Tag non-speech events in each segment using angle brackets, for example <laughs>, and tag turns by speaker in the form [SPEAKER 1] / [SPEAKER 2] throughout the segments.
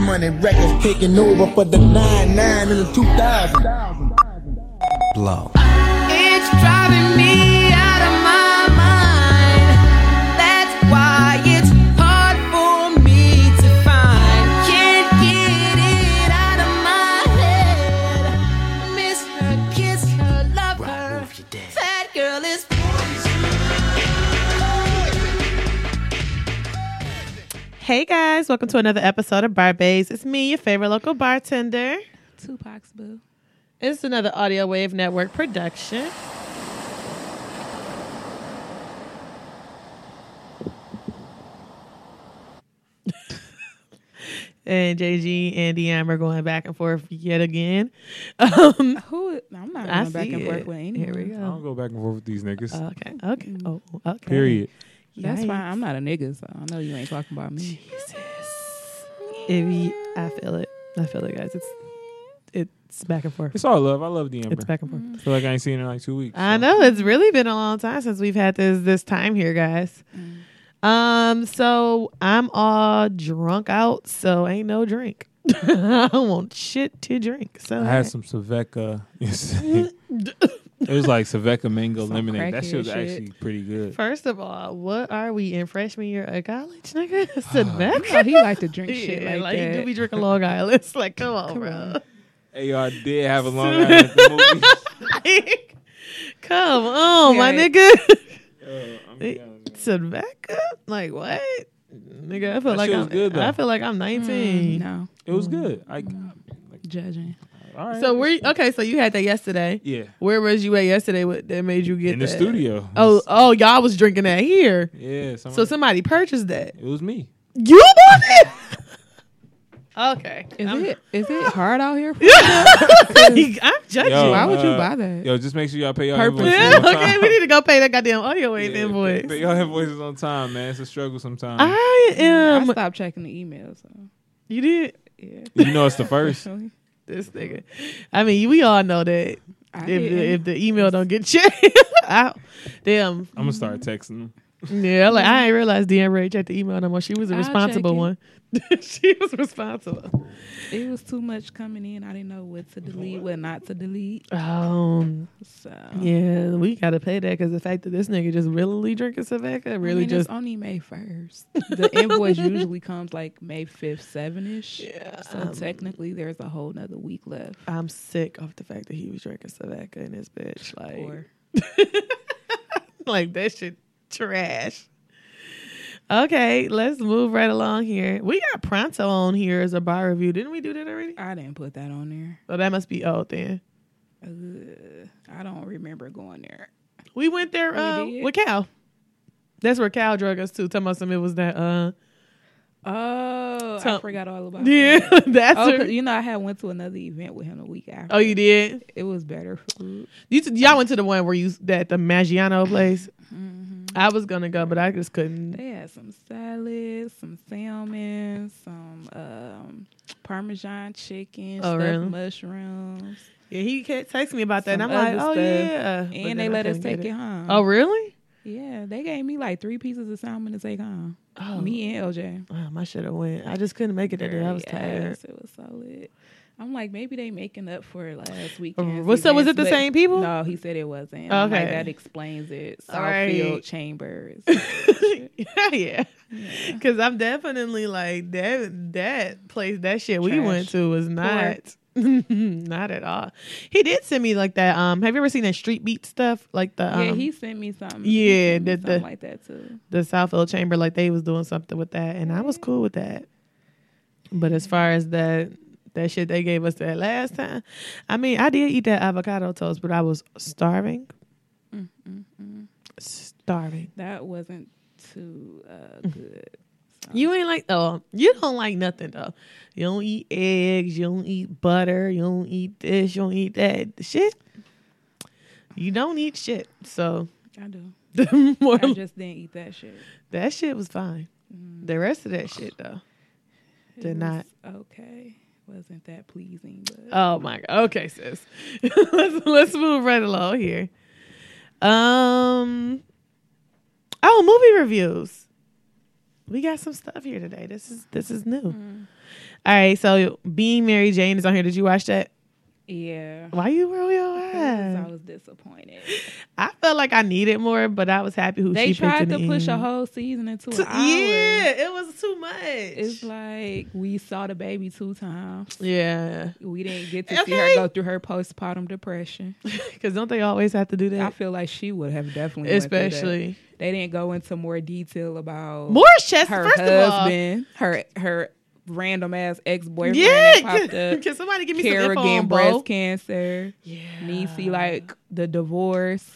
[SPEAKER 1] money records taking over for the 9 9 in the 2000.
[SPEAKER 2] Blow.
[SPEAKER 3] It's driving me out of my mind. That's why it's hard for me to find. Can't get it out of my head. Miss her, kiss her, love her. That girl is
[SPEAKER 4] Hey guys, welcome to another episode of Bar Bays. It's me, your favorite local bartender.
[SPEAKER 5] Tupac's boo.
[SPEAKER 4] It's another Audio Wave Network production. <laughs> and JG and Dion are going back and forth yet again. Um,
[SPEAKER 5] Who? I'm not
[SPEAKER 4] I
[SPEAKER 5] going back
[SPEAKER 4] see
[SPEAKER 5] and
[SPEAKER 4] it.
[SPEAKER 5] forth with anyone. Mm-hmm.
[SPEAKER 4] Here we
[SPEAKER 6] I don't
[SPEAKER 4] go.
[SPEAKER 6] go back and forth with these niggas.
[SPEAKER 4] Okay. Okay. Oh, okay.
[SPEAKER 6] Period.
[SPEAKER 5] That's
[SPEAKER 4] Yikes.
[SPEAKER 5] why I'm not a nigga, so I know you ain't talking about me.
[SPEAKER 4] <laughs> Jesus. If you, I feel it. I feel it, guys. It's it's back and forth.
[SPEAKER 6] It's all love. I love the
[SPEAKER 4] It's
[SPEAKER 6] Amber.
[SPEAKER 4] back and forth.
[SPEAKER 6] I feel like I ain't seen her in like two weeks.
[SPEAKER 4] I
[SPEAKER 6] so.
[SPEAKER 4] know it's really been a long time since we've had this this time here, guys. Um, so I'm all drunk out, so ain't no drink. <laughs> I don't want shit to drink. So
[SPEAKER 6] I had some <laughs> Saveca. yesterday. it was like Saveca mango lemonade. That
[SPEAKER 5] crackhead
[SPEAKER 6] shit was
[SPEAKER 5] shit.
[SPEAKER 6] actually pretty good.
[SPEAKER 4] First of all, what are we in freshman year of college, nigga?
[SPEAKER 6] Uh,
[SPEAKER 4] Sedbeck?
[SPEAKER 6] <laughs>
[SPEAKER 5] Oh, he like to drink
[SPEAKER 4] <laughs>
[SPEAKER 5] shit
[SPEAKER 4] Yeah,
[SPEAKER 5] like,
[SPEAKER 4] like
[SPEAKER 5] that.
[SPEAKER 4] you do be drinking Long Island. <laughs> It's like, come on, bro.
[SPEAKER 6] Hey, y'all did have a
[SPEAKER 4] <laughs>
[SPEAKER 6] long night at the
[SPEAKER 4] Like, come on, my
[SPEAKER 5] Right.
[SPEAKER 4] nigga. <laughs>
[SPEAKER 6] movie. <laughs> Uh, I'm <laughs>
[SPEAKER 4] It-
[SPEAKER 6] down.
[SPEAKER 4] Tobacco? Like what? Nigga, I feel
[SPEAKER 6] That
[SPEAKER 4] like
[SPEAKER 6] shit
[SPEAKER 4] I'm
[SPEAKER 6] was good, though.
[SPEAKER 4] I feel like I'm 19.
[SPEAKER 5] Mm, No
[SPEAKER 6] it was good. I, like,
[SPEAKER 5] judging.
[SPEAKER 6] all right.
[SPEAKER 4] So where okay, so you had that yesterday.
[SPEAKER 6] yeah,
[SPEAKER 4] Where was you at yesterday what that made you get
[SPEAKER 6] in the
[SPEAKER 4] that?
[SPEAKER 6] studio.
[SPEAKER 4] Oh, oh, y'all was drinking that here.
[SPEAKER 6] yeah.
[SPEAKER 4] So
[SPEAKER 6] somebody-
[SPEAKER 4] somebody purchased that.
[SPEAKER 6] it was me.
[SPEAKER 4] You bought it? <laughs> Okay.
[SPEAKER 5] Is
[SPEAKER 4] I'm,
[SPEAKER 5] it is it hard out
[SPEAKER 4] <laughs>
[SPEAKER 5] here? For
[SPEAKER 4] I'm judging.
[SPEAKER 6] Yo,
[SPEAKER 5] Why would you
[SPEAKER 6] uh,
[SPEAKER 5] buy that?
[SPEAKER 6] Yo, just make sure y'all pay y'all
[SPEAKER 5] Purpose.
[SPEAKER 4] <laughs>
[SPEAKER 6] invoices.
[SPEAKER 4] Yeah,
[SPEAKER 6] on
[SPEAKER 4] <laughs>
[SPEAKER 6] time.
[SPEAKER 4] okay, we need to go pay that goddamn audio wave
[SPEAKER 6] Yeah,
[SPEAKER 4] invoice.
[SPEAKER 6] Pay y'all invoices on time, man. It's a struggle sometimes.
[SPEAKER 4] I
[SPEAKER 5] I
[SPEAKER 4] am
[SPEAKER 5] stopped checking the emails. So.
[SPEAKER 4] you did
[SPEAKER 5] Yeah.
[SPEAKER 6] you know it's the first.
[SPEAKER 4] this nigga. I mean, we all know that
[SPEAKER 5] I
[SPEAKER 4] if
[SPEAKER 5] didn't.
[SPEAKER 4] the, if the email don't get <laughs> checked, I, damn.
[SPEAKER 6] I'm gonna start texting them.
[SPEAKER 4] Yeah, like I ain't realized Deanne Ray checked the email no more. She was a
[SPEAKER 5] I'll
[SPEAKER 4] responsible
[SPEAKER 5] check it.
[SPEAKER 4] one. <laughs> she was responsible.
[SPEAKER 5] it was too much coming in. I didn't know what to delete, what not to delete.
[SPEAKER 4] Um,
[SPEAKER 5] So
[SPEAKER 4] yeah, we gotta pay that because the fact that this nigga just really drinking Saveca
[SPEAKER 5] I
[SPEAKER 4] really
[SPEAKER 5] mean,
[SPEAKER 4] just
[SPEAKER 5] it's only May first. the invoice usually comes like May fifth, seven ish.
[SPEAKER 4] Yeah,
[SPEAKER 5] So
[SPEAKER 4] um,
[SPEAKER 5] technically, there's a whole nother week left.
[SPEAKER 4] I'm sick of the fact that he was drinking Saveca in this bitch. Like,
[SPEAKER 5] Or
[SPEAKER 4] like that shit trash. Okay, let's move right along here. We got Pronto on here as a bar review. Didn't we do that already?
[SPEAKER 5] I didn't put that on there.
[SPEAKER 4] Oh, that must be old then.
[SPEAKER 5] Uh, I don't remember going there.
[SPEAKER 4] We went there uh,
[SPEAKER 5] did?
[SPEAKER 4] with Cal. That's where Cal drug us to. Talking about some, it was that. Uh,
[SPEAKER 5] Oh,
[SPEAKER 4] Tell-
[SPEAKER 5] I forgot all
[SPEAKER 4] <laughs>
[SPEAKER 5] about.
[SPEAKER 4] yeah,
[SPEAKER 5] that.
[SPEAKER 4] that's.
[SPEAKER 5] Oh, 'cause,
[SPEAKER 4] where,
[SPEAKER 5] you know, I had went to another event with him the week after.
[SPEAKER 4] oh, you did.
[SPEAKER 5] It was better food.
[SPEAKER 4] You t- y'all went to the one where you that the Maggiano place. I was gonna go, but I just couldn't.
[SPEAKER 5] They had some salad, some salmon, some um, parmesan chicken,
[SPEAKER 4] Oh,
[SPEAKER 5] stuffed
[SPEAKER 4] really?
[SPEAKER 5] mushrooms,
[SPEAKER 4] Yeah, he kept texting me about that, and I'm
[SPEAKER 5] Some
[SPEAKER 4] like,
[SPEAKER 5] other
[SPEAKER 4] oh
[SPEAKER 5] stuff.
[SPEAKER 4] yeah. But then
[SPEAKER 5] and they
[SPEAKER 4] I
[SPEAKER 5] let us
[SPEAKER 4] couldn't get
[SPEAKER 5] take it. home.
[SPEAKER 4] Oh really?
[SPEAKER 5] yeah, they gave me like three pieces of salmon to take home.
[SPEAKER 4] Oh.
[SPEAKER 5] Me and LJ.
[SPEAKER 4] Um, I should have went. I just couldn't make it that day. I was
[SPEAKER 5] Yes,
[SPEAKER 4] tired.
[SPEAKER 5] It was solid. I'm like, maybe they making up for last
[SPEAKER 4] Uh,
[SPEAKER 5] weekend.
[SPEAKER 4] well, so was it the same people?
[SPEAKER 5] No, he said it wasn't. Okay, I'm like,
[SPEAKER 4] Okay.
[SPEAKER 5] that explains it.
[SPEAKER 4] All right. <laughs>
[SPEAKER 5] Southfield Chambers.
[SPEAKER 4] yeah,
[SPEAKER 5] Yeah.
[SPEAKER 4] because I'm definitely like that. That place, that shit we
[SPEAKER 5] Trash.
[SPEAKER 4] went to was not, <laughs> not at all. He did send me like that. Um, have you ever seen that street beat stuff? Like the um,
[SPEAKER 5] yeah, he sent me something.
[SPEAKER 4] yeah,
[SPEAKER 5] he sent me
[SPEAKER 4] the- the-
[SPEAKER 5] something like that too.
[SPEAKER 4] the Southfield Chamber, like they was doing something with that, and I was cool with that. But as far as that that shit they gave us that last time, I mean, I did eat that avocado toast, but I was starving,
[SPEAKER 5] Mm,
[SPEAKER 4] starving.
[SPEAKER 5] That wasn't too
[SPEAKER 4] <laughs>
[SPEAKER 5] uh, good.
[SPEAKER 4] You ain't like oh, you don't like nothing though. You don't eat eggs, you don't eat butter, you don't eat this, you don't eat that shit. You don't eat shit, so <laughs>
[SPEAKER 5] I do.
[SPEAKER 4] the more
[SPEAKER 5] I just Mm. didn't eat that shit.
[SPEAKER 4] that shit was fine. The rest of that shit though.
[SPEAKER 5] It
[SPEAKER 4] Did
[SPEAKER 5] was
[SPEAKER 4] not.
[SPEAKER 5] Okay, wasn't that pleasing? But
[SPEAKER 4] Oh my god. Okay, sis. <laughs> let's let's move right along here. Um
[SPEAKER 5] Mm.
[SPEAKER 4] Oh, movie reviews. We got some stuff here today. This is this is new. All right, so being Mary Jane is on here. Did you watch that?
[SPEAKER 5] Yeah.
[SPEAKER 4] Why you roll your
[SPEAKER 5] Because I
[SPEAKER 4] eyes?
[SPEAKER 5] was disappointed.
[SPEAKER 4] I felt like I needed more, but I was happy who
[SPEAKER 5] They
[SPEAKER 4] she
[SPEAKER 5] tried
[SPEAKER 4] picked in the
[SPEAKER 5] to push a
[SPEAKER 4] <laughs> end.
[SPEAKER 5] whole season into
[SPEAKER 4] T-
[SPEAKER 5] an hour.
[SPEAKER 4] Yeah, it was too much.
[SPEAKER 5] It's like we saw the baby two times.
[SPEAKER 4] yeah,
[SPEAKER 5] We didn't get to see
[SPEAKER 4] Okay.
[SPEAKER 5] her go through her postpartum depression.
[SPEAKER 4] because don't they always have to do
[SPEAKER 5] I
[SPEAKER 4] that?
[SPEAKER 5] feel like she would have definitely. went through that.
[SPEAKER 4] Especially
[SPEAKER 5] they didn't go into more detail about
[SPEAKER 4] Morris Chester.
[SPEAKER 5] her
[SPEAKER 4] First
[SPEAKER 5] husband, her her random ass ex
[SPEAKER 4] of all, <laughs>
[SPEAKER 5] boyfriend
[SPEAKER 4] yeah.
[SPEAKER 5] that popped
[SPEAKER 4] Can,
[SPEAKER 5] up.
[SPEAKER 4] can somebody give me some
[SPEAKER 5] Kara
[SPEAKER 4] info
[SPEAKER 5] getting
[SPEAKER 4] on
[SPEAKER 5] breast
[SPEAKER 4] both?
[SPEAKER 5] cancer.
[SPEAKER 4] Yeah,
[SPEAKER 5] Niecy like the divorce.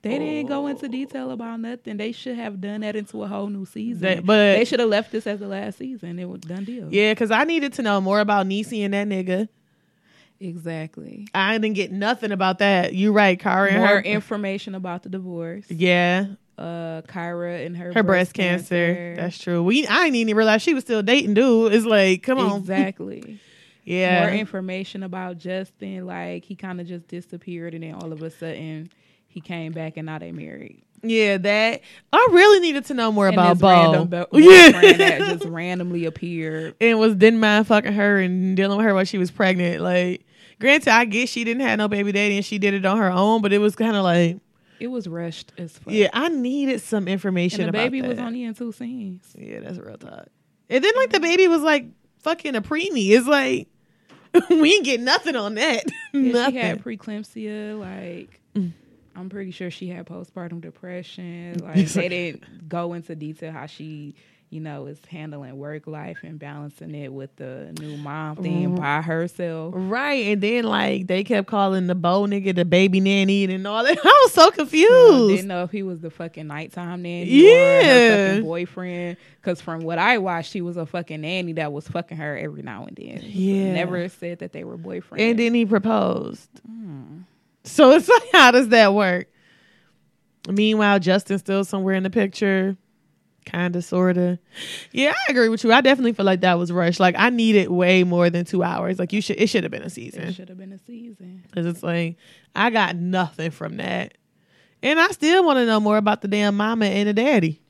[SPEAKER 5] They didn't go
[SPEAKER 4] Oh.
[SPEAKER 5] into detail about nothing. They should have done that into a whole new season.
[SPEAKER 4] They- but-
[SPEAKER 5] they should have left this as the last season. It was done deal.
[SPEAKER 4] Yeah, because I needed to know more about Niecy and that nigga.
[SPEAKER 5] exactly.
[SPEAKER 4] I didn't get nothing about that. You right, Kara and
[SPEAKER 5] More
[SPEAKER 4] her.
[SPEAKER 5] information about the divorce.
[SPEAKER 4] yeah,
[SPEAKER 5] Uh, Kyra and her
[SPEAKER 4] her breast, cancer. That's true. We I didn't even realize she was still dating dude. It's like, come on,
[SPEAKER 5] exactly.
[SPEAKER 4] <laughs> yeah.
[SPEAKER 5] more information about Justin. Like he kind of just disappeared, and then all of a sudden he came back, and now they married.
[SPEAKER 4] Yeah, that I really needed to know more about
[SPEAKER 5] and this
[SPEAKER 4] <laughs>
[SPEAKER 5] random
[SPEAKER 4] Bo.
[SPEAKER 5] bo- boyfriend that just randomly appeared.
[SPEAKER 4] <laughs> and was didn't mind fucking her and dealing with her while she was pregnant. Like, granted, I guess she didn't have no baby daddy and she did it on her own, but it was kind of like,
[SPEAKER 5] It was rushed as fuck.
[SPEAKER 4] yeah, I needed some information
[SPEAKER 5] and the
[SPEAKER 4] about
[SPEAKER 5] baby
[SPEAKER 4] that.
[SPEAKER 5] was only in two scenes.
[SPEAKER 4] Yeah, that's real talk. And then like the baby was like fucking a preemie. It's like <laughs> we ain't get nothing on that. <laughs>
[SPEAKER 5] Yeah,
[SPEAKER 4] nothing. Mm.
[SPEAKER 5] she had preeclampsia. Like I'm pretty sure she had
[SPEAKER 4] <laughs>
[SPEAKER 5] postpartum depression. Like they didn't go into detail how she. You know, is handling work life and balancing it with the new mom
[SPEAKER 4] Mm.
[SPEAKER 5] thing by herself.
[SPEAKER 4] Right, and then like they kept calling the bow nigga the baby nanny and all that. <laughs> I was so
[SPEAKER 5] Uh,
[SPEAKER 4] confused.
[SPEAKER 5] didn't know if he was the fucking nighttime nanny or her
[SPEAKER 4] Yeah.
[SPEAKER 5] fucking boyfriend. Because from what I watched, she was a fucking nanny that was fucking her every now and then.
[SPEAKER 4] Yeah.
[SPEAKER 5] Never said that they were boyfriend.
[SPEAKER 4] and then he proposed.
[SPEAKER 5] Hmm.
[SPEAKER 4] So it's <laughs> like, how does that work? Meanwhile, Justin's still somewhere in the picture, kind of, sort of. Yeah, I agree with you. I definitely feel like that was rushed. Like I needed way more than two hours. Like you should, it should have been a
[SPEAKER 5] it
[SPEAKER 4] season
[SPEAKER 5] should have been a season.
[SPEAKER 4] because it's like I got nothing from that, and I still want to know more about the damn mama and the daddy.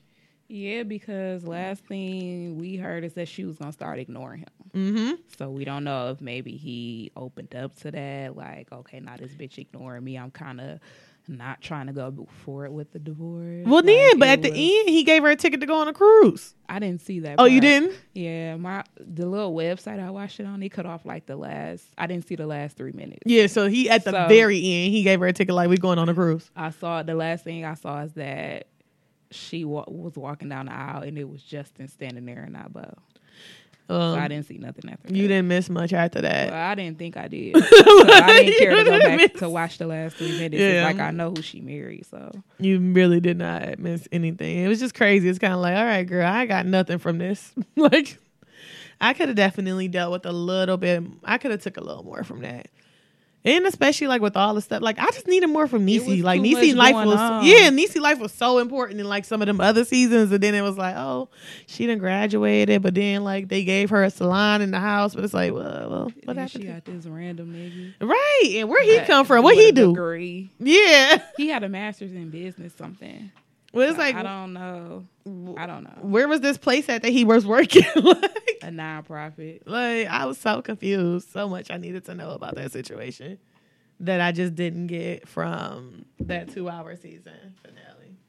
[SPEAKER 5] Yeah, because last thing we heard is that she was gonna start ignoring him.
[SPEAKER 4] Mm-hmm.
[SPEAKER 5] So we don't know if maybe he opened up to that. Like, okay, now this bitch ignoring me. I'm kind of not trying to go forward with the divorce.
[SPEAKER 4] Well, then,
[SPEAKER 5] Like,
[SPEAKER 4] but
[SPEAKER 5] it
[SPEAKER 4] at the
[SPEAKER 5] was-
[SPEAKER 4] end, he gave her a ticket to go on a cruise.
[SPEAKER 5] I didn't see that.
[SPEAKER 4] Oh, you
[SPEAKER 5] part.
[SPEAKER 4] didn't?
[SPEAKER 5] Yeah, my the little website I watched it on, they cut off like the last. I didn't see the last three minutes.
[SPEAKER 4] Yeah. So he at the
[SPEAKER 5] So-
[SPEAKER 4] very end, he gave her a ticket like we going on a cruise.
[SPEAKER 5] I saw the last thing I saw is that she wa- was walking down the aisle and it was Justin standing there and not Bo. So
[SPEAKER 4] Um,
[SPEAKER 5] I didn't see nothing after.
[SPEAKER 4] You
[SPEAKER 5] that.
[SPEAKER 4] didn't miss much after that.
[SPEAKER 5] Well, I didn't think I did. So
[SPEAKER 4] <laughs>
[SPEAKER 5] I didn't care to go
[SPEAKER 4] You
[SPEAKER 5] back
[SPEAKER 4] missed-
[SPEAKER 5] to watch the last three minutes.
[SPEAKER 4] Yeah.
[SPEAKER 5] It's like I know who she married, so
[SPEAKER 4] You really did not miss anything. It was just crazy. It's kind of like, all right, girl, I got nothing from this. <laughs> like, I could have definitely dealt with a little bit. I could have took a little more from that. And especially like with all the stuff, like I just needed more from
[SPEAKER 5] was
[SPEAKER 4] Niecy. Like
[SPEAKER 5] too
[SPEAKER 4] Niecy
[SPEAKER 5] much
[SPEAKER 4] life
[SPEAKER 5] going
[SPEAKER 4] was,
[SPEAKER 5] on.
[SPEAKER 4] yeah, Niecy life was so important in like some of them other seasons. And then it was like, oh, she done graduated, but then like they gave her a salon in the house. But it's like, well, well what
[SPEAKER 5] And then she
[SPEAKER 4] happened? to-
[SPEAKER 5] got this random nigga.
[SPEAKER 4] Right, and where he
[SPEAKER 5] that-
[SPEAKER 4] come from? What he
[SPEAKER 5] with a
[SPEAKER 4] do?
[SPEAKER 5] degree.
[SPEAKER 4] Yeah, <laughs>
[SPEAKER 5] He had a master's in business, something.
[SPEAKER 4] well, it's
[SPEAKER 5] Like,
[SPEAKER 4] like
[SPEAKER 5] I don't know. I don't know.
[SPEAKER 4] where was this place at that he was working? <laughs> like,
[SPEAKER 5] A nonprofit.
[SPEAKER 4] like I was so confused. So much I needed to know about that situation that I just didn't get from that two hour season finale.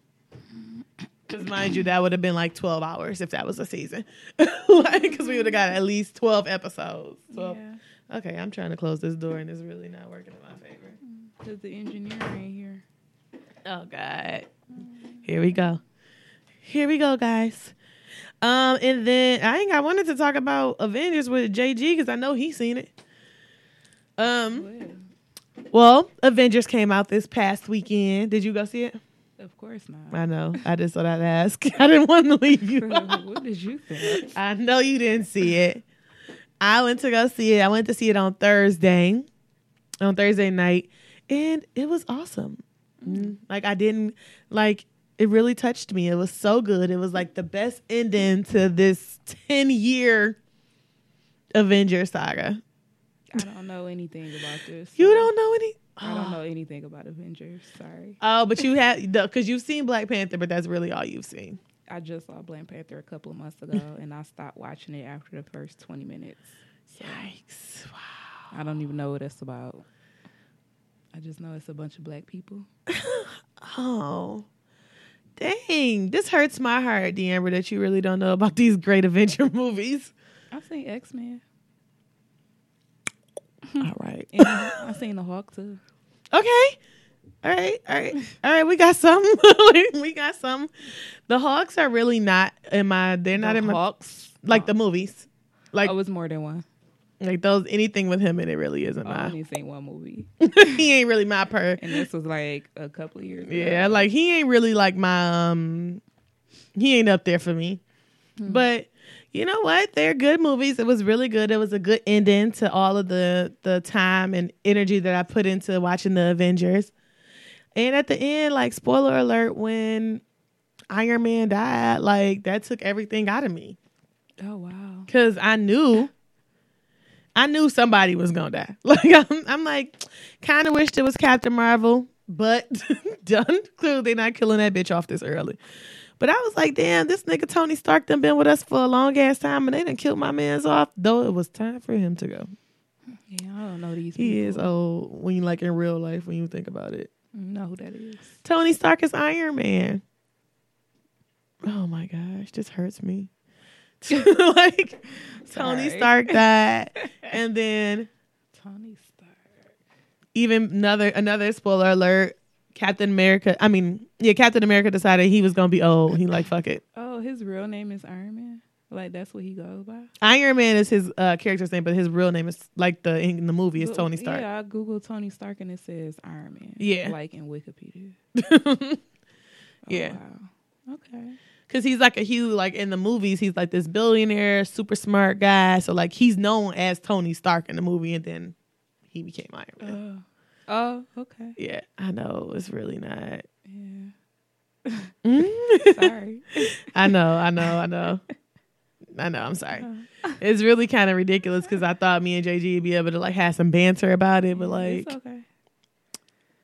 [SPEAKER 4] Because mind you, that would have been like twelve hours if that was a season, <laughs> like because we would have got at least twelve episodes. 12.
[SPEAKER 5] Yeah.
[SPEAKER 4] Okay, I'm trying to close this door and it's really not working in my favor.
[SPEAKER 5] Cause the engineer ain't here.
[SPEAKER 4] Oh God. Here we go. Here we go, guys. Um, and then I think I wanted to talk about Avengers with JG because I know he's seen it. Um, well, Avengers came out this past weekend. Did you go see it?
[SPEAKER 5] Of course not.
[SPEAKER 4] I know. I just thought I'd ask. <laughs> I didn't want to leave you.
[SPEAKER 5] <laughs> what did you think?
[SPEAKER 4] I know you didn't see it. I went to go see it. I went to see it on Thursday, on Thursday night, and it was awesome.
[SPEAKER 5] Mm-hmm.
[SPEAKER 4] Like I didn't like it really touched me. It was so good. It was like the best ending to this 10 year Avengers saga.
[SPEAKER 5] I don't know anything about this.
[SPEAKER 4] You
[SPEAKER 5] so
[SPEAKER 4] don't know any
[SPEAKER 5] I don't know anything about Avengers. Sorry.
[SPEAKER 4] Oh, but you had because you've seen Black Panther, but that's really all you've seen.
[SPEAKER 5] I just saw Black Panther a couple of months ago, and I stopped watching it after the first twenty minutes.
[SPEAKER 4] Yikes! Wow.
[SPEAKER 5] I don't even know what it's about. I just know it's a bunch of black people.
[SPEAKER 4] Oh, dang! This hurts my heart, Deamber, that you really don't know about these great adventure <laughs> movies.
[SPEAKER 5] I've seen X Men.
[SPEAKER 4] All right.
[SPEAKER 5] And I've seen the Hawk too.
[SPEAKER 4] Okay. All right, all right, all right. We got some. <laughs> we got some. The Hawks are really not in my. They're not
[SPEAKER 5] The
[SPEAKER 4] in my
[SPEAKER 5] Hawks?
[SPEAKER 4] like the movies, like
[SPEAKER 5] Oh, it was more than one.
[SPEAKER 4] like those. Anything with him in it really isn't
[SPEAKER 5] I've
[SPEAKER 4] my.
[SPEAKER 5] only seen one movie,
[SPEAKER 4] <laughs> he ain't really my per.
[SPEAKER 5] and this was like a couple of years. ago.
[SPEAKER 4] Yeah, like he ain't really like my um he ain't up there for me. But you know what? They're good movies. It was really good. It was a good ending to all of the the time and energy that I put into watching the Avengers. And at the end, like spoiler alert, when Iron Man died, like that took everything out of me.
[SPEAKER 5] Oh wow.
[SPEAKER 4] Cause I knew, I knew somebody was gonna die. <laughs> Like I'm, I'm like, kind of wished it was Captain Marvel, but <laughs> done. Clearly, they not killing that bitch off this early. But I was like, damn, this nigga Tony Stark done been with us for a long ass time, and they done killed my man's off. Though it was time for him to go.
[SPEAKER 5] Yeah, I don't know these.
[SPEAKER 4] He
[SPEAKER 5] people.
[SPEAKER 4] is old when you like in real life when you think about it.
[SPEAKER 5] I don't know who that is.
[SPEAKER 4] Tony Stark is Iron Man. Oh my gosh, this hurts me. <laughs> like Tony
[SPEAKER 5] Sorry.
[SPEAKER 4] Stark died, and then
[SPEAKER 5] Tony Stark.
[SPEAKER 4] even another another spoiler alert: Captain America. I mean, yeah, Captain America decided he was gonna be old. He like fuck it.
[SPEAKER 5] Oh, his real name is Iron Man. Like that's what he goes by.
[SPEAKER 4] Iron Man is his uh, character's name, but his real name is like the in the movie is
[SPEAKER 5] But-
[SPEAKER 4] Tony Stark.
[SPEAKER 5] Yeah, I googled Tony Stark and it says Iron Man.
[SPEAKER 4] Yeah.
[SPEAKER 5] like in Wikipedia. Oh,
[SPEAKER 4] Yeah.
[SPEAKER 5] Wow. Okay.
[SPEAKER 4] Cause he's like a huge like in the movies, he's like this billionaire, super smart guy. So like he's known as Tony Stark in the movie, and then he became Iron Man.
[SPEAKER 5] Oh.
[SPEAKER 4] <laughs>
[SPEAKER 5] Oh. Okay.
[SPEAKER 4] Yeah, I know. It's really not.
[SPEAKER 5] Yeah.
[SPEAKER 4] Mm.
[SPEAKER 5] Sorry.
[SPEAKER 4] I know, I know, I know. I know, I'm sorry. It's really kind of ridiculous because I thought me and JG would be able to like have some banter about it, but like
[SPEAKER 5] it's okay.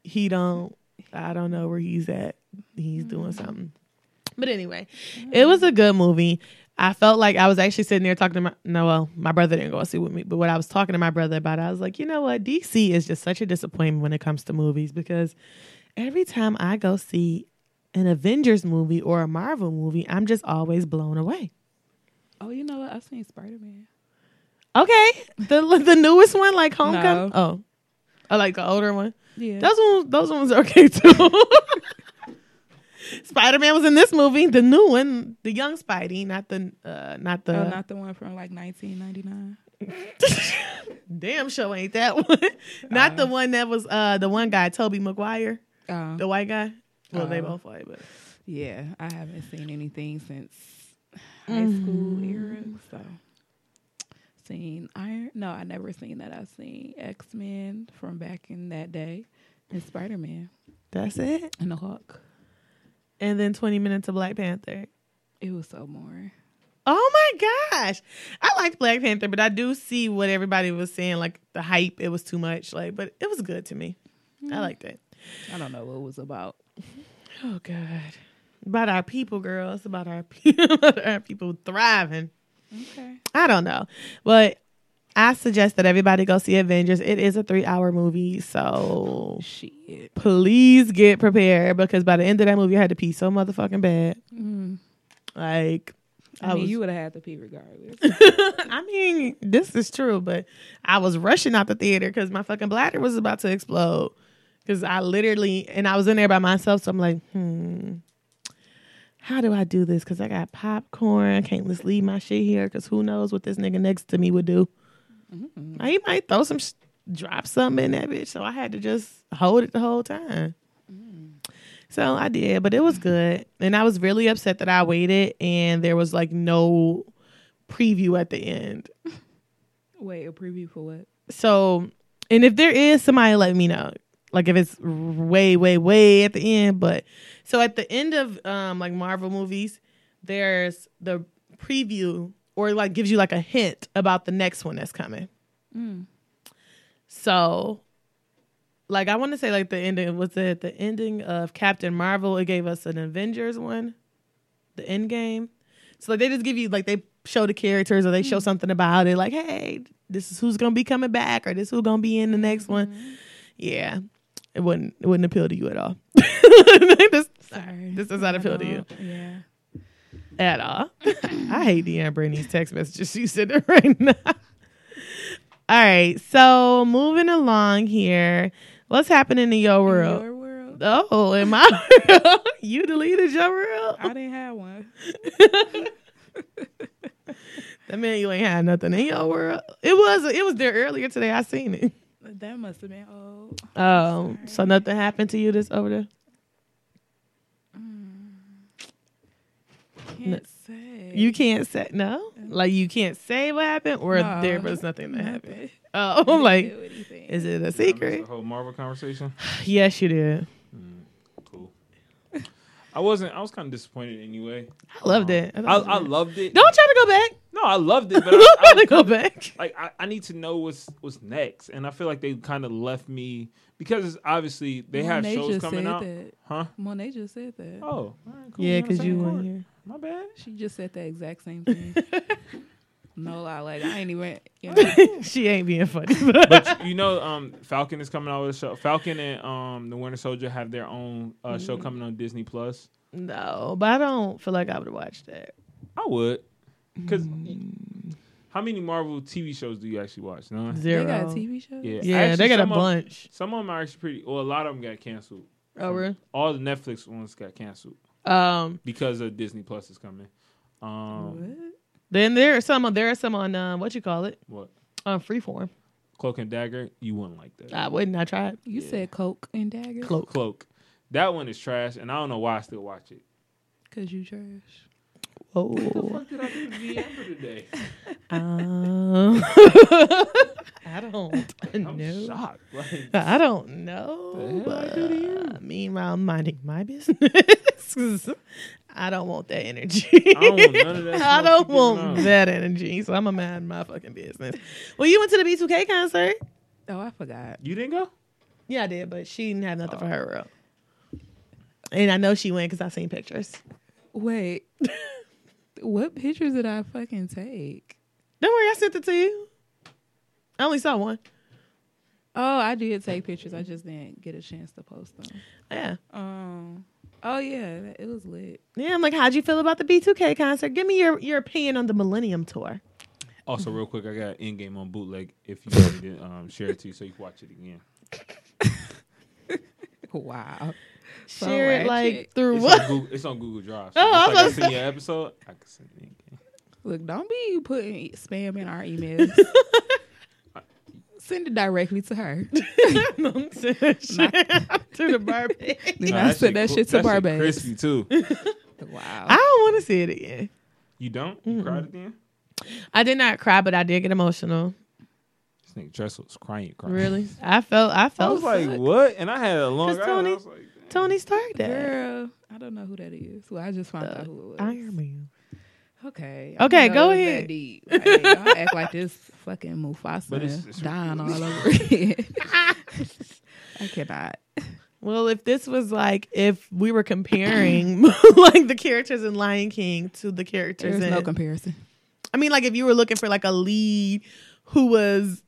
[SPEAKER 4] he don't I don't know where he's at. He's doing something. But anyway, it was a good movie. I felt like I was actually sitting there talking to my no, well, my brother didn't go and see with me, but what I was talking to my brother about, I was like, you know what, DC is just such a disappointment when it comes to movies because every time I go see an Avengers movie or a Marvel movie, I'm just always blown away.
[SPEAKER 5] Oh, you know what? I've seen Spider Man.
[SPEAKER 4] Okay, the <laughs> the newest one, like Homecoming.
[SPEAKER 5] No.
[SPEAKER 4] Oh, I like the older one.
[SPEAKER 5] Yeah.
[SPEAKER 4] Those ones, those ones are okay too. <laughs> Spider Man was in this movie, the new one, the young Spidey, not the, uh, not the.
[SPEAKER 5] oh, not the one from like 1999.
[SPEAKER 4] damn show ain't that one. <laughs> not
[SPEAKER 5] Uh-huh.
[SPEAKER 4] the one that was uh the one guy, Toby McGuire,
[SPEAKER 5] Oh.
[SPEAKER 4] the white guy. Well, they
[SPEAKER 5] Oh.
[SPEAKER 4] both white, but
[SPEAKER 5] Yeah, I haven't seen anything since high
[SPEAKER 4] Mm-hmm.
[SPEAKER 5] school era. So, seen Iron. No, I never seen that. I've seen X Men from back in that day, and Spider Man
[SPEAKER 4] that's it.
[SPEAKER 5] and the Hawk.
[SPEAKER 4] And then twenty minutes of Black Panther.
[SPEAKER 5] It was so boring.
[SPEAKER 4] Oh my gosh. I liked Black Panther, but I do see what everybody was saying, like the hype, it was too much. Like, but it was good to me.
[SPEAKER 5] Mm-hmm.
[SPEAKER 4] I liked it.
[SPEAKER 5] I don't know what it was about.
[SPEAKER 4] Oh God. About our people, girl. It's about our <laughs> people about our people thriving.
[SPEAKER 5] Okay.
[SPEAKER 4] I don't know. But I suggest that everybody go see Avengers. It is a three hour movie, so
[SPEAKER 5] Shit.
[SPEAKER 4] please get prepared because by the end of that movie I had to pee so motherfucking bad. Like
[SPEAKER 5] Mm-hmm. I,
[SPEAKER 4] I
[SPEAKER 5] mean,
[SPEAKER 4] was-
[SPEAKER 5] you would have had to pee regardless.
[SPEAKER 4] I mean, this is true, but I was rushing out the theater because my fucking bladder was about to explode. Because I literally, and I was in there by myself, so I'm like, hmm, how do I do this? Because I got popcorn. I can't just leave my shit here because who knows what this nigga next to me would do. Like, He might throw some, sh- drop something in that bitch. So I had to just hold it the whole time. So I did, but it was good. And I was really upset that I waited and there was like no preview at the end.
[SPEAKER 5] Wait, a preview for what?
[SPEAKER 4] So, and if there is somebody, let me know. Like if it's way, way, way at the end. But so at the end of um like Marvel movies, there's the preview or like gives you like a hint about the next one that's coming. So, like I want to say like the ending was it the ending of Captain Marvel? It gave us an Avengers one. the end game. So like they just give you like they show the characters or they show something about it, like, hey, this is who's gonna be coming back or this who's gonna be in the next one. Yeah. It wouldn't it wouldn't appeal to you at all. <laughs> this,
[SPEAKER 5] Sorry.
[SPEAKER 4] this does not appeal to you
[SPEAKER 5] Uh, Yeah.
[SPEAKER 4] at <laughs> all. I hate Deanne Brittany's text messages. She said it <laughs> right now. All right. So moving along here. What's happening in your world?
[SPEAKER 5] Your world.
[SPEAKER 4] oh, in my <laughs> world. you deleted your world?
[SPEAKER 5] I didn't have one.
[SPEAKER 4] That man, you ain't had nothing in your world. It was it was there earlier today. I seen it.
[SPEAKER 5] That must have been oh, old.
[SPEAKER 4] Um, so nothing happened to you this over there.
[SPEAKER 5] Can't say.
[SPEAKER 4] You can't say no, like you can't say what happened, or
[SPEAKER 5] No.
[SPEAKER 4] there was nothing that happened.
[SPEAKER 5] Nothing.
[SPEAKER 4] Oh, <laughs> I'm like,
[SPEAKER 5] Do anything.
[SPEAKER 4] is it a
[SPEAKER 6] The
[SPEAKER 4] secret?
[SPEAKER 6] whole Marvel conversation.
[SPEAKER 4] Yes, you did.
[SPEAKER 6] Cool. I wasn't. I was kind of disappointed anyway. Um,
[SPEAKER 4] I loved it.
[SPEAKER 6] I,
[SPEAKER 4] thought it was
[SPEAKER 6] I
[SPEAKER 4] great.
[SPEAKER 6] loved it.
[SPEAKER 4] Don't try to go back.
[SPEAKER 6] No, I
[SPEAKER 4] <laughs>
[SPEAKER 6] loved it, but I,
[SPEAKER 4] Don't
[SPEAKER 6] I
[SPEAKER 4] try
[SPEAKER 6] was
[SPEAKER 4] to go back.
[SPEAKER 6] like I, I need to know what's what's next, and I feel like they kind of left me because obviously they have
[SPEAKER 5] Monet
[SPEAKER 6] shows
[SPEAKER 5] just
[SPEAKER 6] coming
[SPEAKER 5] said
[SPEAKER 6] out,
[SPEAKER 5] that.
[SPEAKER 6] huh?
[SPEAKER 5] Monet just said that.
[SPEAKER 6] Oh, all right, cool.
[SPEAKER 4] Yeah,
[SPEAKER 6] We're on the
[SPEAKER 4] because you
[SPEAKER 6] same
[SPEAKER 4] weren't
[SPEAKER 6] court.
[SPEAKER 4] here. <laughs>
[SPEAKER 6] My bad.
[SPEAKER 5] She just said the exact same thing. no lie, like I ain't even. You know,
[SPEAKER 4] she ain't being funny.
[SPEAKER 6] <laughs>
[SPEAKER 4] <laughs>
[SPEAKER 6] But you know, um, Falcon is coming out with a show. Falcon and um, the Winter Soldier have their own uh, show
[SPEAKER 5] Mm.
[SPEAKER 6] coming on Disney Plus.
[SPEAKER 4] no, but I don't feel like I would watch that.
[SPEAKER 6] I would, because
[SPEAKER 4] Mm.
[SPEAKER 6] how many Marvel TV shows do you actually watch? None.
[SPEAKER 5] they
[SPEAKER 4] Zero.
[SPEAKER 5] got TV shows.
[SPEAKER 6] Yeah,
[SPEAKER 4] yeah,
[SPEAKER 6] Actually,
[SPEAKER 4] they got a
[SPEAKER 6] some of-
[SPEAKER 4] bunch.
[SPEAKER 6] Some of them are actually pretty. Well, a lot of them got canceled.
[SPEAKER 4] Oh, really?
[SPEAKER 6] All the Netflix ones got canceled
[SPEAKER 4] Um,
[SPEAKER 6] because of Disney Plus is coming. Um,
[SPEAKER 4] then there are some. There are some on um, what you call it
[SPEAKER 6] what?
[SPEAKER 4] on Freeform.
[SPEAKER 6] Cloak and Dagger? You wouldn't like that.
[SPEAKER 4] I wouldn't. I tried.
[SPEAKER 5] You said Coke and Dagger
[SPEAKER 4] Ah, Cloak.
[SPEAKER 6] Cloak. That one is trash, and I don't know why I still watch it.
[SPEAKER 5] because you trash.
[SPEAKER 4] Oh.
[SPEAKER 6] did I do to Amber today?
[SPEAKER 4] Um, I <laughs> don't
[SPEAKER 6] I'm
[SPEAKER 4] know.
[SPEAKER 6] shocked. <laughs> Like,
[SPEAKER 4] I don't know.
[SPEAKER 6] The hell I do to you?
[SPEAKER 4] but uh, Meanwhile, I'm minding my business. <laughs> 'Cause I don't want that energy.
[SPEAKER 6] I don't want none of
[SPEAKER 4] <laughs>
[SPEAKER 6] that
[SPEAKER 4] I
[SPEAKER 6] smoke
[SPEAKER 4] don't
[SPEAKER 6] you giving
[SPEAKER 4] want
[SPEAKER 6] off.
[SPEAKER 4] that energy. So I'm going to mind my fucking business. Well, you went to the B2K concert.
[SPEAKER 5] Oh, I forgot.
[SPEAKER 6] you didn't go?
[SPEAKER 4] Yeah, I did, but she didn't have nothing for her real. And I know she went because I seen pictures.
[SPEAKER 5] Wait, what pictures did I fucking take?
[SPEAKER 4] Don't worry, I sent it to you. I only saw one.
[SPEAKER 5] Oh, I did take pictures. I just didn't get a chance to post them.
[SPEAKER 4] Yeah.
[SPEAKER 5] Um. Oh yeah, that- it was lit.
[SPEAKER 4] Yeah, I'm like, how'd you feel about the B2K concert? Give me your, your opinion on the Millennium Tour.
[SPEAKER 6] Also, real quick, I got Endgame on bootleg if you <laughs> wanted to um, share it to you so you can watch it again.
[SPEAKER 5] Wow. So
[SPEAKER 4] Share it
[SPEAKER 5] ratchet.
[SPEAKER 4] like through
[SPEAKER 6] It's,
[SPEAKER 4] what? <laughs>
[SPEAKER 6] On, Google, it's on Google Drive. So
[SPEAKER 4] Oh, I
[SPEAKER 6] oh,
[SPEAKER 4] was
[SPEAKER 6] like I
[SPEAKER 4] gonna
[SPEAKER 6] seen your episode. I can send it again.
[SPEAKER 5] Look, don't be putting spam in our <laughs> emails. Send it directly to her.
[SPEAKER 4] <laughs> through the barbie.
[SPEAKER 5] <laughs> Then
[SPEAKER 6] Nah,
[SPEAKER 5] I sent that
[SPEAKER 6] cool-
[SPEAKER 5] shit to
[SPEAKER 6] that
[SPEAKER 5] Barbados.
[SPEAKER 6] Crispy too.
[SPEAKER 4] <laughs>
[SPEAKER 5] Wow.
[SPEAKER 4] I don't want to see it again.
[SPEAKER 6] You don't? You cried again?
[SPEAKER 4] I did not cry, but I did get emotional.
[SPEAKER 6] This nigga Dressel was crying, crying.
[SPEAKER 4] Really, I felt I
[SPEAKER 6] <laughs> I
[SPEAKER 4] felt
[SPEAKER 6] was like,
[SPEAKER 4] sick.
[SPEAKER 6] what? And I had a long.
[SPEAKER 4] 'Cause
[SPEAKER 6] I
[SPEAKER 4] Tony-
[SPEAKER 6] was like,
[SPEAKER 4] Tony Stark that
[SPEAKER 5] Girl, I don't know who that is. Well, I just found out who it was.
[SPEAKER 4] Iron Man. <laughs>
[SPEAKER 5] Uh, Okay.
[SPEAKER 4] Okay,
[SPEAKER 5] didn't
[SPEAKER 4] go
[SPEAKER 5] know it was
[SPEAKER 4] ahead.
[SPEAKER 5] that deep. Like, y'all act <laughs> like this fucking Mufasa
[SPEAKER 6] But it's- it's
[SPEAKER 5] dying all over <laughs> again. I cannot.
[SPEAKER 4] Well, if this was like if we were comparing <laughs> like the characters in Lion King to the characters
[SPEAKER 5] There's
[SPEAKER 4] in
[SPEAKER 5] no comparison.
[SPEAKER 4] I mean, like if you were looking for like a lead who was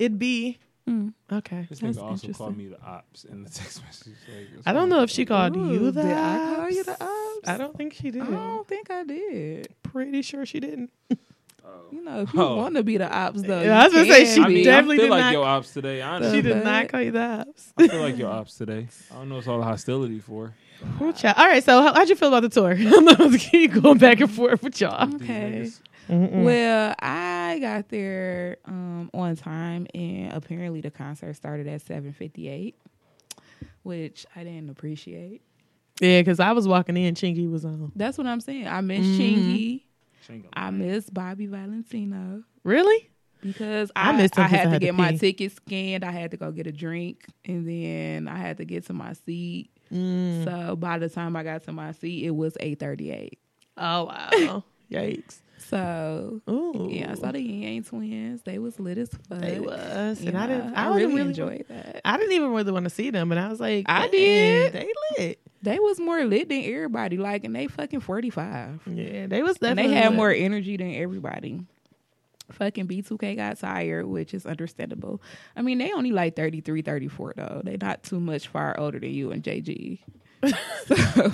[SPEAKER 4] it'd be
[SPEAKER 5] Hmm.
[SPEAKER 4] okay.
[SPEAKER 6] This
[SPEAKER 5] That's
[SPEAKER 6] nigga also called
[SPEAKER 5] interesting.
[SPEAKER 6] me the ops in the text <laughs> message. Like, it's
[SPEAKER 4] I don't know if she called you
[SPEAKER 5] Ooh,
[SPEAKER 4] the
[SPEAKER 5] did I call you the
[SPEAKER 4] ops.
[SPEAKER 5] ops?
[SPEAKER 4] I don't think she did.
[SPEAKER 5] I don't think I did.
[SPEAKER 4] Pretty sure she didn't.
[SPEAKER 5] You know, if you
[SPEAKER 6] Oh.
[SPEAKER 5] want to be the ops, though,
[SPEAKER 4] Yeah, I was
[SPEAKER 5] you
[SPEAKER 4] gonna say,
[SPEAKER 5] can
[SPEAKER 4] she
[SPEAKER 6] I mean,
[SPEAKER 5] be.
[SPEAKER 4] definitely
[SPEAKER 6] I feel
[SPEAKER 4] did
[SPEAKER 6] like
[SPEAKER 4] not-
[SPEAKER 6] your ops today.
[SPEAKER 4] She
[SPEAKER 6] Honestly,
[SPEAKER 4] did
[SPEAKER 5] but-
[SPEAKER 4] not call you the ops.
[SPEAKER 6] I feel like your ops today. I don't know. It's all the hostility for.
[SPEAKER 4] Poor child. All right, so how, how'd you feel about the tour? <laughs> I'm not gonna keep going back and forth with y'all.
[SPEAKER 6] These
[SPEAKER 5] Okay.
[SPEAKER 6] niggas.
[SPEAKER 5] Well, I got there um, on time, and apparently the concert started at seven fifty eight, which I didn't appreciate.
[SPEAKER 4] Yeah, because I was walking in, Chingy was on.
[SPEAKER 5] That's what I'm saying. I miss
[SPEAKER 4] Mm-hmm.
[SPEAKER 5] Chingy.
[SPEAKER 6] Shingle.
[SPEAKER 5] I miss Bobby Valentino
[SPEAKER 4] Really?
[SPEAKER 5] because
[SPEAKER 4] I
[SPEAKER 5] I,
[SPEAKER 4] missed him
[SPEAKER 5] I
[SPEAKER 4] 'cause
[SPEAKER 5] had
[SPEAKER 4] I
[SPEAKER 5] to
[SPEAKER 4] had to
[SPEAKER 5] get my
[SPEAKER 4] pee.
[SPEAKER 5] ticket scanned. I had to go get a drink, and then I had to get to my seat.
[SPEAKER 4] Mm.
[SPEAKER 5] So by the time I got to my seat, it was eight thirty eight.
[SPEAKER 4] Oh wow. <laughs> Yikes.
[SPEAKER 5] So
[SPEAKER 4] Ooh.
[SPEAKER 5] Yeah, I saw the Yin Yang twins. They was lit as fuck.
[SPEAKER 4] They was,
[SPEAKER 5] You
[SPEAKER 4] and I didn't- I
[SPEAKER 5] I,
[SPEAKER 4] didn't
[SPEAKER 5] really
[SPEAKER 4] really-
[SPEAKER 5] enjoyed that.
[SPEAKER 4] I didn't even really want to see them, and I was like,
[SPEAKER 5] I
[SPEAKER 4] "Dang,
[SPEAKER 5] did.
[SPEAKER 4] They lit.
[SPEAKER 5] They was more lit than everybody, like, and they fucking forty five.
[SPEAKER 4] Yeah, they was
[SPEAKER 5] And
[SPEAKER 4] definitely.
[SPEAKER 5] they had
[SPEAKER 4] lit.
[SPEAKER 5] more energy than everybody. Fucking B2K got tired, which is understandable. I mean, they only like 33, 34, though. They not too much far older than you
[SPEAKER 4] <laughs>
[SPEAKER 5] and JG.
[SPEAKER 4] <laughs>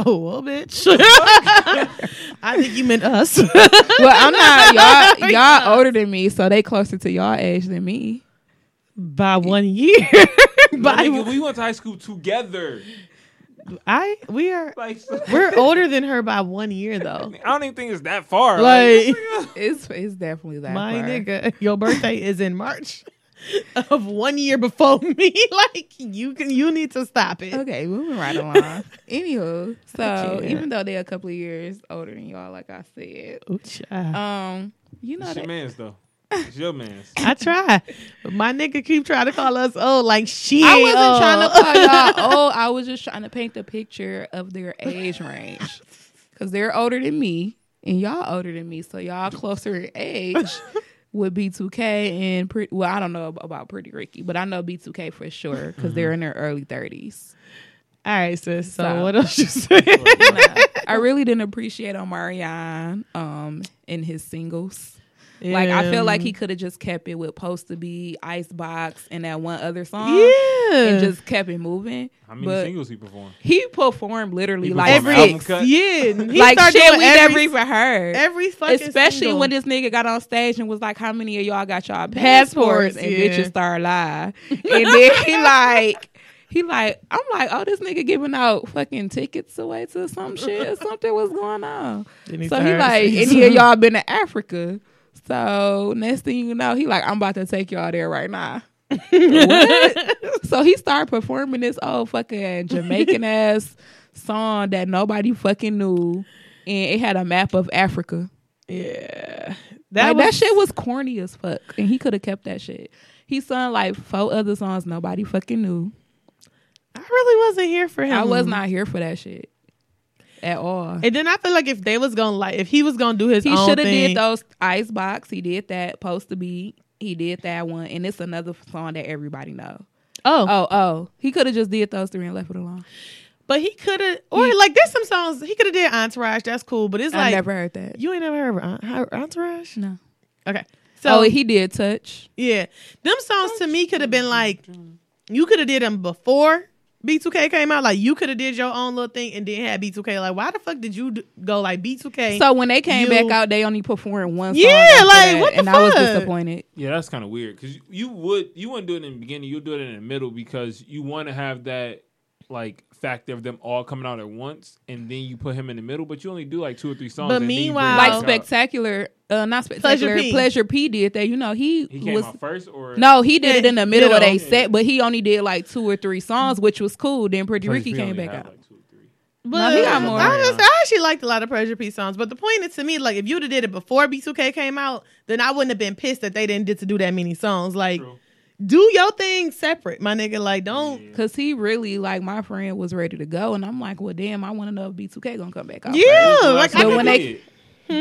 [SPEAKER 4] Oh, well, bitch. <laughs> I think you meant <laughs> us.
[SPEAKER 5] Well, I'm
[SPEAKER 4] <laughs>
[SPEAKER 5] not y'all. Y'all older than me, so they closer to y'all age than me.
[SPEAKER 4] By one year. <laughs> By
[SPEAKER 6] Nigga, we went to high school together.
[SPEAKER 4] I we are
[SPEAKER 6] Like,
[SPEAKER 4] <laughs> we're older than her by one
[SPEAKER 6] <laughs>
[SPEAKER 4] year though.
[SPEAKER 6] I don't even think it's that far. <laughs>
[SPEAKER 4] Like
[SPEAKER 5] It's it's definitely that.
[SPEAKER 4] my
[SPEAKER 5] far.
[SPEAKER 4] nigga, your birthday is in March of one year before me. <laughs> Like you can you need to stop it.
[SPEAKER 5] Okay, moving right along. Anywho, so
[SPEAKER 4] Yeah.
[SPEAKER 5] even though they're a couple of years older than y'all, like I said,
[SPEAKER 4] Ooh, child.
[SPEAKER 5] um, you know
[SPEAKER 6] it's your
[SPEAKER 5] that
[SPEAKER 4] <laughs>
[SPEAKER 6] man's though. It's your man's.
[SPEAKER 4] I try. My nigga keep trying to call us old like she
[SPEAKER 5] I
[SPEAKER 4] ain't
[SPEAKER 5] wasn't
[SPEAKER 4] old.
[SPEAKER 5] trying to call y'all old. I was just trying to paint the picture of their age range because they're older than me and y'all older than me, so y'all closer in age. With B2K and pretty, well, I don't know ab- about Pretty Ricky, but I know B2K for sure because they're in their early 30s.
[SPEAKER 4] All right, sis. So
[SPEAKER 5] Stop.
[SPEAKER 4] what else you say?
[SPEAKER 5] I really didn't appreciate Omarion um, in his singles. Like I feel like he could have just kept it with "Post to Be," "Icebox," and that one other song,
[SPEAKER 4] Yeah.
[SPEAKER 5] and just kept it moving.
[SPEAKER 6] How many
[SPEAKER 5] but
[SPEAKER 6] singles he performed?
[SPEAKER 5] he performed literally
[SPEAKER 6] He
[SPEAKER 5] like
[SPEAKER 6] performed
[SPEAKER 4] every
[SPEAKER 6] album
[SPEAKER 5] every,
[SPEAKER 6] cut?
[SPEAKER 4] yeah. He
[SPEAKER 5] like
[SPEAKER 4] started
[SPEAKER 5] shit
[SPEAKER 4] doing
[SPEAKER 5] we never even heard.
[SPEAKER 4] every fucking
[SPEAKER 5] Especially
[SPEAKER 4] single.
[SPEAKER 5] when this nigga got on stage and was like, "How many of y'all got y'all
[SPEAKER 4] Passports,
[SPEAKER 5] passports?" and
[SPEAKER 4] yeah.
[SPEAKER 5] bitches start lying.
[SPEAKER 4] <laughs>
[SPEAKER 5] and then he like, he like, I'm like, "Oh, this nigga giving out fucking tickets away to some
[SPEAKER 4] <laughs>
[SPEAKER 5] shit or something was going on."
[SPEAKER 4] Then he
[SPEAKER 5] so he
[SPEAKER 4] started
[SPEAKER 5] like,
[SPEAKER 4] singing.
[SPEAKER 5] any
[SPEAKER 4] <laughs>
[SPEAKER 5] of y'all been to Africa? So next thing you know, he like, I'm about to take y'all there right
[SPEAKER 4] <laughs>
[SPEAKER 5] now. What? so he started performing this old
[SPEAKER 4] <laughs>
[SPEAKER 5] fucking Jamaican ass song that nobody fucking knew, and it had a map of Africa.
[SPEAKER 4] yeah,
[SPEAKER 5] That,
[SPEAKER 4] that
[SPEAKER 5] like, that
[SPEAKER 4] was
[SPEAKER 5] shit was corny as fuck, and he could have kept that shit. He sung like four other songs nobody fucking knew.
[SPEAKER 4] I really wasn't here for him.
[SPEAKER 5] I was not here for that shit at all.
[SPEAKER 4] And then I feel like if they was gonna like, if he was gonna do his
[SPEAKER 5] He
[SPEAKER 4] own
[SPEAKER 5] should have
[SPEAKER 4] thing,
[SPEAKER 5] did those Icebox. He did that Post to Be. He did that one, and it's another song that everybody know.
[SPEAKER 4] oh,
[SPEAKER 5] Oh, oh, he could have just did those three and left it alone.
[SPEAKER 4] but he could have, or
[SPEAKER 5] He-
[SPEAKER 4] like, there's some songs he could have did Entourage. That's cool, but it's
[SPEAKER 5] I
[SPEAKER 4] like
[SPEAKER 5] never heard that.
[SPEAKER 4] you ain't never heard of En- Entourage.
[SPEAKER 5] No.
[SPEAKER 4] Okay, so
[SPEAKER 5] So Oh, he did touch.
[SPEAKER 4] yeah, them songs to me could have been like, you could have did them before B2K came out. Like you could have did your own little thing and then had B2K. Like why the fuck did you d- go like B2K?
[SPEAKER 5] So when they came
[SPEAKER 4] You-
[SPEAKER 5] back out, they only performed one.
[SPEAKER 4] Yeah,
[SPEAKER 5] song after
[SPEAKER 4] like,
[SPEAKER 5] that,
[SPEAKER 4] what the
[SPEAKER 5] and I was
[SPEAKER 4] fuck?
[SPEAKER 5] disappointed.
[SPEAKER 6] Yeah, that's kind of weird because you would you wouldn't do it in the beginning. You'll do it in the middle because you want to have that like factor of them all coming out at once, and then you put him in the middle. But you only do like two or three songs.
[SPEAKER 4] But
[SPEAKER 6] and then you bring
[SPEAKER 4] meanwhile-
[SPEAKER 6] him
[SPEAKER 5] Like
[SPEAKER 6] back out.
[SPEAKER 5] spectacular, uh, not spectacular.
[SPEAKER 4] Pleasure
[SPEAKER 5] Pleasure
[SPEAKER 4] P.
[SPEAKER 5] P. did that. You know, he,
[SPEAKER 6] he came
[SPEAKER 5] was
[SPEAKER 6] out first, or
[SPEAKER 5] no, he did it in the middle of
[SPEAKER 4] middle.
[SPEAKER 5] a set, but he only did like two or three songs, which was cool. Then Pretty
[SPEAKER 6] Prince
[SPEAKER 5] Ricky
[SPEAKER 6] P
[SPEAKER 5] came
[SPEAKER 6] only
[SPEAKER 5] back
[SPEAKER 6] had,
[SPEAKER 5] out.
[SPEAKER 6] like, two or three.
[SPEAKER 4] But
[SPEAKER 5] No, he got more.
[SPEAKER 4] I, was- I actually liked a lot of Pressure P songs. But the point is to me, like, if you'd have did it before B2K came out, then I wouldn't have been pissed that they didn't get to do that many songs. Like,
[SPEAKER 6] True.
[SPEAKER 4] do your thing separate, my nigga. Like, don't.
[SPEAKER 5] Cause he really like my friend was ready to go, and I'm like, well, damn, I want to know if B2K gonna come back out.
[SPEAKER 4] Yeah,
[SPEAKER 6] Well,
[SPEAKER 4] like,
[SPEAKER 6] that's
[SPEAKER 4] I
[SPEAKER 5] But
[SPEAKER 6] what
[SPEAKER 5] when
[SPEAKER 4] could-
[SPEAKER 5] they-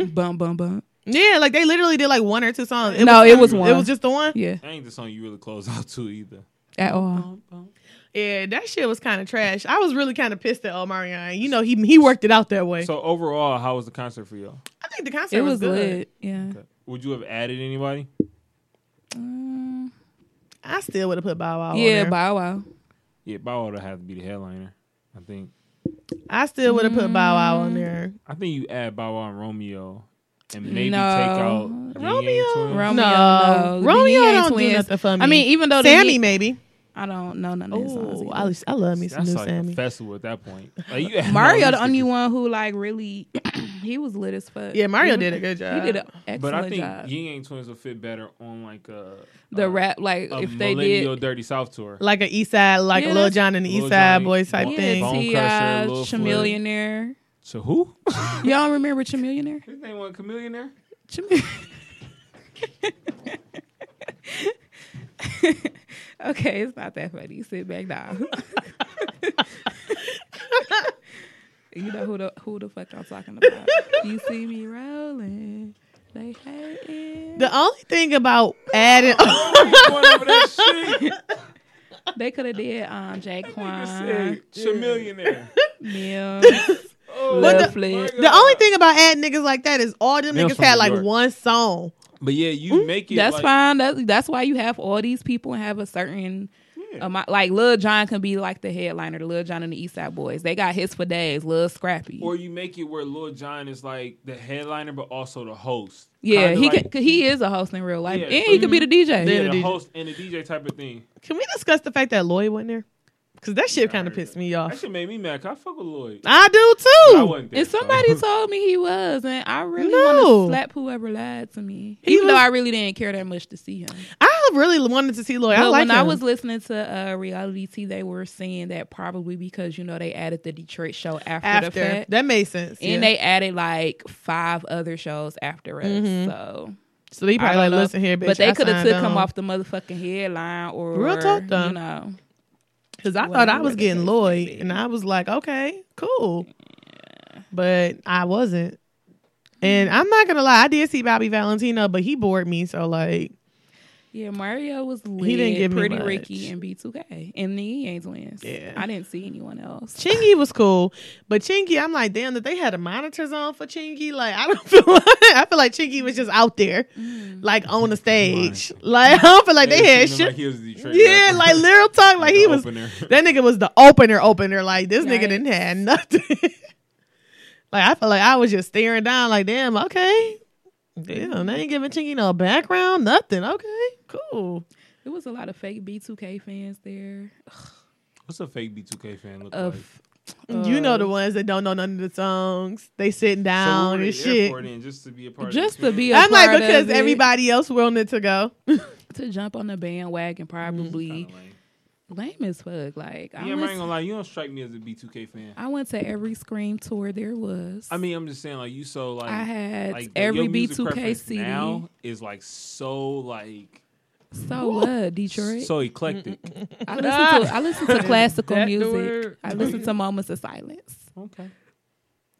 [SPEAKER 6] did.
[SPEAKER 5] bum bum bum.
[SPEAKER 4] yeah, like they literally did like one or two songs.
[SPEAKER 5] No, it was
[SPEAKER 4] It
[SPEAKER 5] one.
[SPEAKER 4] was just the one.
[SPEAKER 5] Yeah,
[SPEAKER 6] that ain't the song you really close out to either.
[SPEAKER 5] at
[SPEAKER 4] Oh,
[SPEAKER 5] all.
[SPEAKER 4] Yeah, that shit was kind of trash. I was really kind of pissed at Omarion. You know, he he worked it out that way.
[SPEAKER 6] So overall, how was the concert for y'all?
[SPEAKER 4] I think the concert
[SPEAKER 5] It
[SPEAKER 4] was,
[SPEAKER 5] was
[SPEAKER 4] good.
[SPEAKER 5] lit. Yeah.
[SPEAKER 6] Would you have added anybody?
[SPEAKER 5] Mm,
[SPEAKER 4] I still would have put Bow Wow. on
[SPEAKER 5] yeah,
[SPEAKER 4] there.
[SPEAKER 5] Bow Wow.
[SPEAKER 6] Yeah, Bow Wow would have to be the headliner. I think.
[SPEAKER 4] I still would have put Bow Wow
[SPEAKER 5] Mm.
[SPEAKER 4] on there.
[SPEAKER 6] I think you add Bow Wow and Romeo, and maybe
[SPEAKER 5] No.
[SPEAKER 6] take out the Yang
[SPEAKER 4] Romeo?
[SPEAKER 6] Twins.
[SPEAKER 5] Romeo,
[SPEAKER 4] No.
[SPEAKER 5] no.
[SPEAKER 4] Romeo
[SPEAKER 5] The Yang
[SPEAKER 4] don't do
[SPEAKER 5] Twins-
[SPEAKER 4] nothing for me.
[SPEAKER 5] I mean, even though they
[SPEAKER 4] Sammy,
[SPEAKER 5] did-
[SPEAKER 4] maybe.
[SPEAKER 5] I don't know none of his songs.
[SPEAKER 4] Oh,
[SPEAKER 5] either.
[SPEAKER 4] I, I love me some
[SPEAKER 6] That's
[SPEAKER 4] new
[SPEAKER 6] like
[SPEAKER 4] Sammy.
[SPEAKER 6] a festival at that point. Like you had
[SPEAKER 5] Mario,
[SPEAKER 6] no
[SPEAKER 5] the only
[SPEAKER 6] reason
[SPEAKER 5] one who like really, <clears throat> he was lit as fuck.
[SPEAKER 4] Yeah, Mario
[SPEAKER 5] He was-
[SPEAKER 4] did a good
[SPEAKER 5] He
[SPEAKER 4] job.
[SPEAKER 5] did an
[SPEAKER 6] to-
[SPEAKER 5] excellent
[SPEAKER 6] But I think
[SPEAKER 5] job.
[SPEAKER 6] Ying Yang Twins will fit better on like a
[SPEAKER 5] the
[SPEAKER 6] a-
[SPEAKER 5] rap, like
[SPEAKER 6] a
[SPEAKER 5] if they
[SPEAKER 6] millennial
[SPEAKER 5] did,
[SPEAKER 6] Dirty South tour.
[SPEAKER 4] like an East Side, like
[SPEAKER 5] Yeah,
[SPEAKER 4] Lil
[SPEAKER 5] that's-
[SPEAKER 4] John and the
[SPEAKER 6] Lil
[SPEAKER 4] East Side
[SPEAKER 6] Johnny,
[SPEAKER 4] Boys type
[SPEAKER 6] Lil-
[SPEAKER 4] thing.
[SPEAKER 5] yeah,
[SPEAKER 6] Bone
[SPEAKER 5] T.I.,
[SPEAKER 6] Crusher, Lil Flip.
[SPEAKER 5] Chamillionaire.
[SPEAKER 6] So who?
[SPEAKER 5] <laughs>
[SPEAKER 6] <laughs>
[SPEAKER 5] Y'all remember Chamillionaire?
[SPEAKER 6] His name was Chameleon there.
[SPEAKER 5] Chim- <laughs> okay, it's not that funny. Sit back down. <laughs> you know who the who the fuck I'm talking about. You see me rolling. They hate it.
[SPEAKER 4] The only thing about adding, <laughs>
[SPEAKER 5] <laughs>
[SPEAKER 6] Going over that shit.
[SPEAKER 5] They could have did um, Jaquan,
[SPEAKER 6] Say,
[SPEAKER 5] <laughs>
[SPEAKER 6] <laughs> Chamillionaire.
[SPEAKER 5] Mills,
[SPEAKER 6] Oh,
[SPEAKER 4] What
[SPEAKER 5] Lil
[SPEAKER 4] the-
[SPEAKER 5] Flip.
[SPEAKER 6] my
[SPEAKER 4] The only thing about ad niggas like that is all them
[SPEAKER 6] They was
[SPEAKER 4] niggas
[SPEAKER 6] from
[SPEAKER 4] had
[SPEAKER 6] New
[SPEAKER 4] like
[SPEAKER 6] York.
[SPEAKER 4] one song.
[SPEAKER 6] But yeah, you make it.
[SPEAKER 5] Mm, That's
[SPEAKER 6] like,
[SPEAKER 5] fine. That's, that's why you have all these people and have a certain
[SPEAKER 6] Yeah.
[SPEAKER 5] amount. Like Lil John can be like the headliner, the Lil John and the East Side Boys. They got hits for days. Lil Scrappy.
[SPEAKER 6] Or you make it where Lil John is like the headliner, but also the host.
[SPEAKER 5] yeah,
[SPEAKER 6] Kinda
[SPEAKER 5] he
[SPEAKER 6] like,
[SPEAKER 5] could, cause he is a host in real life,
[SPEAKER 6] Yeah,
[SPEAKER 5] and he could be the DJ.
[SPEAKER 6] yeah,
[SPEAKER 4] Then-
[SPEAKER 6] the
[SPEAKER 4] DJ.
[SPEAKER 6] host and the DJ type of thing.
[SPEAKER 4] Can we discuss the fact that Lloyd wasn't there? Because that shit
[SPEAKER 6] I
[SPEAKER 4] kind of
[SPEAKER 6] heard
[SPEAKER 4] pissed
[SPEAKER 6] that.
[SPEAKER 4] me
[SPEAKER 6] That
[SPEAKER 4] off.
[SPEAKER 6] shit made me mad. 'cause I fuck with Lloyd.
[SPEAKER 4] I
[SPEAKER 6] But I
[SPEAKER 4] do too.
[SPEAKER 6] wasn't there,
[SPEAKER 5] And
[SPEAKER 6] so- <laughs>
[SPEAKER 5] somebody told me he was, and I really
[SPEAKER 4] No.
[SPEAKER 5] want to slap whoever lied to me.
[SPEAKER 4] He
[SPEAKER 5] Even though
[SPEAKER 4] was-
[SPEAKER 5] I really didn't care that much to see him.
[SPEAKER 4] I really wanted to see Lloyd. I
[SPEAKER 5] But
[SPEAKER 4] like
[SPEAKER 5] when
[SPEAKER 4] him.
[SPEAKER 5] I was listening to uh, reality T, they were saying that probably because you know they added the Detroit show after, the
[SPEAKER 4] after
[SPEAKER 5] fact,
[SPEAKER 4] that made sense. yeah.
[SPEAKER 5] and they added like five other shows after us.
[SPEAKER 4] Mhm.
[SPEAKER 5] So
[SPEAKER 4] so they
[SPEAKER 5] I
[SPEAKER 4] probably
[SPEAKER 5] don't
[SPEAKER 4] like
[SPEAKER 5] know.
[SPEAKER 4] listen here, bitch.
[SPEAKER 5] but they could have
[SPEAKER 4] signed
[SPEAKER 5] took him
[SPEAKER 4] on."
[SPEAKER 5] off the motherfucking headline or
[SPEAKER 4] Real talk, though.
[SPEAKER 5] you know.
[SPEAKER 4] Because I thought
[SPEAKER 5] Whatever
[SPEAKER 4] I was
[SPEAKER 5] the
[SPEAKER 4] getting
[SPEAKER 5] case may
[SPEAKER 4] Lloyd,
[SPEAKER 5] be.
[SPEAKER 4] and I was like, okay, cool. But I wasn't. And I'm not gonna lie, I did see Bobby Valentino, but he bored me. So like,
[SPEAKER 5] Yeah, Mario was lit,
[SPEAKER 4] He didn't give me
[SPEAKER 5] Pretty
[SPEAKER 4] much.
[SPEAKER 5] Ricky and B2K and the EA twins.
[SPEAKER 4] Yeah.
[SPEAKER 5] I didn't see anyone else.
[SPEAKER 4] Chingy was cool, but Chingy, I'm like, damn, that they had a monitors on for Chingy. Like, I don't <laughs> feel, like, I feel like Chingy was just out there, like on the stage. Like, <laughs> I don't feel like they
[SPEAKER 6] Yeah,
[SPEAKER 4] had
[SPEAKER 6] it seemed
[SPEAKER 4] shit.
[SPEAKER 6] Like he was a Detroit
[SPEAKER 4] yeah,
[SPEAKER 6] rapper.
[SPEAKER 4] like literal talk, like he
[SPEAKER 6] The
[SPEAKER 4] was.
[SPEAKER 6] opener.
[SPEAKER 4] That nigga was the opener, opener. Like this nigga
[SPEAKER 5] Right.
[SPEAKER 4] didn't have nothing. <laughs> like I felt like I was just staring down. Like damn, okay, damn, they ain't giving Chingy no background, nothing. Okay, cool.
[SPEAKER 5] There was a lot of fake B2K fans there.
[SPEAKER 6] What's a fake B2K fan look like?
[SPEAKER 5] Of
[SPEAKER 4] you know
[SPEAKER 5] uh,
[SPEAKER 4] the ones that don't know none of the songs. They sitting
[SPEAKER 6] So
[SPEAKER 4] down
[SPEAKER 6] we were
[SPEAKER 4] and
[SPEAKER 6] at the
[SPEAKER 4] shit.
[SPEAKER 6] airport in just to be a part.
[SPEAKER 5] Just
[SPEAKER 6] of
[SPEAKER 5] to
[SPEAKER 6] the
[SPEAKER 5] be
[SPEAKER 6] experience.
[SPEAKER 5] a
[SPEAKER 4] I'm like
[SPEAKER 5] part of
[SPEAKER 4] because
[SPEAKER 5] it,
[SPEAKER 4] everybody else wanted to go.
[SPEAKER 5] to jump on the bandwagon probably
[SPEAKER 6] Kinda lame.
[SPEAKER 5] lame as fuck. Like I
[SPEAKER 6] Mm-hmm. Yeah, I ain't
[SPEAKER 5] went,
[SPEAKER 6] gonna lie. You don't strike me as a B2K fan.
[SPEAKER 5] I went to every scream tour there was.
[SPEAKER 6] I mean, I'm just saying, like you so like
[SPEAKER 5] I had
[SPEAKER 6] like the-
[SPEAKER 5] every
[SPEAKER 6] your music
[SPEAKER 5] B2K
[SPEAKER 6] preference
[SPEAKER 5] CD.
[SPEAKER 6] now is like so like
[SPEAKER 5] So what, Detroit?
[SPEAKER 6] so eclectic.
[SPEAKER 5] I listen to I listen
[SPEAKER 6] <laughs>
[SPEAKER 5] to classical
[SPEAKER 4] That
[SPEAKER 5] music.
[SPEAKER 4] door.
[SPEAKER 5] I listen to moments of silence.
[SPEAKER 6] okay,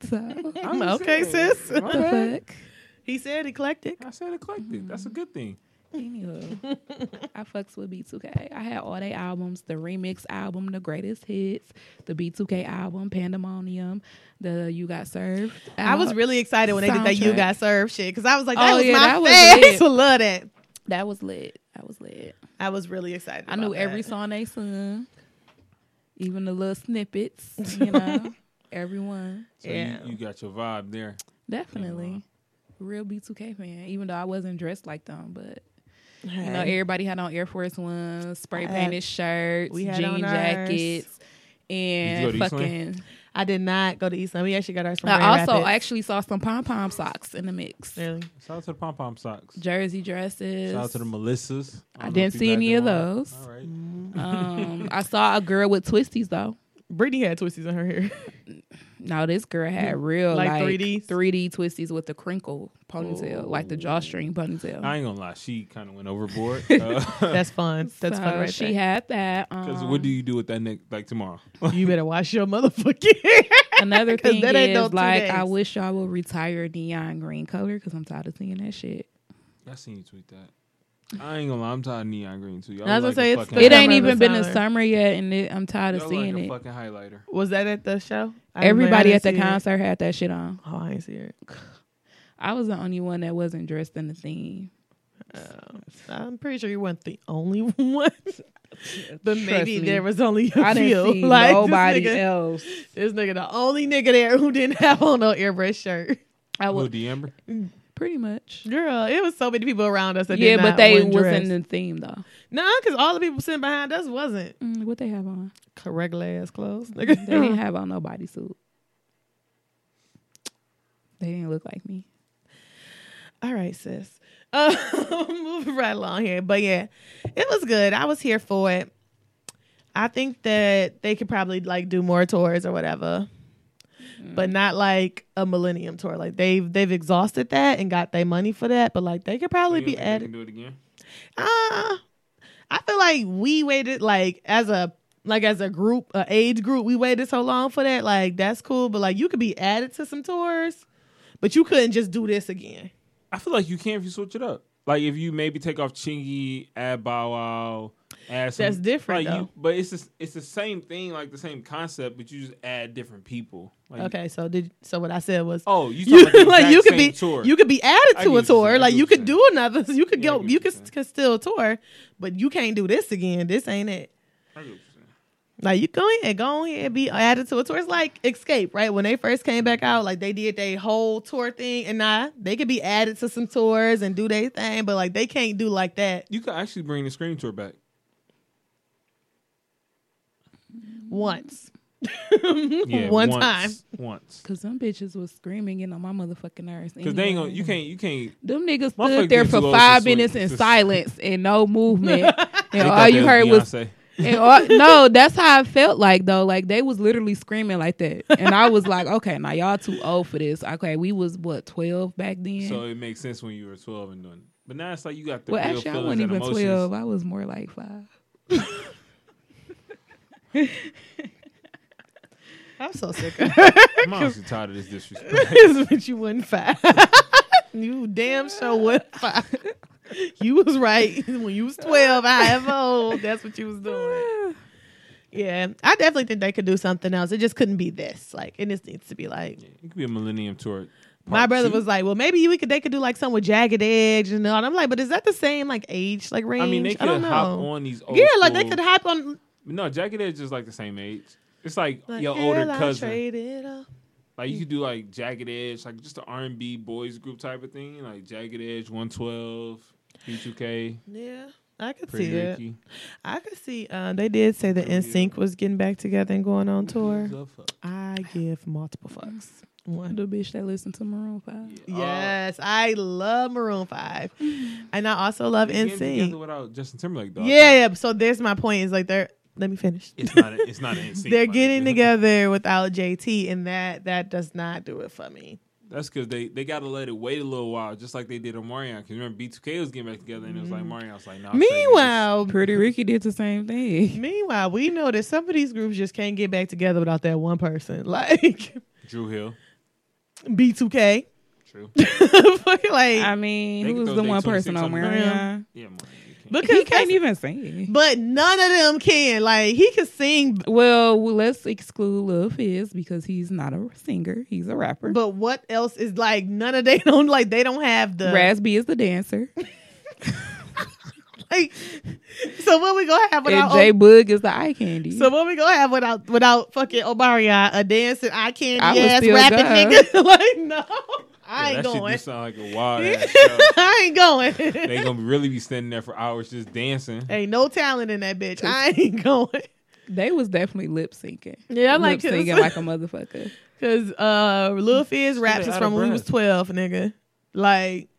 [SPEAKER 5] So what
[SPEAKER 6] <laughs> I'm
[SPEAKER 4] I'm
[SPEAKER 6] just
[SPEAKER 4] okay,
[SPEAKER 6] saying.
[SPEAKER 4] sis.
[SPEAKER 5] the fuck?
[SPEAKER 4] He said eclectic.
[SPEAKER 6] I said eclectic. That's a good thing.
[SPEAKER 5] Anywho, I fucks with B2K. I had all their albums, the remix album, the greatest hits, the B2K album, Pandemonium, the You Got Served.
[SPEAKER 4] I was really excited when they did that "You
[SPEAKER 5] Soundtrack.
[SPEAKER 4] Got Served" shit because I was like, that
[SPEAKER 5] Oh,
[SPEAKER 4] was
[SPEAKER 5] yeah,
[SPEAKER 4] my
[SPEAKER 5] that was
[SPEAKER 4] face.
[SPEAKER 5] lit.
[SPEAKER 4] I <laughs> love that.
[SPEAKER 5] that was lit. That was lit.
[SPEAKER 4] I was really excited.
[SPEAKER 5] I knew
[SPEAKER 4] about
[SPEAKER 5] every
[SPEAKER 4] that.
[SPEAKER 5] song they sung, even the little snippets. You
[SPEAKER 6] <laughs>
[SPEAKER 5] know, everyone
[SPEAKER 6] So
[SPEAKER 4] Yeah.
[SPEAKER 6] you, you got your vibe there.
[SPEAKER 5] definitely real B2K fan. Even though I wasn't dressed like them, but You know,
[SPEAKER 4] Hey.
[SPEAKER 5] everybody had on Air Force Ones, spray
[SPEAKER 4] I had-
[SPEAKER 5] painted shirts,
[SPEAKER 4] we had
[SPEAKER 5] jean
[SPEAKER 4] on ours.
[SPEAKER 5] jackets, and
[SPEAKER 6] Did you go to
[SPEAKER 5] fucking.
[SPEAKER 4] I did not go to Eastland. We actually got ours from Grand
[SPEAKER 5] I also
[SPEAKER 4] Rapids.
[SPEAKER 5] actually saw some pom pom socks in the mix.
[SPEAKER 4] Really?
[SPEAKER 6] Shout out to the pom pom socks.
[SPEAKER 5] Jersey dresses.
[SPEAKER 6] Shout out to the Melissas.
[SPEAKER 5] I
[SPEAKER 6] don't know
[SPEAKER 5] didn't
[SPEAKER 6] if you
[SPEAKER 5] see
[SPEAKER 6] guys
[SPEAKER 5] any of
[SPEAKER 6] know.
[SPEAKER 5] those.
[SPEAKER 6] All right.
[SPEAKER 5] Um, <laughs> I saw a girl with twisties though.
[SPEAKER 4] Brittany had twisties in her hair.
[SPEAKER 5] No, this girl had real
[SPEAKER 4] Hmm. Like
[SPEAKER 5] like,
[SPEAKER 4] 3Ds?
[SPEAKER 5] 3D twisties with the crinkle ponytail, like the drawstring ponytail.
[SPEAKER 6] I ain't gonna lie. She kind of
[SPEAKER 4] <laughs>
[SPEAKER 6] went overboard. Because
[SPEAKER 4] That's fun. That's
[SPEAKER 5] so
[SPEAKER 4] fun right
[SPEAKER 5] she
[SPEAKER 4] there.
[SPEAKER 5] had that. Um,
[SPEAKER 6] what do you do with that neck like tomorrow?
[SPEAKER 4] you better wash your motherfucking
[SPEAKER 5] <laughs>
[SPEAKER 4] hair.
[SPEAKER 5] Another
[SPEAKER 4] <laughs> 'Cause
[SPEAKER 5] thing
[SPEAKER 4] that ain't
[SPEAKER 5] is,
[SPEAKER 4] no two
[SPEAKER 5] like, I
[SPEAKER 4] days.
[SPEAKER 5] wish y'all would retire neon green color because I'm tired of seeing that shit.
[SPEAKER 6] I seen you tweet that. I ain't gonna lie. I'm tired of neon green too. Y'all
[SPEAKER 4] I was
[SPEAKER 6] look
[SPEAKER 4] gonna say,
[SPEAKER 6] like a
[SPEAKER 4] it's
[SPEAKER 6] fucking
[SPEAKER 4] the
[SPEAKER 5] It ain't
[SPEAKER 4] summer,
[SPEAKER 5] even
[SPEAKER 4] the
[SPEAKER 5] been a
[SPEAKER 4] summer.
[SPEAKER 5] summer yet, and it, I'm tired of
[SPEAKER 6] Y'all
[SPEAKER 5] seeing
[SPEAKER 6] like a
[SPEAKER 5] it.
[SPEAKER 6] fucking highlighter.
[SPEAKER 4] Was that at the show? I didn't- I
[SPEAKER 5] Everybody
[SPEAKER 4] didn't
[SPEAKER 5] at the
[SPEAKER 4] see it.
[SPEAKER 5] concert had that shit on.
[SPEAKER 4] Oh, I ain't see it.
[SPEAKER 5] I was the only one that wasn't dressed in
[SPEAKER 4] <laughs>
[SPEAKER 5] the theme.
[SPEAKER 4] Oh, I'm pretty sure you weren't the only <laughs> one. but maybe
[SPEAKER 5] me.
[SPEAKER 4] there was only a
[SPEAKER 5] I
[SPEAKER 4] few.
[SPEAKER 5] didn't
[SPEAKER 4] <laughs>
[SPEAKER 5] see
[SPEAKER 4] like this
[SPEAKER 5] nobody
[SPEAKER 4] nigga-
[SPEAKER 5] else.
[SPEAKER 4] This nigga, the only nigga there who didn't have on no airbrush shirt.
[SPEAKER 5] I
[SPEAKER 6] Who
[SPEAKER 5] was
[SPEAKER 6] the Amber?
[SPEAKER 5] pretty much.
[SPEAKER 4] Girl, it was so many people around us. That
[SPEAKER 5] Yeah,
[SPEAKER 4] did
[SPEAKER 5] but
[SPEAKER 4] not
[SPEAKER 5] they
[SPEAKER 4] want
[SPEAKER 5] was
[SPEAKER 4] dress.
[SPEAKER 5] in the theme though.
[SPEAKER 4] Nah, because all the people sitting behind us wasn't
[SPEAKER 5] Mm, what they have
[SPEAKER 4] <laughs>
[SPEAKER 5] on?
[SPEAKER 4] regular ass clothes.
[SPEAKER 5] They
[SPEAKER 4] Nigga.
[SPEAKER 5] didn't have on no bodysuit. They didn't look like me.
[SPEAKER 4] <laughs> all right, sis. Uh, <laughs> moving right along here, but yeah, it was good. I was here for it. I think that they could probably like do more tours or whatever, but not like a Millennium tour. Like they've they've exhausted that and got their money for that. But like they could probably
[SPEAKER 6] You
[SPEAKER 4] be
[SPEAKER 6] don't think they
[SPEAKER 4] added.
[SPEAKER 6] can do it again.
[SPEAKER 4] Uh, I feel like we waited like as a like as a group, a age group, we waited so long for that. Like that's cool, but like you could be added to some tours, but you couldn't just do this again.
[SPEAKER 6] I feel like you can if you switch it up. like if you maybe take off Chingy, add Bow Wow, add some-
[SPEAKER 4] That's different,
[SPEAKER 6] Like you,
[SPEAKER 4] though.
[SPEAKER 6] but it's just, it's the same thing, like the same concept, but you just add different people. Like,
[SPEAKER 4] Okay, so did so what I said was <laughs>
[SPEAKER 6] Oh, you,
[SPEAKER 4] you,
[SPEAKER 6] talking about the
[SPEAKER 4] like you
[SPEAKER 6] exact
[SPEAKER 4] could
[SPEAKER 6] same
[SPEAKER 4] be
[SPEAKER 6] tour.
[SPEAKER 4] you could be
[SPEAKER 6] I
[SPEAKER 4] added
[SPEAKER 6] get
[SPEAKER 4] to
[SPEAKER 6] what
[SPEAKER 4] a
[SPEAKER 6] you're saying. I
[SPEAKER 4] tour. Like
[SPEAKER 6] get
[SPEAKER 4] you
[SPEAKER 6] what
[SPEAKER 4] could
[SPEAKER 6] you're
[SPEAKER 4] do another. You could
[SPEAKER 6] Yeah, I
[SPEAKER 4] go.
[SPEAKER 6] get
[SPEAKER 4] You
[SPEAKER 6] what
[SPEAKER 4] could,
[SPEAKER 6] you're
[SPEAKER 4] could still tour, but you can't do this again. This ain't it. Like you go ahead, go ahead, be added to a tour. It's like Escape, right? When they first came back out, like they did their whole tour thing, and nah, they could be added to some tours and do their thing, but like they can't do like that
[SPEAKER 6] you could actually bring the Scream tour back.
[SPEAKER 4] once, <laughs>
[SPEAKER 6] Yeah,
[SPEAKER 4] one
[SPEAKER 6] once,
[SPEAKER 4] time.
[SPEAKER 6] once.
[SPEAKER 5] Cause them bitches was screaming and on my motherfucking nerves.
[SPEAKER 6] Because they ain't gonna, you can't, you can't.
[SPEAKER 5] Them niggas
[SPEAKER 6] Motherfuckers
[SPEAKER 5] stood there
[SPEAKER 6] getting
[SPEAKER 5] for
[SPEAKER 6] too old
[SPEAKER 5] five
[SPEAKER 6] to sleep.
[SPEAKER 5] minutes in silence and no
[SPEAKER 6] <laughs>
[SPEAKER 5] movement. and
[SPEAKER 6] they
[SPEAKER 5] all
[SPEAKER 6] thought
[SPEAKER 5] you
[SPEAKER 6] that
[SPEAKER 5] heard was
[SPEAKER 6] Beyonce.
[SPEAKER 5] and all, no. That's how I felt like though. Like they was literally screaming like that, and I was like, okay, now y'all too old for this. Okay, we was what twelve back then.
[SPEAKER 6] So it makes sense when you were 12 and doing it. But now it's like you got the
[SPEAKER 5] well,
[SPEAKER 6] real
[SPEAKER 5] actually, I
[SPEAKER 6] feelings
[SPEAKER 5] wasn't
[SPEAKER 6] and
[SPEAKER 5] even
[SPEAKER 6] emotions.
[SPEAKER 4] <laughs>
[SPEAKER 5] twelve. I was more like five.
[SPEAKER 4] I'm so <laughs> sick of
[SPEAKER 6] I'm honestly tired of this disrespect. <laughs>
[SPEAKER 4] this, but you wouldn't fight. <laughs> you damn sure would fight. You was right when you was twelve, however old. That's what you was <sighs> doing. Yeah, I definitely think they could do something else. It just couldn't be this. Like, it just needs to be like
[SPEAKER 6] It could be a Millennium Tour.
[SPEAKER 4] my
[SPEAKER 6] part
[SPEAKER 4] brother
[SPEAKER 6] two.
[SPEAKER 4] was like, "Well, maybe we could they could do like something with jagged edge and all." And I'm like, "But is that the same like age like range?"
[SPEAKER 6] I mean, they could
[SPEAKER 4] don't know.
[SPEAKER 6] hop on these old
[SPEAKER 4] yeah, like they
[SPEAKER 6] school-
[SPEAKER 4] could hop on
[SPEAKER 6] No, Jagged Edge is like the same age. It's like,
[SPEAKER 4] like,
[SPEAKER 6] your older
[SPEAKER 4] "Hell, I
[SPEAKER 6] cousin.
[SPEAKER 4] traded up."
[SPEAKER 6] Like you could do like Jagged Edge, like just the R and B boys group type of thing, like Jagged Edge, One Twelve, B2K,
[SPEAKER 4] Yeah, I could
[SPEAKER 6] Pretty
[SPEAKER 4] see it.
[SPEAKER 6] Ricky.
[SPEAKER 4] I could see. Uh, they did say that
[SPEAKER 6] Yeah.
[SPEAKER 4] NSYNC was getting back together and going on tour.
[SPEAKER 6] Who gives a fuck?
[SPEAKER 4] I give multiple fucks. One.
[SPEAKER 5] The bitch that listened to Maroon Five.
[SPEAKER 6] Yeah.
[SPEAKER 4] Yes, I love Maroon Five, and I also love
[SPEAKER 6] They getting together
[SPEAKER 4] NSYNC.
[SPEAKER 6] without Justin Timberlake, dog.
[SPEAKER 4] Yeah, yeah. So there's my point. Is like they're. Let me finish.
[SPEAKER 6] it's not. It's
[SPEAKER 4] <laughs>
[SPEAKER 6] not an NSYNC.
[SPEAKER 4] They're
[SPEAKER 6] my
[SPEAKER 4] getting
[SPEAKER 5] <laughs>
[SPEAKER 6] nigga.
[SPEAKER 4] together without JT, and that that does not do it for me.
[SPEAKER 6] That's because they they gotta let it wait a little while, just like they did on Marion. Because remember, B2K was getting back together, and it was like Marion was like, "Nah." I'm straight, niggas.
[SPEAKER 4] Mm-hmm. Meanwhile,
[SPEAKER 5] Oh, Pretty Ricky did the same thing.
[SPEAKER 4] meanwhile, we know that some of these groups just can't get back together without that one person, <laughs> like
[SPEAKER 6] Drew Hill,
[SPEAKER 4] B2K.
[SPEAKER 6] true.
[SPEAKER 4] Fuck, <laughs> like
[SPEAKER 5] I mean,
[SPEAKER 6] They
[SPEAKER 5] who
[SPEAKER 6] could
[SPEAKER 5] was
[SPEAKER 6] throw
[SPEAKER 5] the
[SPEAKER 6] Day
[SPEAKER 5] one
[SPEAKER 6] 26
[SPEAKER 5] person on
[SPEAKER 6] on the
[SPEAKER 5] Marion?
[SPEAKER 6] yeah, Marion. you can't.
[SPEAKER 4] because
[SPEAKER 5] He can't
[SPEAKER 4] that's-
[SPEAKER 5] even sing.
[SPEAKER 4] But none of them can. Like he can sing,
[SPEAKER 5] Well, well, let's exclude Lil Fizz because he's not a singer; he's a rapper.
[SPEAKER 4] but what else is like? None of they <laughs> don't like. They don't have the
[SPEAKER 5] Raspy is the dancer,
[SPEAKER 4] <laughs> Like, so what we gonna have
[SPEAKER 5] and
[SPEAKER 4] without?
[SPEAKER 5] J Boog is the eye candy.
[SPEAKER 4] so what we gonna have without without fucking Obaria, a dancing eye
[SPEAKER 5] I
[SPEAKER 4] candy
[SPEAKER 5] would
[SPEAKER 4] ass
[SPEAKER 5] still
[SPEAKER 4] rapping
[SPEAKER 5] go.
[SPEAKER 4] nigga? <laughs> like no,
[SPEAKER 6] Yeah,
[SPEAKER 4] I ain't
[SPEAKER 6] that shit
[SPEAKER 4] going.
[SPEAKER 6] do sound like a wild ass show.
[SPEAKER 4] <laughs> I ain't going. <laughs>
[SPEAKER 6] They gonna really be standing there for hours just dancing.
[SPEAKER 4] ain't no talent in that bitch. I ain't going.
[SPEAKER 5] they was definitely lip syncing.
[SPEAKER 4] Yeah, I'm <laughs>
[SPEAKER 5] lip
[SPEAKER 4] like, cause,
[SPEAKER 5] singing like a motherfucker.
[SPEAKER 4] cause uh, Lil Fizz raps
[SPEAKER 6] been
[SPEAKER 4] is
[SPEAKER 6] out
[SPEAKER 4] from
[SPEAKER 6] of
[SPEAKER 4] when we was
[SPEAKER 6] breath.
[SPEAKER 4] twelve, nigga. Like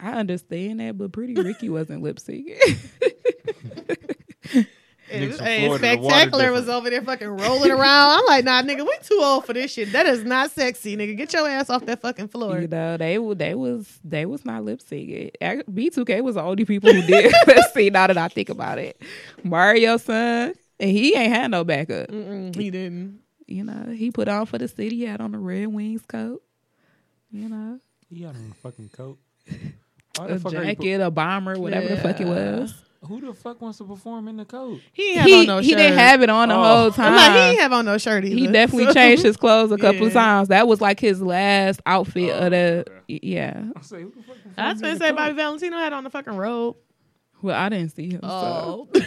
[SPEAKER 5] I understand that, but Pretty Ricky wasn't lip syncing. <laughs>
[SPEAKER 4] It was,
[SPEAKER 6] from
[SPEAKER 4] hey,
[SPEAKER 6] Florida, the water
[SPEAKER 4] spectacular was
[SPEAKER 6] different.
[SPEAKER 4] over there fucking rolling around. I'm like, nah, nigga, we too old for this shit. That is not sexy, nigga. Get your ass off that fucking floor.
[SPEAKER 5] you know, they wa- they was they was not lip syncing. B two K was the only people who did <laughs> lip sync. Now that I think about it, Mario son, and he ain't had no backup.
[SPEAKER 4] Mm-mm, he didn't.
[SPEAKER 5] You know, he put on for the city out on the Red Wings coat. You know.
[SPEAKER 6] He got on a fucking coat.
[SPEAKER 4] <laughs>
[SPEAKER 6] Why the
[SPEAKER 5] a
[SPEAKER 6] fuck are you
[SPEAKER 5] jacket, a bomber, whatever the fuck it was.
[SPEAKER 6] put- who the fuck wants to perform in the coat?
[SPEAKER 4] He didn't have
[SPEAKER 5] He,
[SPEAKER 4] on no
[SPEAKER 5] he
[SPEAKER 4] shirt.
[SPEAKER 5] didn't have it on the
[SPEAKER 6] Oh.
[SPEAKER 5] whole
[SPEAKER 4] I'm like, he
[SPEAKER 5] time.
[SPEAKER 4] didn't have on no shirt either.
[SPEAKER 5] he definitely
[SPEAKER 4] <laughs> So-
[SPEAKER 5] changed his clothes a couple
[SPEAKER 4] Yeah.
[SPEAKER 5] times. That was like his last outfit
[SPEAKER 6] Oh,
[SPEAKER 5] of the
[SPEAKER 6] okay.
[SPEAKER 5] y- yeah.
[SPEAKER 6] I say, who the fuck performs
[SPEAKER 4] I was
[SPEAKER 6] in
[SPEAKER 4] gonna
[SPEAKER 6] the
[SPEAKER 4] say
[SPEAKER 6] coat?
[SPEAKER 4] Bobby Valentino had on the fucking robe.
[SPEAKER 5] Well, I didn't see him. So.
[SPEAKER 4] Oh,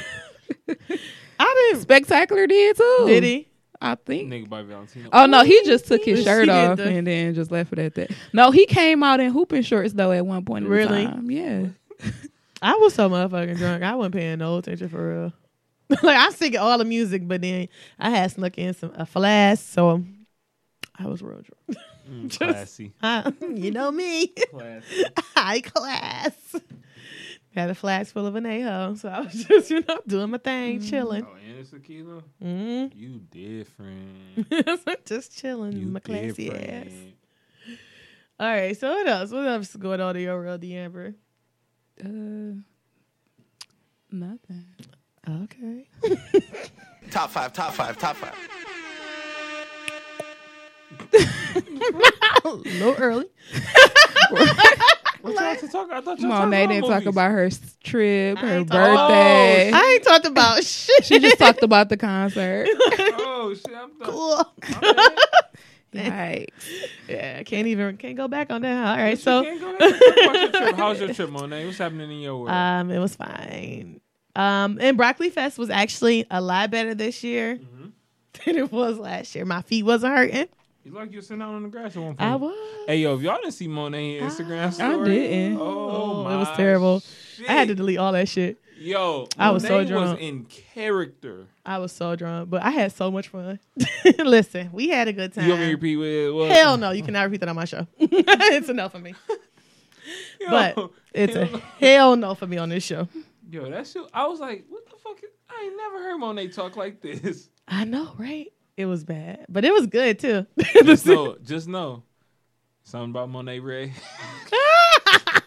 [SPEAKER 4] I didn't.
[SPEAKER 5] Spectacular did
[SPEAKER 6] <laughs>
[SPEAKER 5] too.
[SPEAKER 4] Did he?
[SPEAKER 5] I think.
[SPEAKER 6] Nigga Bobby Valentino.
[SPEAKER 5] Oh no, he just took his
[SPEAKER 4] She
[SPEAKER 5] shirt
[SPEAKER 4] did
[SPEAKER 5] off
[SPEAKER 4] the-
[SPEAKER 5] and then just left it at that. No, he came out in hooping shorts though at one point. in
[SPEAKER 4] Really?
[SPEAKER 5] time. Yeah.
[SPEAKER 4] I was so motherfucking drunk. I wasn't paying no attention for real. <laughs> like I singing all the music, but then I had snuck in some a flash, so I was real drunk. <laughs>
[SPEAKER 6] Mm, classy.
[SPEAKER 4] I, you know me. <laughs>
[SPEAKER 6] classy.
[SPEAKER 4] high class. Had a flask full of an aho, so I was <laughs> just, you know, doing my thing, chilling. <laughs>
[SPEAKER 6] Oh, and it's tequila?
[SPEAKER 4] Mm.
[SPEAKER 6] You
[SPEAKER 4] <laughs>
[SPEAKER 6] different.
[SPEAKER 4] just chilling,
[SPEAKER 6] You
[SPEAKER 4] my classy
[SPEAKER 6] different.
[SPEAKER 4] ass. All right, so what else? What else is going on in your world, D'Amber?
[SPEAKER 5] Uh, nothing.
[SPEAKER 4] Okay.
[SPEAKER 2] <laughs> Top five, top five, top
[SPEAKER 4] <laughs>
[SPEAKER 2] five.
[SPEAKER 4] A little early.
[SPEAKER 6] What y'all to talk? I thought y'all
[SPEAKER 5] Come on,
[SPEAKER 6] talked
[SPEAKER 5] they
[SPEAKER 6] about
[SPEAKER 5] didn't talk
[SPEAKER 6] movies.
[SPEAKER 5] about her s- trip,
[SPEAKER 4] I
[SPEAKER 5] her
[SPEAKER 4] ain't talking-
[SPEAKER 5] birthday.
[SPEAKER 4] Oh, I ain't talked
[SPEAKER 6] <laughs>
[SPEAKER 4] about shit. <laughs>
[SPEAKER 5] she just talked about the <laughs> concert.
[SPEAKER 6] Oh shit! I'm done.
[SPEAKER 4] cool. <laughs>
[SPEAKER 5] Yikes.
[SPEAKER 4] Yeah, I can't even can't go back on that. All right,
[SPEAKER 6] So,
[SPEAKER 4] so
[SPEAKER 6] how's
[SPEAKER 4] <laughs>
[SPEAKER 6] your trip, Monet? What's happening in your world?
[SPEAKER 4] um, it was fine. Um, and broccoli fest was actually a lot better this year
[SPEAKER 6] Mm-hmm.
[SPEAKER 4] than it was last year. My feet wasn't hurting.
[SPEAKER 6] you like you're sitting out on the grass at one point.
[SPEAKER 4] I was.
[SPEAKER 6] Hey yo, if y'all didn't see Monet Instagram
[SPEAKER 5] I
[SPEAKER 6] story,
[SPEAKER 5] didn't.
[SPEAKER 6] Oh,
[SPEAKER 4] it was
[SPEAKER 6] my
[SPEAKER 4] terrible.
[SPEAKER 6] shit.
[SPEAKER 4] I had to delete all that shit.
[SPEAKER 6] Yo,
[SPEAKER 4] I was
[SPEAKER 6] Monet
[SPEAKER 4] so drunk.
[SPEAKER 6] Was in character.
[SPEAKER 4] I was so drunk, but I had so much fun. <laughs> Listen, we had a good
[SPEAKER 6] You want me to
[SPEAKER 4] time.
[SPEAKER 6] repeat what? it was?
[SPEAKER 4] Hell no, you cannot repeat that on my show. <laughs> it's enough for me.
[SPEAKER 6] Yo,
[SPEAKER 4] But
[SPEAKER 6] <laughs>
[SPEAKER 4] it's a hell no for me on this show.
[SPEAKER 6] yo. That shit. I was like, what the fuck? Is, I ain't never heard Monet talk like this.
[SPEAKER 4] I know, right? It was bad, but it was good too. <laughs>
[SPEAKER 6] Just know, just know, something about Monet Ray. <laughs>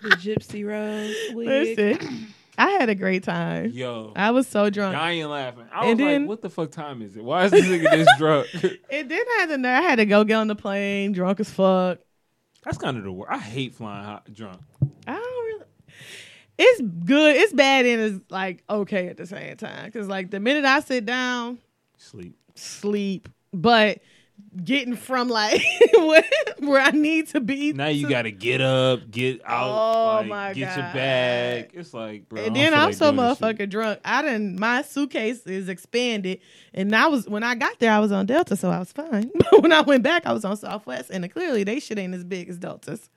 [SPEAKER 5] The Gypsy Rose wig.
[SPEAKER 4] Listen, I had a great time.
[SPEAKER 6] Yo,
[SPEAKER 4] I was so drunk.
[SPEAKER 6] I ain't laughing. I
[SPEAKER 4] And
[SPEAKER 6] was
[SPEAKER 4] then-
[SPEAKER 6] like, what the fuck time is it? Why is this
[SPEAKER 4] <laughs>
[SPEAKER 6] nigga this drunk? <laughs>
[SPEAKER 4] It did have the nerve. I had to go get on the plane, drunk as fuck.
[SPEAKER 6] That's kind of the worst. I hate flying hot drunk.
[SPEAKER 4] I don't really. It's good. It's bad and it's like okay at the same time. Cause like the minute I sit down,
[SPEAKER 6] Sleep.
[SPEAKER 4] sleep. But getting from like <laughs> where, where I need to be,
[SPEAKER 6] Now you
[SPEAKER 4] to-
[SPEAKER 6] gotta get up, get out,
[SPEAKER 4] Oh,
[SPEAKER 6] like,
[SPEAKER 4] my
[SPEAKER 6] get your
[SPEAKER 4] God.
[SPEAKER 6] bag. It's like, bro. I
[SPEAKER 4] And
[SPEAKER 6] don't
[SPEAKER 4] then
[SPEAKER 6] feel
[SPEAKER 4] I'm
[SPEAKER 6] like
[SPEAKER 4] so
[SPEAKER 6] doing this shit.
[SPEAKER 4] motherfucking drunk. I didn't. My suitcase is expanded, and I was when I got there, I was on Delta, so I was fine. <laughs> But when I went back, I was on Southwest, and clearly they shit ain't as big as Deltas.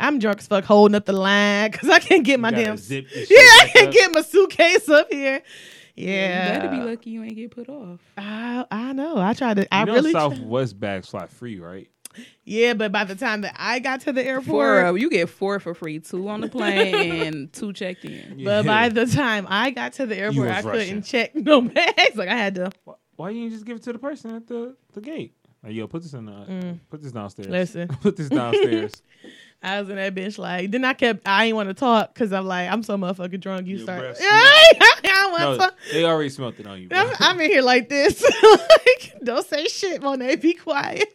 [SPEAKER 4] I'm drunk as fuck, holding up the line because I can't get my
[SPEAKER 6] Mm-hmm. gotta
[SPEAKER 4] damn.
[SPEAKER 6] zip your
[SPEAKER 4] <laughs>
[SPEAKER 6] shit
[SPEAKER 4] yeah, I
[SPEAKER 6] back
[SPEAKER 4] can't
[SPEAKER 6] up.
[SPEAKER 4] get my suitcase up here.
[SPEAKER 5] You
[SPEAKER 4] Yeah,
[SPEAKER 5] better be lucky you ain't get put off.
[SPEAKER 4] I, I know. I tried to. I
[SPEAKER 6] you know
[SPEAKER 4] really. tried-
[SPEAKER 6] Southwest bags fly free, right?
[SPEAKER 4] yeah, but by the time that I got to the
[SPEAKER 5] Four
[SPEAKER 4] airport,
[SPEAKER 5] of you get four for free, two on the plane and two checked in.
[SPEAKER 4] <laughs> but by
[SPEAKER 6] <laughs> Yeah.
[SPEAKER 4] the time I got to the airport,
[SPEAKER 6] was
[SPEAKER 4] I
[SPEAKER 6] rushing.
[SPEAKER 4] couldn't check <laughs> no bags. Like I had to.
[SPEAKER 6] Why you ain't just give it to the person at the, the gate? Like, yo, put this in the put this downstairs.
[SPEAKER 4] Mm. Listen.
[SPEAKER 6] <laughs> put
[SPEAKER 4] <laughs>
[SPEAKER 6] this downstairs.
[SPEAKER 4] I was in that bitch like. Then I kept. I ain't want to talk because I'm like I'm so motherfucking drunk. You
[SPEAKER 6] Your
[SPEAKER 4] start.
[SPEAKER 6] breath
[SPEAKER 4] <laughs> Yeah, I
[SPEAKER 6] no,
[SPEAKER 4] want to.
[SPEAKER 6] they already smelt it on you. Bro.
[SPEAKER 4] I'm, I'm in here like this. <laughs> like, don't say shit, Monet. Be quiet.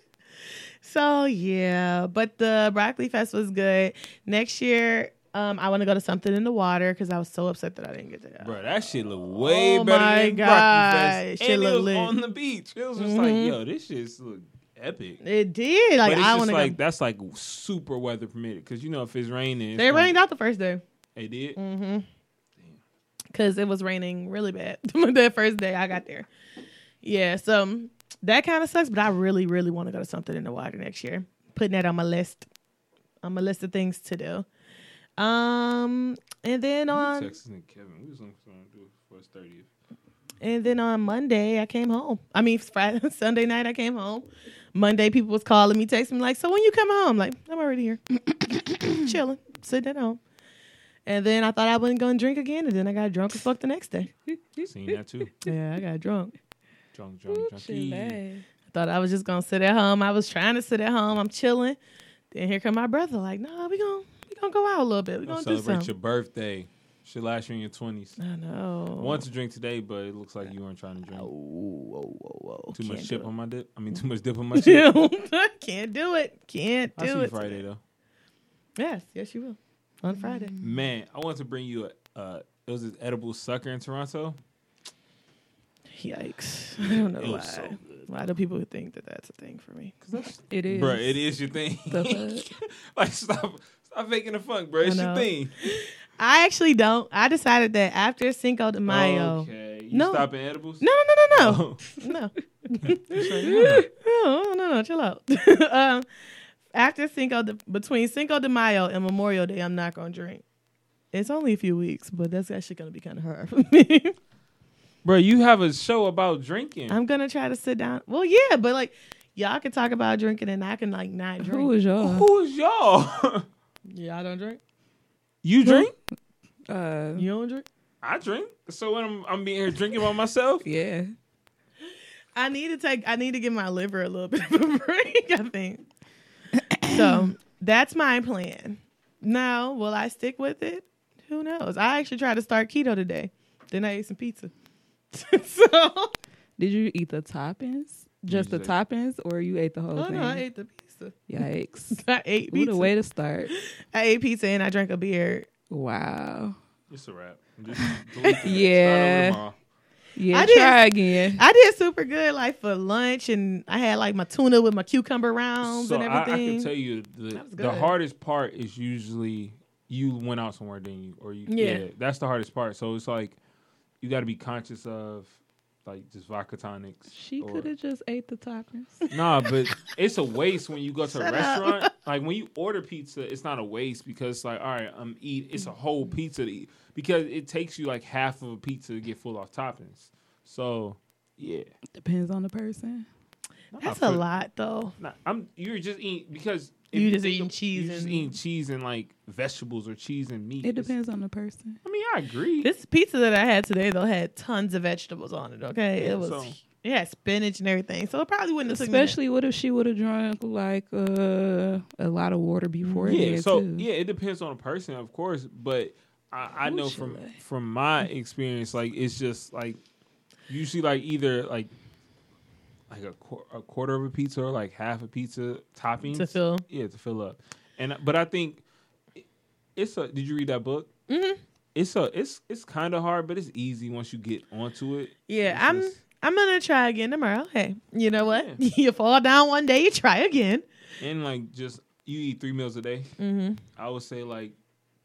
[SPEAKER 4] So yeah, but the broccoli fest was good. Next year, um, I want to go to something in the water because I was so upset that I didn't get to go.
[SPEAKER 6] Bro, that shit look way
[SPEAKER 4] Oh
[SPEAKER 6] better
[SPEAKER 4] my
[SPEAKER 6] than
[SPEAKER 4] God,
[SPEAKER 6] Rocky Fest.
[SPEAKER 4] shit
[SPEAKER 6] and
[SPEAKER 4] look
[SPEAKER 6] it was
[SPEAKER 4] lit.
[SPEAKER 6] on the beach. It was just like, yo, this shit look epic.
[SPEAKER 4] It did. Like
[SPEAKER 6] but it's
[SPEAKER 4] I want
[SPEAKER 6] just
[SPEAKER 4] to
[SPEAKER 6] like
[SPEAKER 4] go.
[SPEAKER 6] that's like super weather permitted because you know if it's raining, it's
[SPEAKER 4] They
[SPEAKER 6] gonna-
[SPEAKER 4] rained out Mm-hmm. the first day
[SPEAKER 6] It did.
[SPEAKER 4] because it was raining really bad <laughs> that first day I got there. Yeah, so that kind of sucks. But I really, really want to go to something in the water next year. Putting that on my list, on my list of things to do. Um, and then on
[SPEAKER 6] Texas and Kevin, we was on something to do for his thirtieth.
[SPEAKER 4] and then on Monday I came home. I mean <laughs> Friday, Sunday night I came home. Monday people was calling me, texting me like, "So when you come home?" Like I'm already here, <coughs> chilling, sitting at home. And then I thought I wasn't gonna drink again, and then I got drunk as fuck the next day.
[SPEAKER 6] Seen
[SPEAKER 4] <laughs>
[SPEAKER 6] that too.
[SPEAKER 4] Yeah, I got drunk.
[SPEAKER 6] Drunk, drunk, drunk. Yeah.
[SPEAKER 5] Chillax.
[SPEAKER 4] Thought I was just gonna sit at home. I was trying to sit at home. I'm chilling. Then here come my brother. Like, no, nah, we gonna we gonna go out a little bit. We
[SPEAKER 6] Don't
[SPEAKER 4] gonna do
[SPEAKER 6] celebrate
[SPEAKER 4] something.
[SPEAKER 6] your birthday. Should last you in your twenties.
[SPEAKER 4] I know.
[SPEAKER 6] I want to drink today, but it looks like you weren't trying to drink.
[SPEAKER 4] whoa, whoa, whoa.
[SPEAKER 6] too much
[SPEAKER 4] Can't
[SPEAKER 6] chip on my dip. I
[SPEAKER 4] <laughs>
[SPEAKER 6] mean, too much dip on my
[SPEAKER 4] do
[SPEAKER 6] chip.
[SPEAKER 4] it. <laughs> Can't do it. Can't
[SPEAKER 6] I see
[SPEAKER 4] do
[SPEAKER 6] you
[SPEAKER 4] it.
[SPEAKER 6] Friday though. Mm.
[SPEAKER 4] Yes, yes, you will. On Friday.
[SPEAKER 6] Man, I want to bring you a. Uh, it was this edible sucker in Toronto.
[SPEAKER 4] Yikes. <laughs> I don't know
[SPEAKER 6] It
[SPEAKER 4] why.
[SPEAKER 6] was so good.
[SPEAKER 4] why do people think that that's a thing for me?
[SPEAKER 5] It is.
[SPEAKER 6] Bruh, it is
[SPEAKER 4] <laughs>
[SPEAKER 6] your thing.
[SPEAKER 5] The
[SPEAKER 6] <laughs> like stop, stop faking the funk, bro. It's
[SPEAKER 4] I
[SPEAKER 6] your
[SPEAKER 4] know.
[SPEAKER 6] thing.
[SPEAKER 4] I actually don't. I decided that after Cinco de Mayo.
[SPEAKER 6] Okay, you
[SPEAKER 4] No.
[SPEAKER 6] stopping edibles?
[SPEAKER 4] No, no, no, no, no.
[SPEAKER 6] Oh.
[SPEAKER 4] no.
[SPEAKER 6] You
[SPEAKER 4] <laughs>
[SPEAKER 6] say, yeah.
[SPEAKER 4] Oh, no, no, no, chill out. <laughs> um, after Cinco de, between Cinco de Mayo and Memorial Day, I'm not gonna drink. It's only a few weeks, but that's actually gonna be kind of hard for <laughs> me.
[SPEAKER 6] Bro, you have a show about drinking.
[SPEAKER 4] I'm gonna try to sit down. Well, yeah, but like y'all can talk about drinking, and I can like not drink.
[SPEAKER 5] Who is y'all?
[SPEAKER 6] Who is y'all? <laughs>
[SPEAKER 4] yeah, I don't drink.
[SPEAKER 6] you drink?
[SPEAKER 5] Uh,
[SPEAKER 4] You don't drink.
[SPEAKER 6] I drink. So when I'm I'm being here drinking by myself,
[SPEAKER 5] yeah.
[SPEAKER 4] I need to take. I need to give my liver a little <laughs> bit of a break. I think. so that's my plan. Now, will I stick with it? Who knows? I actually tried to start keto today. Then I ate some pizza. <laughs> so oh,
[SPEAKER 5] Did you eat the toppings? Just the
[SPEAKER 6] Jesus.
[SPEAKER 5] toppings, or you ate the whole
[SPEAKER 4] oh
[SPEAKER 5] thing?
[SPEAKER 4] no, I ate the pizza. pizza.
[SPEAKER 5] Yikes.
[SPEAKER 4] I ate
[SPEAKER 5] What a
[SPEAKER 4] pizza.
[SPEAKER 5] way to start.
[SPEAKER 4] I ate pizza and I drank a beer.
[SPEAKER 5] Wow.
[SPEAKER 6] It's a wrap.
[SPEAKER 4] <laughs>
[SPEAKER 6] Just delete that.
[SPEAKER 5] Yeah.
[SPEAKER 6] Start over tomorrow.
[SPEAKER 5] Yeah,
[SPEAKER 4] I did-
[SPEAKER 5] try again.
[SPEAKER 4] I did super good, like for lunch, and I had like my tuna with my cucumber rounds
[SPEAKER 6] So
[SPEAKER 4] and
[SPEAKER 6] I, I
[SPEAKER 4] everything.
[SPEAKER 6] can tell you the,
[SPEAKER 4] That was
[SPEAKER 6] the
[SPEAKER 4] good.
[SPEAKER 6] hardest part is usually you went out somewhere, then you or you
[SPEAKER 4] Yeah.
[SPEAKER 6] yeah. that's the hardest part. So it's like you got to be conscious of like just vodka tonics.
[SPEAKER 5] She
[SPEAKER 6] or-
[SPEAKER 5] could have just ate the toppings.
[SPEAKER 6] Nah, but it's a waste when
[SPEAKER 4] <laughs>
[SPEAKER 6] you go to a
[SPEAKER 4] Shut up.
[SPEAKER 6] restaurant. Like when you order pizza, it's not a waste because it's like, all right, I'm eat. It's a whole pizza to eat because it takes you like half of a pizza to get full off toppings. So yeah,
[SPEAKER 5] Depends on the person.
[SPEAKER 4] That's
[SPEAKER 6] I
[SPEAKER 4] a
[SPEAKER 6] feel-
[SPEAKER 4] lot, though.
[SPEAKER 6] Nah, I'm you're just eating because if
[SPEAKER 4] You just
[SPEAKER 6] think
[SPEAKER 4] eating
[SPEAKER 6] of-
[SPEAKER 4] cheese
[SPEAKER 6] you're just
[SPEAKER 4] and-
[SPEAKER 6] eating cheese and like vegetables or cheese and meat.
[SPEAKER 5] It
[SPEAKER 6] It's-
[SPEAKER 5] depends on the person.
[SPEAKER 6] I mean, I agree.
[SPEAKER 4] This pizza that I had today, though, had tons of vegetables on it. Okay,
[SPEAKER 6] Yeah,
[SPEAKER 4] it was
[SPEAKER 6] so-
[SPEAKER 4] it had spinach and everything, so it probably wouldn't have took me that-
[SPEAKER 5] Especially what if she would have drunk like uh, a lot of water before
[SPEAKER 6] yeah,
[SPEAKER 5] it
[SPEAKER 6] so
[SPEAKER 5] too.
[SPEAKER 6] yeah, it depends on the person, of course, but I, I know from
[SPEAKER 5] Usually.
[SPEAKER 6] from my experience, like it's just like usually like either like like a, qu- a quarter of a pizza or like half a pizza toppings
[SPEAKER 4] to fill.
[SPEAKER 6] Yeah, to fill up, and but I think it- it's a. Did you read that book? Mm-hmm. It's a. It's it's kind of hard, but it's easy once you get onto it.
[SPEAKER 4] Yeah,
[SPEAKER 6] It's
[SPEAKER 4] I'm
[SPEAKER 6] just-
[SPEAKER 4] I'm gonna try again tomorrow. Hey, you know what? <laughs> you fall down one day, you try again.
[SPEAKER 6] and like just you eat three meals a day.
[SPEAKER 4] Mm-hmm.
[SPEAKER 6] I would say like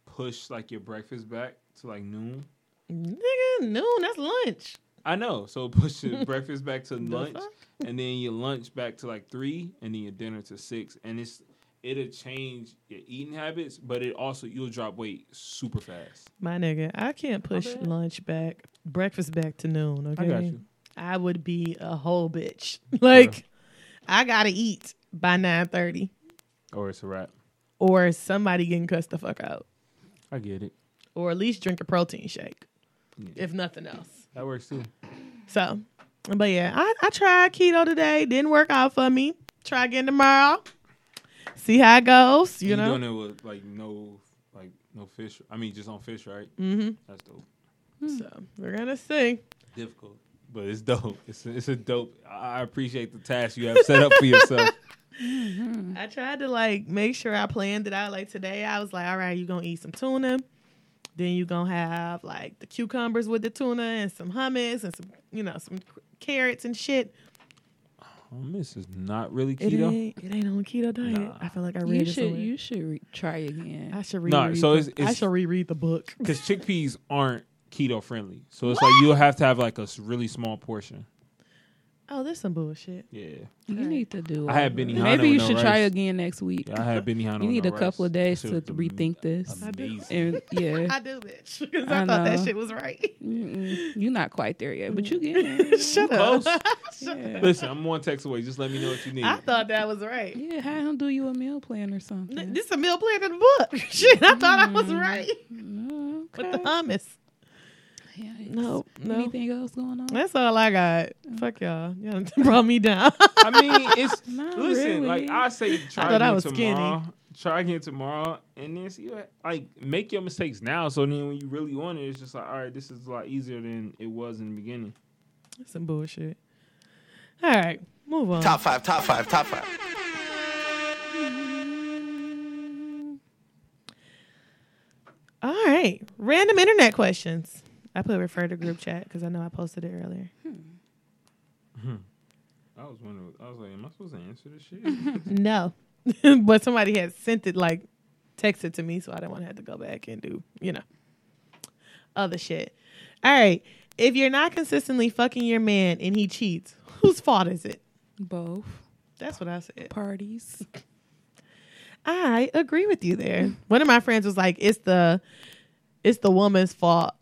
[SPEAKER 6] push like your breakfast back to like noon.
[SPEAKER 4] Nigga, noon that's lunch.
[SPEAKER 6] I know. So <laughs>
[SPEAKER 4] <laughs>
[SPEAKER 6] push your breakfast back to lunch,
[SPEAKER 4] fuck?
[SPEAKER 6] and then your lunch back to like three, and then your dinner to six, and it's it'll change your eating habits, but it also you'll drop weight super fast.
[SPEAKER 4] My nigga, I can't push lunch back, breakfast back to noon. Okay,
[SPEAKER 6] I got you.
[SPEAKER 4] I would be a whole bitch. <laughs> Like, I gotta eat by nine thirty,
[SPEAKER 6] Or Oh, it's a wrap.
[SPEAKER 4] or somebody getting cussed the fuck out,
[SPEAKER 6] I get it.
[SPEAKER 4] or at least drink a protein shake,
[SPEAKER 6] Yeah.
[SPEAKER 4] if nothing else.
[SPEAKER 6] That works too.
[SPEAKER 4] So, but yeah, I, I tried keto today. Didn't work out for me. Try again tomorrow. See how it goes. You,
[SPEAKER 6] You,
[SPEAKER 4] know.
[SPEAKER 6] doing it with like no like no fish. I mean, just on fish, right?
[SPEAKER 4] Mm-hmm.
[SPEAKER 6] That's dope.
[SPEAKER 4] So we're gonna see.
[SPEAKER 6] Difficult, but it's dope. It's a, it's a dope. I I appreciate the task you have set up for <laughs> yourself.
[SPEAKER 4] I tried to like make sure I planned it out. Like today, I was like, all right, you gonna eat some tuna. Then you gonna have like the cucumbers with the tuna and some hummus and some you know some carrots and shit.
[SPEAKER 6] this is not really
[SPEAKER 4] It
[SPEAKER 6] keto.
[SPEAKER 4] ain't it ain't on keto diet.
[SPEAKER 6] Nah.
[SPEAKER 4] I feel like I read
[SPEAKER 5] You
[SPEAKER 4] it
[SPEAKER 5] should
[SPEAKER 4] somewhere.
[SPEAKER 5] you should re- try again.
[SPEAKER 4] I should reread.
[SPEAKER 6] Nah, so
[SPEAKER 4] the-
[SPEAKER 6] it's-
[SPEAKER 4] I
[SPEAKER 6] it's-
[SPEAKER 4] should reread the book.
[SPEAKER 6] Because chickpeas aren't keto friendly, so it's like you'll have to have like a s- really small portion.
[SPEAKER 4] Oh, there's some bullshit.
[SPEAKER 6] Yeah,
[SPEAKER 5] you need to do.
[SPEAKER 6] I had
[SPEAKER 5] over.
[SPEAKER 6] Benihana
[SPEAKER 5] Maybe you
[SPEAKER 6] with no
[SPEAKER 5] should try
[SPEAKER 6] rice.
[SPEAKER 5] again next week.
[SPEAKER 6] Yeah, I had Benny Hana.
[SPEAKER 5] You need a couple of days to rethink this. <laughs>
[SPEAKER 6] Amazing.
[SPEAKER 5] And yeah,
[SPEAKER 4] I do, bitch, because I,
[SPEAKER 5] I
[SPEAKER 4] thought that
[SPEAKER 5] know.
[SPEAKER 4] shit was right. <laughs>
[SPEAKER 5] Mm-mm. you're not quite there yet, but you get there.
[SPEAKER 4] Shut up.
[SPEAKER 6] Close.
[SPEAKER 5] yeah.
[SPEAKER 6] Listen, I'm one text away. Just let me know what you need.
[SPEAKER 4] I thought that was right.
[SPEAKER 5] yeah, have him do you a meal plan or something.
[SPEAKER 4] N- This is a meal plan in the book. <laughs> Shit, I thought I was right.
[SPEAKER 5] No,
[SPEAKER 4] Mm-hmm. With the hummus.
[SPEAKER 5] Yikes.
[SPEAKER 4] No, no.
[SPEAKER 5] Anything else going on?
[SPEAKER 4] That's all I got. Fuck y'all. Y'all <laughs> brought me down.
[SPEAKER 6] I mean,
[SPEAKER 5] <laughs>
[SPEAKER 6] it's
[SPEAKER 5] Not
[SPEAKER 6] listen.
[SPEAKER 5] really.
[SPEAKER 6] Like I say, try
[SPEAKER 4] thought I
[SPEAKER 6] again
[SPEAKER 4] was skinny.
[SPEAKER 6] tomorrow. Try again tomorrow, and then see what like make your mistakes now. So then, when you really want it, it's just like, all right, this is a lot easier than it was in the beginning.
[SPEAKER 4] Some bullshit. All right, move on.
[SPEAKER 2] Top five, top five, top five.
[SPEAKER 4] All right, random internet questions. I put refer to group chat because I know I posted it earlier.
[SPEAKER 6] I was wondering. I was like, am I supposed to answer
[SPEAKER 5] <laughs>
[SPEAKER 6] this shit?
[SPEAKER 4] No, <laughs> but somebody had sent it like texted to me, so I didn't want to have to go back and do you know other shit. All right, if you're not consistently fucking your man and he cheats, whose fault is it?
[SPEAKER 5] Both
[SPEAKER 4] That's what I said.
[SPEAKER 5] parties.
[SPEAKER 4] I agree with you there. One of my friends was like, "It's the, it's the woman's fault.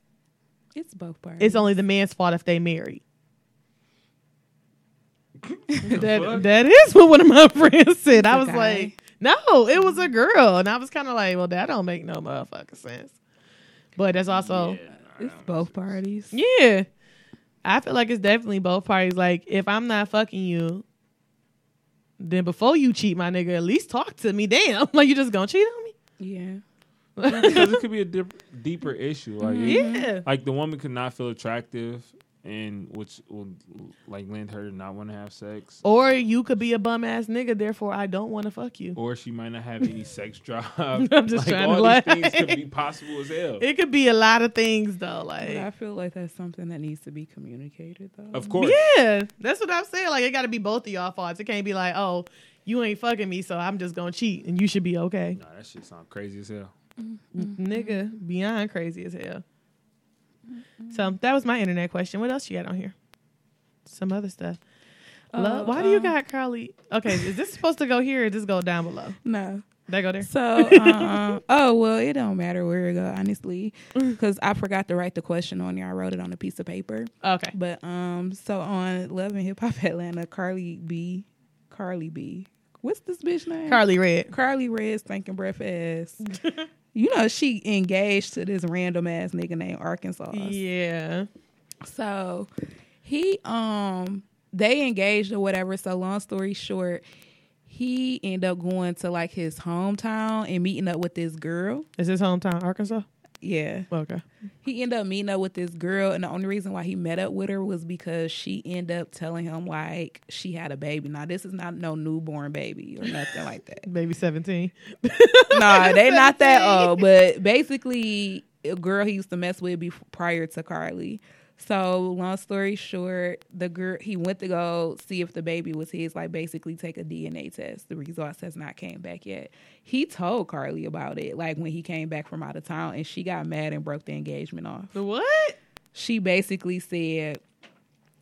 [SPEAKER 5] It's both parties.
[SPEAKER 4] It's only the man's fault if they marry." that that is what one of my <laughs> friends said. I
[SPEAKER 5] a
[SPEAKER 4] was
[SPEAKER 5] guy.
[SPEAKER 4] like, "No, it was a girl," and I was kind of like, "Well, that don't make no motherfucking sense." But that's also
[SPEAKER 5] It's both parties.
[SPEAKER 4] yeah. I feel like it's definitely both parties. Like, if I'm not fucking you, then before you cheat, my nigga, at least talk to me. Damn, <laughs> like you just gonna cheat on me?
[SPEAKER 5] Yeah.
[SPEAKER 6] because it could be a dip, deeper issue. Like, it-
[SPEAKER 4] Mm-hmm. Yeah.
[SPEAKER 6] like the woman could not feel attractive, and which will like land her to not want to have sex,
[SPEAKER 4] Or you could be a bum ass nigga, therefore I don't want to fuck you.
[SPEAKER 6] or she might not have
[SPEAKER 4] <laughs>
[SPEAKER 6] any sex drive.
[SPEAKER 4] I'm just trying to
[SPEAKER 6] all
[SPEAKER 4] laugh.
[SPEAKER 6] these things could be possible as hell.
[SPEAKER 4] It could be a lot of things though.
[SPEAKER 5] But I
[SPEAKER 4] Like
[SPEAKER 5] feel like that's something that needs to be communicated though.
[SPEAKER 6] of course,
[SPEAKER 4] Yeah. That's what I'm saying. Like it gotta be both of y'all faults. It can't be like, oh, you ain't fucking me, so I'm just gonna cheat and you should be okay.
[SPEAKER 6] nah, that shit sound crazy as hell.
[SPEAKER 4] Nigga, beyond crazy as hell. So that was my internet question. What else you got on here? Some other stuff. Love,
[SPEAKER 5] Oh,
[SPEAKER 4] why do you
[SPEAKER 5] um,
[SPEAKER 4] got curly? Okay, is this supposed to go here or just go down below?
[SPEAKER 5] No.
[SPEAKER 4] That go there. <laughs>
[SPEAKER 5] So, um, oh well, it don't matter where it go, honestly,
[SPEAKER 4] Mm.
[SPEAKER 5] because I forgot to write the question on there. I wrote it on a piece of paper.
[SPEAKER 4] Okay.
[SPEAKER 5] But um, so on Love and Hip Hop Atlanta, Carly B, Carly B, what's this bitch name?
[SPEAKER 4] Carly Red.
[SPEAKER 5] Carly Red stinking
[SPEAKER 4] <laughs>
[SPEAKER 5] breath ass. you know she engaged to this random ass nigga named Arkansas.
[SPEAKER 4] Yeah.
[SPEAKER 5] So he um they engaged or whatever. So long story short, he ended up going to like his hometown and meeting up with this girl.
[SPEAKER 4] Is his hometown Arkansas?
[SPEAKER 5] Yeah.
[SPEAKER 4] Okay.
[SPEAKER 5] He ended up meeting up with this girl and the only reason why he met up with her was because she ended up telling him like she had a baby. Now this is not no newborn baby or nothing like that.
[SPEAKER 4] Maybe 17.
[SPEAKER 5] nah, they not that old, but basically a girl he used to mess with before, prior to Carly. So long story short, the girl he went to go see if the baby was his, like basically take a DNA test. The results has not came back yet. He told Carly about it, like when he came back from out of town, and she got mad and broke the engagement off
[SPEAKER 4] What?
[SPEAKER 5] she basically said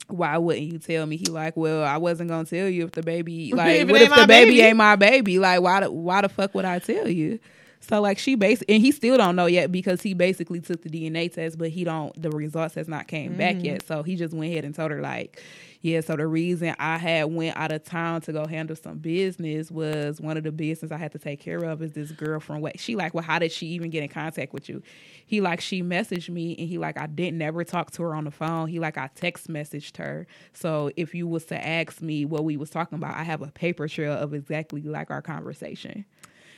[SPEAKER 5] why wouldn't you tell me he like well i wasn't gonna tell you if
[SPEAKER 4] <laughs>
[SPEAKER 5] the baby like
[SPEAKER 4] If it
[SPEAKER 5] what if
[SPEAKER 4] ain't my
[SPEAKER 5] the baby,
[SPEAKER 4] baby.
[SPEAKER 5] ain't my baby like why the, why the fuck would i tell you so like she basically and he still don't know yet because he basically took the dna test but he don't the results has not came back
[SPEAKER 4] Mm.
[SPEAKER 5] yet so he just went ahead and told her like yeah so the reason i had went out of town to go handle some business was one of the business i had to take care of is this girl from what she like well how did she even get in contact with you he like she messaged me and he like i didn't ever talk to her on the phone he like i text messaged her so if you was to ask me what we was talking about i have a paper trail of exactly like our conversation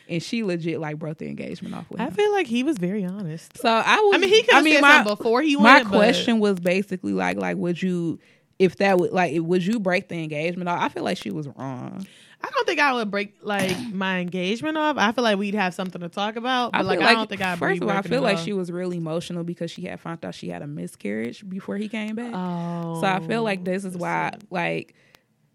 [SPEAKER 5] and she legit like broke the engagement off
[SPEAKER 4] <laughs>
[SPEAKER 5] with
[SPEAKER 4] I
[SPEAKER 5] him.
[SPEAKER 4] feel like he was very honest.
[SPEAKER 5] So I was.
[SPEAKER 4] I mean, he could've said something before he
[SPEAKER 5] My
[SPEAKER 4] went, but-
[SPEAKER 5] question was basically like, like, would you, if that would, like, would you break the engagement? off? I feel like she was wrong.
[SPEAKER 4] I don't think I would break like my engagement off. I feel like we'd have something to talk about, but
[SPEAKER 5] feel
[SPEAKER 4] like, I don't think I'd
[SPEAKER 5] First
[SPEAKER 4] be
[SPEAKER 5] of all, I
[SPEAKER 4] breaking
[SPEAKER 5] feel
[SPEAKER 4] it
[SPEAKER 5] like
[SPEAKER 4] off.
[SPEAKER 5] she was really emotional because she had found out she had a miscarriage before he came back.
[SPEAKER 4] Oh.
[SPEAKER 5] So I feel like this is why, like,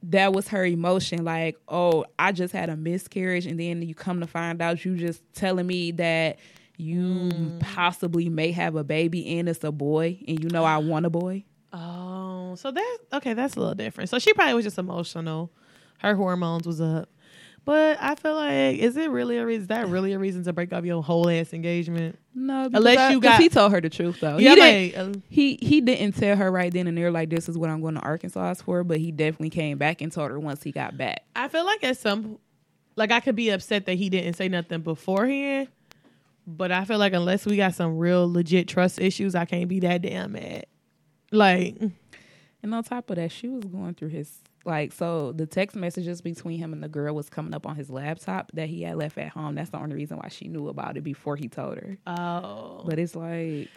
[SPEAKER 5] that was her emotion. Like, oh, I just had a miscarriage, and then you come to find out you just telling me that you possibly may have a baby and it's a boy, and you know I want a boy.
[SPEAKER 4] Oh, so that okay, that's a little different. So she probably was just emotional. Her hormones was up. But I feel like is it really a reason is that really a reason to break up your whole ass engagement?
[SPEAKER 5] No, because
[SPEAKER 4] Unless
[SPEAKER 5] I-
[SPEAKER 4] you
[SPEAKER 5] 'cause
[SPEAKER 4] got-
[SPEAKER 5] he told her the truth though.
[SPEAKER 4] Yeah,
[SPEAKER 5] he, didn't,
[SPEAKER 4] like, uh,
[SPEAKER 5] he he didn't tell her right then and there like this is what I'm going to Arkansas for, but he definitely came back and told her once he got back.
[SPEAKER 4] I feel like at some like I could be upset that he didn't say nothing beforehand. But I feel like unless we got some real legit trust issues, I can't be that damn mad. Like
[SPEAKER 5] And on top of that, she was going through his like so the text messages between him and the girl was coming up on his laptop that he had left at home. That's the only reason why she knew about it before he told her.
[SPEAKER 4] oh
[SPEAKER 5] But it's like,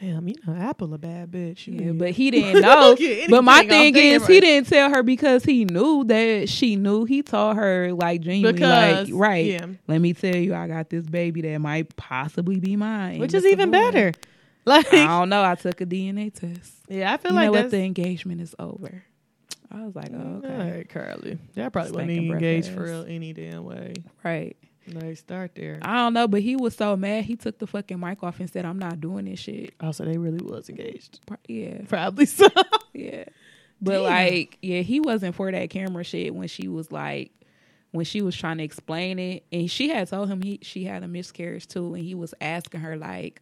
[SPEAKER 4] damn, you know Apple a bad bitch. You
[SPEAKER 5] yeah,
[SPEAKER 4] know. <laughs>
[SPEAKER 5] but he didn't know.
[SPEAKER 4] Yeah,
[SPEAKER 5] but my
[SPEAKER 4] anything, I'm
[SPEAKER 5] thing is,
[SPEAKER 4] thinking
[SPEAKER 5] he
[SPEAKER 4] right.
[SPEAKER 5] didn't tell her because he knew that she knew. He told her like genuinely,
[SPEAKER 4] Because,
[SPEAKER 5] like, right?
[SPEAKER 4] yeah.
[SPEAKER 5] Let me tell you, I got this baby that might possibly be mine,
[SPEAKER 4] which is
[SPEAKER 5] And it's a
[SPEAKER 4] even
[SPEAKER 5] boy.
[SPEAKER 4] better. <laughs> Like
[SPEAKER 5] I don't know. I took a DNA test.
[SPEAKER 4] yeah, I feel
[SPEAKER 5] You
[SPEAKER 4] like
[SPEAKER 5] know
[SPEAKER 4] that's
[SPEAKER 5] what? The engagement is over. I was like, oh, okay,
[SPEAKER 4] All right, Carly. That probably wasn't
[SPEAKER 5] Stinking
[SPEAKER 4] even
[SPEAKER 5] breath
[SPEAKER 4] engaged for
[SPEAKER 5] ass.
[SPEAKER 4] real any damn way.
[SPEAKER 5] right.
[SPEAKER 4] Like, start there.
[SPEAKER 5] I don't know, but he was so mad he took the fucking mic off and said, "I'm not doing this shit."
[SPEAKER 4] Also, they really was engaged.
[SPEAKER 5] Pro- Yeah,
[SPEAKER 4] <laughs> Probably so.
[SPEAKER 5] yeah. But like, yeah, he wasn't for that camera shit when she was like, when she was trying to explain it, and she had told him he she had a miscarriage too, and he was asking her like,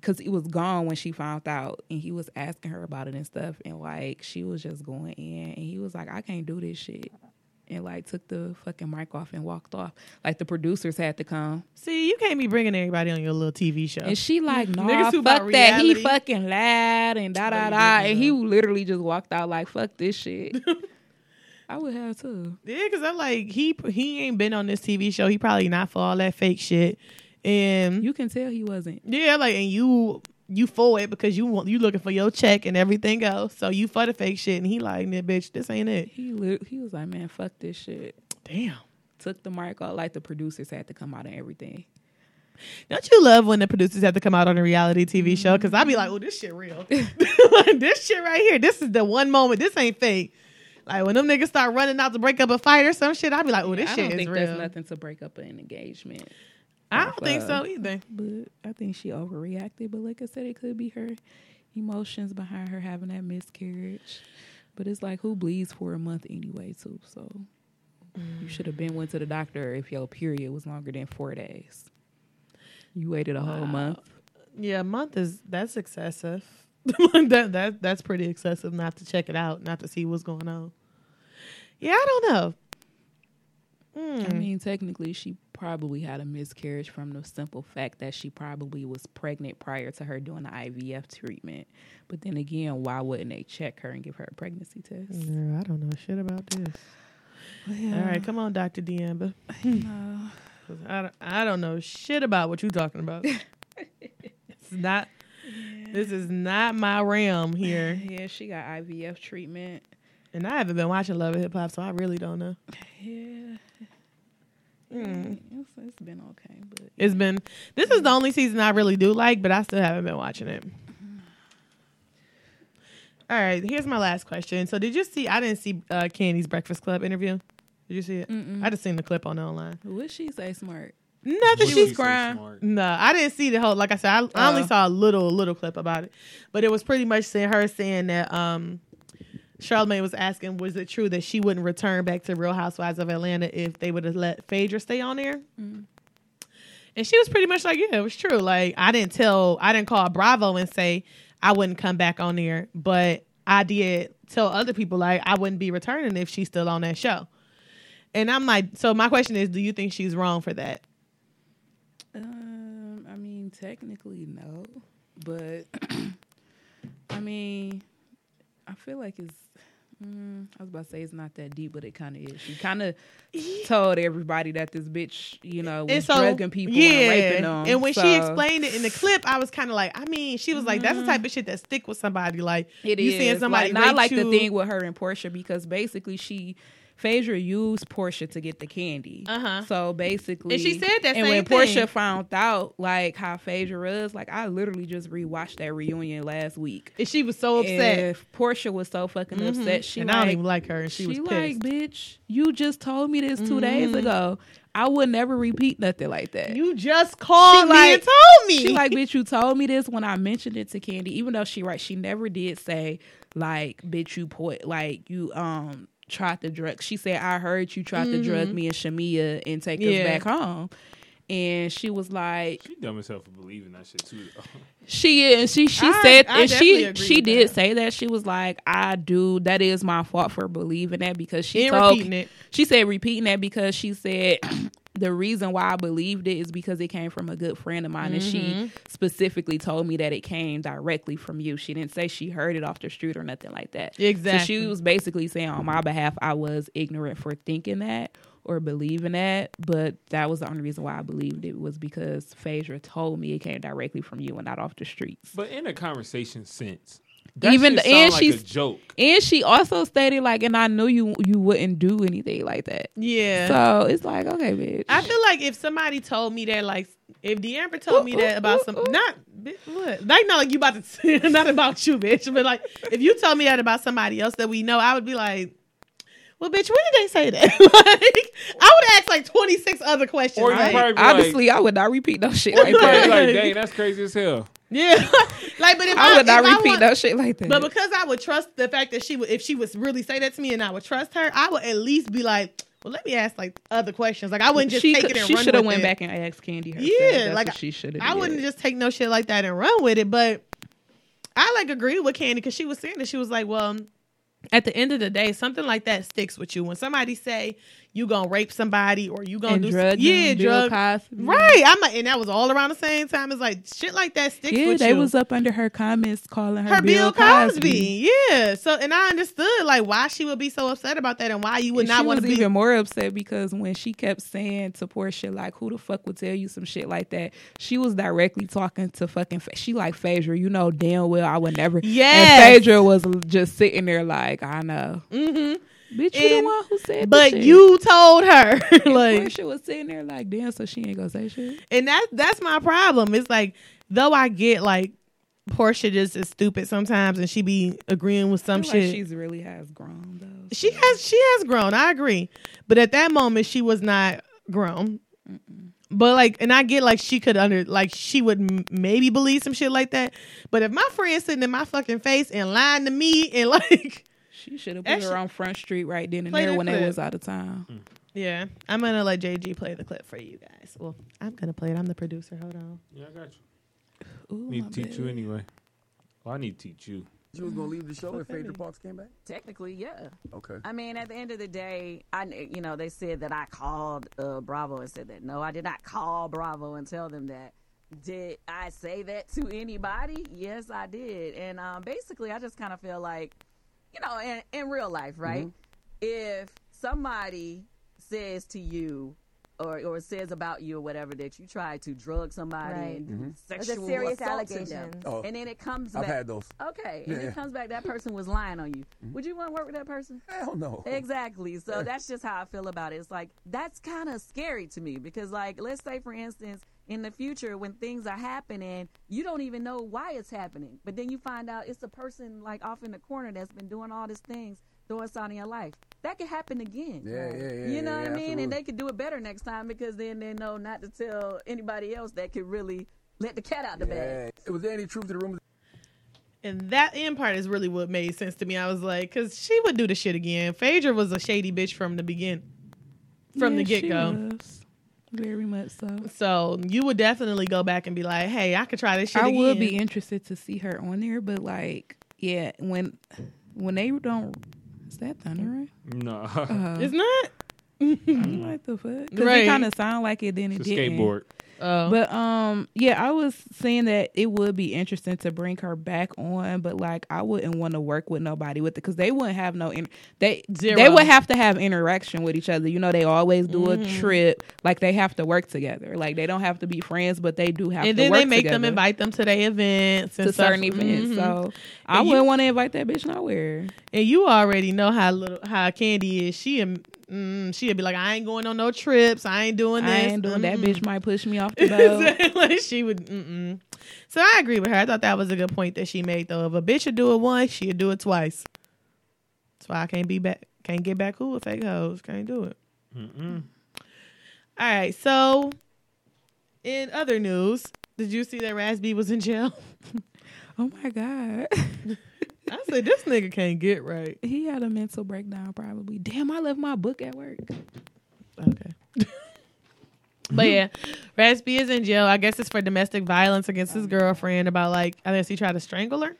[SPEAKER 5] because it was gone when she found out, and he was asking her about it and stuff, and like she was just going in, and he was like, "I can't do this shit." And like took the fucking mic off and walked off. Like the producers had to come.
[SPEAKER 4] See, you can't be bringing everybody on your little TV show.
[SPEAKER 5] And she like, no,
[SPEAKER 4] Niggas who about
[SPEAKER 5] fuck that. He
[SPEAKER 4] reality.
[SPEAKER 5] fucking lied and da da da. And he literally just walked out like, fuck this
[SPEAKER 4] <laughs>
[SPEAKER 5] shit. I would have too.
[SPEAKER 4] yeah, because I'm like, he he ain't been on this TV show. He probably not for all that fake shit. And
[SPEAKER 5] You can tell he wasn't.
[SPEAKER 4] yeah, like, and you you for it because you want you looking for your check and everything else. So you for the fake shit, and he like, nah, bitch, this ain't it.
[SPEAKER 5] He li- he was like, man, fuck this shit.
[SPEAKER 4] Damn.
[SPEAKER 5] Took the mark off. Like the producers had to come out and everything.
[SPEAKER 4] Don't you love when the producers have to come out on a reality TV
[SPEAKER 5] Mm-hmm.
[SPEAKER 4] show? Because I'd be like, oh, this shit
[SPEAKER 5] <laughs>
[SPEAKER 4] real. <laughs> Like, this shit right here. This is the one moment. This ain't fake. Like when them niggas start running out to break up a fight or some shit, I'd be like, oh, this
[SPEAKER 5] I
[SPEAKER 4] shit
[SPEAKER 5] don't
[SPEAKER 4] is
[SPEAKER 5] think
[SPEAKER 4] real.
[SPEAKER 5] there's nothing to break up an engagement.
[SPEAKER 4] I don't think so either.
[SPEAKER 5] But I think she overreacted. But like I said, it could be her emotions behind her having that miscarriage. But it's like who bleeds for a month anyway, too. So you should have been went to the doctor if your period was longer than four days. You waited a whole month.
[SPEAKER 4] Yeah, a month is that's excessive. <laughs> that, that that's pretty excessive not to check it out, not to see what's going on. Yeah, I don't know.
[SPEAKER 5] I mean, technically, she probably had a miscarriage from the simple fact that she probably was pregnant prior to her doing the IVF treatment. But then again, why wouldn't they check her and give her a pregnancy test?
[SPEAKER 4] Girl, I don't know shit about this. All right, come on, Doctor D'Amber. 'Cause <laughs> I don't, I don't know shit about what you're talking about. it's not. This is not my realm here,
[SPEAKER 5] Yeah, she got IVF treatment.
[SPEAKER 4] and I haven't been watching Love and Hip Hop, so I really don't know.
[SPEAKER 5] Yeah. It's- it's been okay, but
[SPEAKER 4] It's been this is the only season I really do like, but I still haven't been watching it. All right, here's my last question. So, did you see? I didn't see uh, Candy's Breakfast Club interview. Did you see it? I just seen the clip on online.
[SPEAKER 5] would she say smart?
[SPEAKER 4] Nothing.
[SPEAKER 6] She
[SPEAKER 4] She's
[SPEAKER 6] was
[SPEAKER 4] crying.
[SPEAKER 6] smart.
[SPEAKER 4] No, I didn't see the whole. Like I said, I, I only saw a little, little clip about it, but it was pretty much saying her saying that um, Charlamagne was asking, was it true that she wouldn't return back to Real Housewives of Atlanta if they would have let Phaedra stay on there? And she was pretty much like, yeah, it was true. Like I didn't tell, I didn't call Bravo and say I wouldn't come back on there, but I did tell other people like I wouldn't be returning if she's still on that show. And I'm like, so my question is, do you think she's wrong for that?
[SPEAKER 5] Um, I mean, technically no, but <clears throat> I mean, I feel like it's. Mm, I was about to say it's not that deep, but it kind of is. She kind of told everybody that this bitch, you know, was drugging people and raping them.
[SPEAKER 4] And when she
[SPEAKER 5] so-
[SPEAKER 4] explained it in the clip, I was kind of like, I mean, she was like, that's the type of shit that stick with somebody. Like
[SPEAKER 5] Mm-hmm. It
[SPEAKER 4] you
[SPEAKER 5] is.
[SPEAKER 4] seeing somebody
[SPEAKER 5] like, not
[SPEAKER 4] rape
[SPEAKER 5] like
[SPEAKER 4] you.
[SPEAKER 5] the thing with her and Portia because basically she Phaedra used Portia to get the candy.
[SPEAKER 4] Uh-huh.
[SPEAKER 5] So basically,
[SPEAKER 4] And she said that
[SPEAKER 5] And
[SPEAKER 4] same
[SPEAKER 5] when Portia
[SPEAKER 4] thing.
[SPEAKER 5] found out like how Phaedra was, like I literally just rewatched that reunion last week.
[SPEAKER 4] And she was so upset, Mm-hmm.
[SPEAKER 5] If Portia was so fucking upset, she
[SPEAKER 4] and
[SPEAKER 5] like,
[SPEAKER 4] I don't even like her, and she,
[SPEAKER 5] she,
[SPEAKER 4] was
[SPEAKER 5] like,
[SPEAKER 4] pissed. Mm-hmm.
[SPEAKER 5] bitch, you just told me this 2 days ago. I would never repeat nothing like that.
[SPEAKER 4] you just called
[SPEAKER 5] She
[SPEAKER 4] me
[SPEAKER 5] like-
[SPEAKER 4] and told me.
[SPEAKER 5] She like, bitch, you told me this when I mentioned it to Candy. Even though she right, she never did say like, bitch, you put like you um tried to drug. She said I heard you tried to drug me and Shamia and take
[SPEAKER 4] Yeah.
[SPEAKER 5] us back home. And she was like,
[SPEAKER 6] She dumb as hell for believing that shit too. though. <laughs>
[SPEAKER 5] she is. She she
[SPEAKER 4] I-
[SPEAKER 5] said,
[SPEAKER 4] I definitely
[SPEAKER 5] and she
[SPEAKER 4] agree
[SPEAKER 5] she
[SPEAKER 4] with
[SPEAKER 5] did
[SPEAKER 4] that.
[SPEAKER 5] say that she was like, I do. That is my fault for believing that because she
[SPEAKER 4] And
[SPEAKER 5] told,
[SPEAKER 4] repeating it.
[SPEAKER 5] She said repeating that because she said. <clears throat> The reason why I believed it is because it came from a good friend of mine, and she
[SPEAKER 4] Mm-hmm.
[SPEAKER 5] specifically told me that it came directly from you. She didn't say she heard it off the street or nothing like that. So
[SPEAKER 4] Exactly.
[SPEAKER 5] she was basically saying on my behalf, I was ignorant for thinking that or believing that, but that was the only reason why I believed it was because Phaedra told me it came directly from you and not off the streets.
[SPEAKER 6] But in a conversation sense, that
[SPEAKER 5] Even
[SPEAKER 6] even
[SPEAKER 5] the-
[SPEAKER 6] shit
[SPEAKER 5] and
[SPEAKER 6] sound like
[SPEAKER 5] she's-
[SPEAKER 6] a joke.
[SPEAKER 5] And she also stated like, and I knew you you wouldn't do anything like that.
[SPEAKER 4] yeah.
[SPEAKER 5] So it's like, okay, bitch.
[SPEAKER 4] I feel like if somebody told me that, like, if D'Amber told me
[SPEAKER 5] Ooh,
[SPEAKER 4] that
[SPEAKER 5] ooh,
[SPEAKER 4] about
[SPEAKER 5] ooh,
[SPEAKER 4] some,
[SPEAKER 5] ooh.
[SPEAKER 4] not bi- what, like, not like you about to, <laughs> not about you, bitch, but like, if you told me that about somebody else that we know, I would be like, well, bitch, when did they say that? <laughs> like, I would ask like twenty six other questions.
[SPEAKER 6] Or you
[SPEAKER 4] like-
[SPEAKER 6] probably be
[SPEAKER 5] Obviously, I would not repeat no shit like
[SPEAKER 6] like,
[SPEAKER 5] that.
[SPEAKER 4] <laughs>
[SPEAKER 6] probably like, dang, that's crazy as hell.
[SPEAKER 4] yeah, <laughs> like, but if I,
[SPEAKER 5] I would not
[SPEAKER 4] if I
[SPEAKER 5] repeat
[SPEAKER 4] want-
[SPEAKER 5] no shit like that.
[SPEAKER 4] But because I would trust the fact that she would, if she would really say that to me, and I would trust her, I would at least be like, well, let me ask like other questions. Like, I wouldn't just
[SPEAKER 5] she
[SPEAKER 4] take
[SPEAKER 5] could-
[SPEAKER 4] it and
[SPEAKER 5] she
[SPEAKER 4] run.
[SPEAKER 5] should have
[SPEAKER 4] with
[SPEAKER 5] went
[SPEAKER 4] it.
[SPEAKER 5] back and asked Candy herself.
[SPEAKER 4] Yeah,
[SPEAKER 5] That's
[SPEAKER 4] like,
[SPEAKER 5] what she should have.
[SPEAKER 4] I wouldn't just take no shit like that and run with it. But I like agree with Candy because she was saying that she was like, well, at the end of the day, something like that sticks with you. When somebody say you gonna rape somebody or you gonna
[SPEAKER 5] And
[SPEAKER 4] do
[SPEAKER 5] drug
[SPEAKER 4] yeah,
[SPEAKER 5] them, Bill
[SPEAKER 4] drug
[SPEAKER 5] Cosby.
[SPEAKER 4] right. I'm a, and that was all around the same time. It's like shit like that sticks
[SPEAKER 5] Yeah,
[SPEAKER 4] with
[SPEAKER 5] they
[SPEAKER 4] you.
[SPEAKER 5] was uh, up under her comments calling her,
[SPEAKER 4] her Bill Cosby. yeah. So and I understood like why she would be so upset about that and why you would
[SPEAKER 5] And
[SPEAKER 4] not
[SPEAKER 5] she
[SPEAKER 4] want to
[SPEAKER 5] was
[SPEAKER 4] be
[SPEAKER 5] even more upset because when she kept saying to Portia, like, who the fuck would tell you some shit like that? She was directly talking to fucking. Fa- She like Phaedra, you know damn well I would never.
[SPEAKER 4] Yes.
[SPEAKER 5] And Phaedra was just sitting there like, I know,
[SPEAKER 4] Mhm.
[SPEAKER 5] bitch, you the
[SPEAKER 4] And-
[SPEAKER 5] one who said.
[SPEAKER 4] But
[SPEAKER 5] this shit.
[SPEAKER 4] you told her <laughs>
[SPEAKER 5] And
[SPEAKER 4] like
[SPEAKER 5] Portia was sitting there like, damn, so she ain't gonna say shit.
[SPEAKER 4] and that's that's my problem. It's like though I get like Portia just is stupid sometimes and she be agreeing with
[SPEAKER 5] I
[SPEAKER 4] some
[SPEAKER 5] feel
[SPEAKER 4] shit.
[SPEAKER 5] Like she's really has grown though.
[SPEAKER 4] she has she has grown i agree but at that moment she was not grown but like and i get like she could under like she would m- maybe believe some shit like that but if my friend sitting in my fucking face and lying to me and <laughs> like
[SPEAKER 5] She should have
[SPEAKER 4] That
[SPEAKER 5] put her
[SPEAKER 4] shit-
[SPEAKER 5] on Front Street right then and
[SPEAKER 4] Play
[SPEAKER 5] there
[SPEAKER 4] that
[SPEAKER 5] when they
[SPEAKER 4] clip.
[SPEAKER 5] was out of town.
[SPEAKER 4] yeah i'm gonna let jg play the clip for you guys well i'm gonna play it i'm the producer hold on
[SPEAKER 6] Yeah, I got you.
[SPEAKER 5] Ooh,
[SPEAKER 6] Need
[SPEAKER 5] my
[SPEAKER 4] Oh,
[SPEAKER 6] to teach
[SPEAKER 5] bad.
[SPEAKER 6] you anyway. Well, I need to teach you.
[SPEAKER 1] She was gonna leave the show if Phaedra Parks came back.
[SPEAKER 7] Technically, yeah.
[SPEAKER 1] Okay.
[SPEAKER 7] I mean, at the end of the day, I kn- you know they said that I called uh, Bravo and said that. No, I did not call Bravo and tell them that. Did I say that to anybody? Yes, I did. And um, basically, I just kind of feel like, you know, in, in real life, right? If somebody says to you. Or, or says about you or whatever that you tried to drug somebody
[SPEAKER 8] Right.
[SPEAKER 7] and
[SPEAKER 8] Those are
[SPEAKER 7] sexual
[SPEAKER 8] serious
[SPEAKER 7] assault to them.
[SPEAKER 8] allegations.
[SPEAKER 1] Oh.
[SPEAKER 7] and then it comes
[SPEAKER 1] I've
[SPEAKER 7] back
[SPEAKER 1] had those.
[SPEAKER 7] Okay, and
[SPEAKER 1] Yeah. Mm-hmm.
[SPEAKER 7] it comes back that person was lying on you. Would you want to work with that person?
[SPEAKER 1] Hell no.
[SPEAKER 7] Exactly. So that's just how I feel about it. It's like that's kind of scary to me because, like, let's say for instance, in the future when things are happening, you don't even know why it's happening, but then you find out it's a person like off in the corner that's been doing all these things, throwing us out in your life. That could happen again.
[SPEAKER 1] Yeah, yeah, yeah.
[SPEAKER 7] You know
[SPEAKER 1] yeah,
[SPEAKER 7] what I mean? And
[SPEAKER 1] absolutely.
[SPEAKER 7] they could do it better next time because then they know not to tell anybody else that could really let the cat out the bag.
[SPEAKER 1] Yeah. Was there any truth to the rumors?
[SPEAKER 4] and that end part is really what made sense to me i was like because she would do the shit again phaedra was a shady bitch from the begin from the
[SPEAKER 5] Yeah, she
[SPEAKER 4] get-go
[SPEAKER 5] was. Very much so.
[SPEAKER 4] So you would definitely go back and be like, "Hey, I could try this shit
[SPEAKER 5] I
[SPEAKER 4] again."
[SPEAKER 5] would be interested to see her on there, but like, yeah, when when they don't, is that thunder?
[SPEAKER 6] No,
[SPEAKER 4] It's not. <laughs>
[SPEAKER 5] Right? Like the fuck? 'Cause
[SPEAKER 4] Right.
[SPEAKER 5] it kind of sound like it. Then it
[SPEAKER 6] it's a
[SPEAKER 5] didn't.
[SPEAKER 6] skateboard.
[SPEAKER 4] Oh,
[SPEAKER 5] But um, yeah, I was saying that it would be interesting to bring her back on, but like I wouldn't want to work with nobody with it because they wouldn't have no in- they
[SPEAKER 4] Zero.
[SPEAKER 5] they would have to have interaction with each other. You know, they always do
[SPEAKER 4] Mm-hmm.
[SPEAKER 5] a trip. Like they have to work together. Like they don't have to be friends, but they do have
[SPEAKER 4] and
[SPEAKER 5] to
[SPEAKER 4] then
[SPEAKER 5] work
[SPEAKER 4] they make them
[SPEAKER 5] together
[SPEAKER 4] invite them to their events and
[SPEAKER 5] to
[SPEAKER 4] stuff.
[SPEAKER 5] certain events.
[SPEAKER 4] Mhm.
[SPEAKER 5] So I
[SPEAKER 4] And you-
[SPEAKER 5] wouldn't want to invite that bitch nowhere.
[SPEAKER 4] and you already know how little how Candy is. She am- mm, she'd be like, "I ain't going on no trips. I ain't doing
[SPEAKER 5] I
[SPEAKER 4] this. Mm-hmm.
[SPEAKER 5] ain't doing that.
[SPEAKER 4] Mm-mm."
[SPEAKER 5] Bitch might push me
[SPEAKER 4] <laughs>
[SPEAKER 5] off the boat.
[SPEAKER 4] like she would. Mm-mm. So I agree with her. I thought that was a good point that she made though. If a bitch would do it once, she'd do it twice. That's why I can't be back. Can't get back cool with fake hoes. Can't do it. All right. So, in other news, did you see that Rasby was in jail? <laughs>
[SPEAKER 5] oh my god, <laughs>
[SPEAKER 4] I said this nigga can't get right.
[SPEAKER 5] he had a mental breakdown probably. Damn, I left my book at work.
[SPEAKER 4] Okay. <laughs> but yeah, Rasby is in jail. I guess it's for domestic violence against his girlfriend about like I guess he tried to strangle her.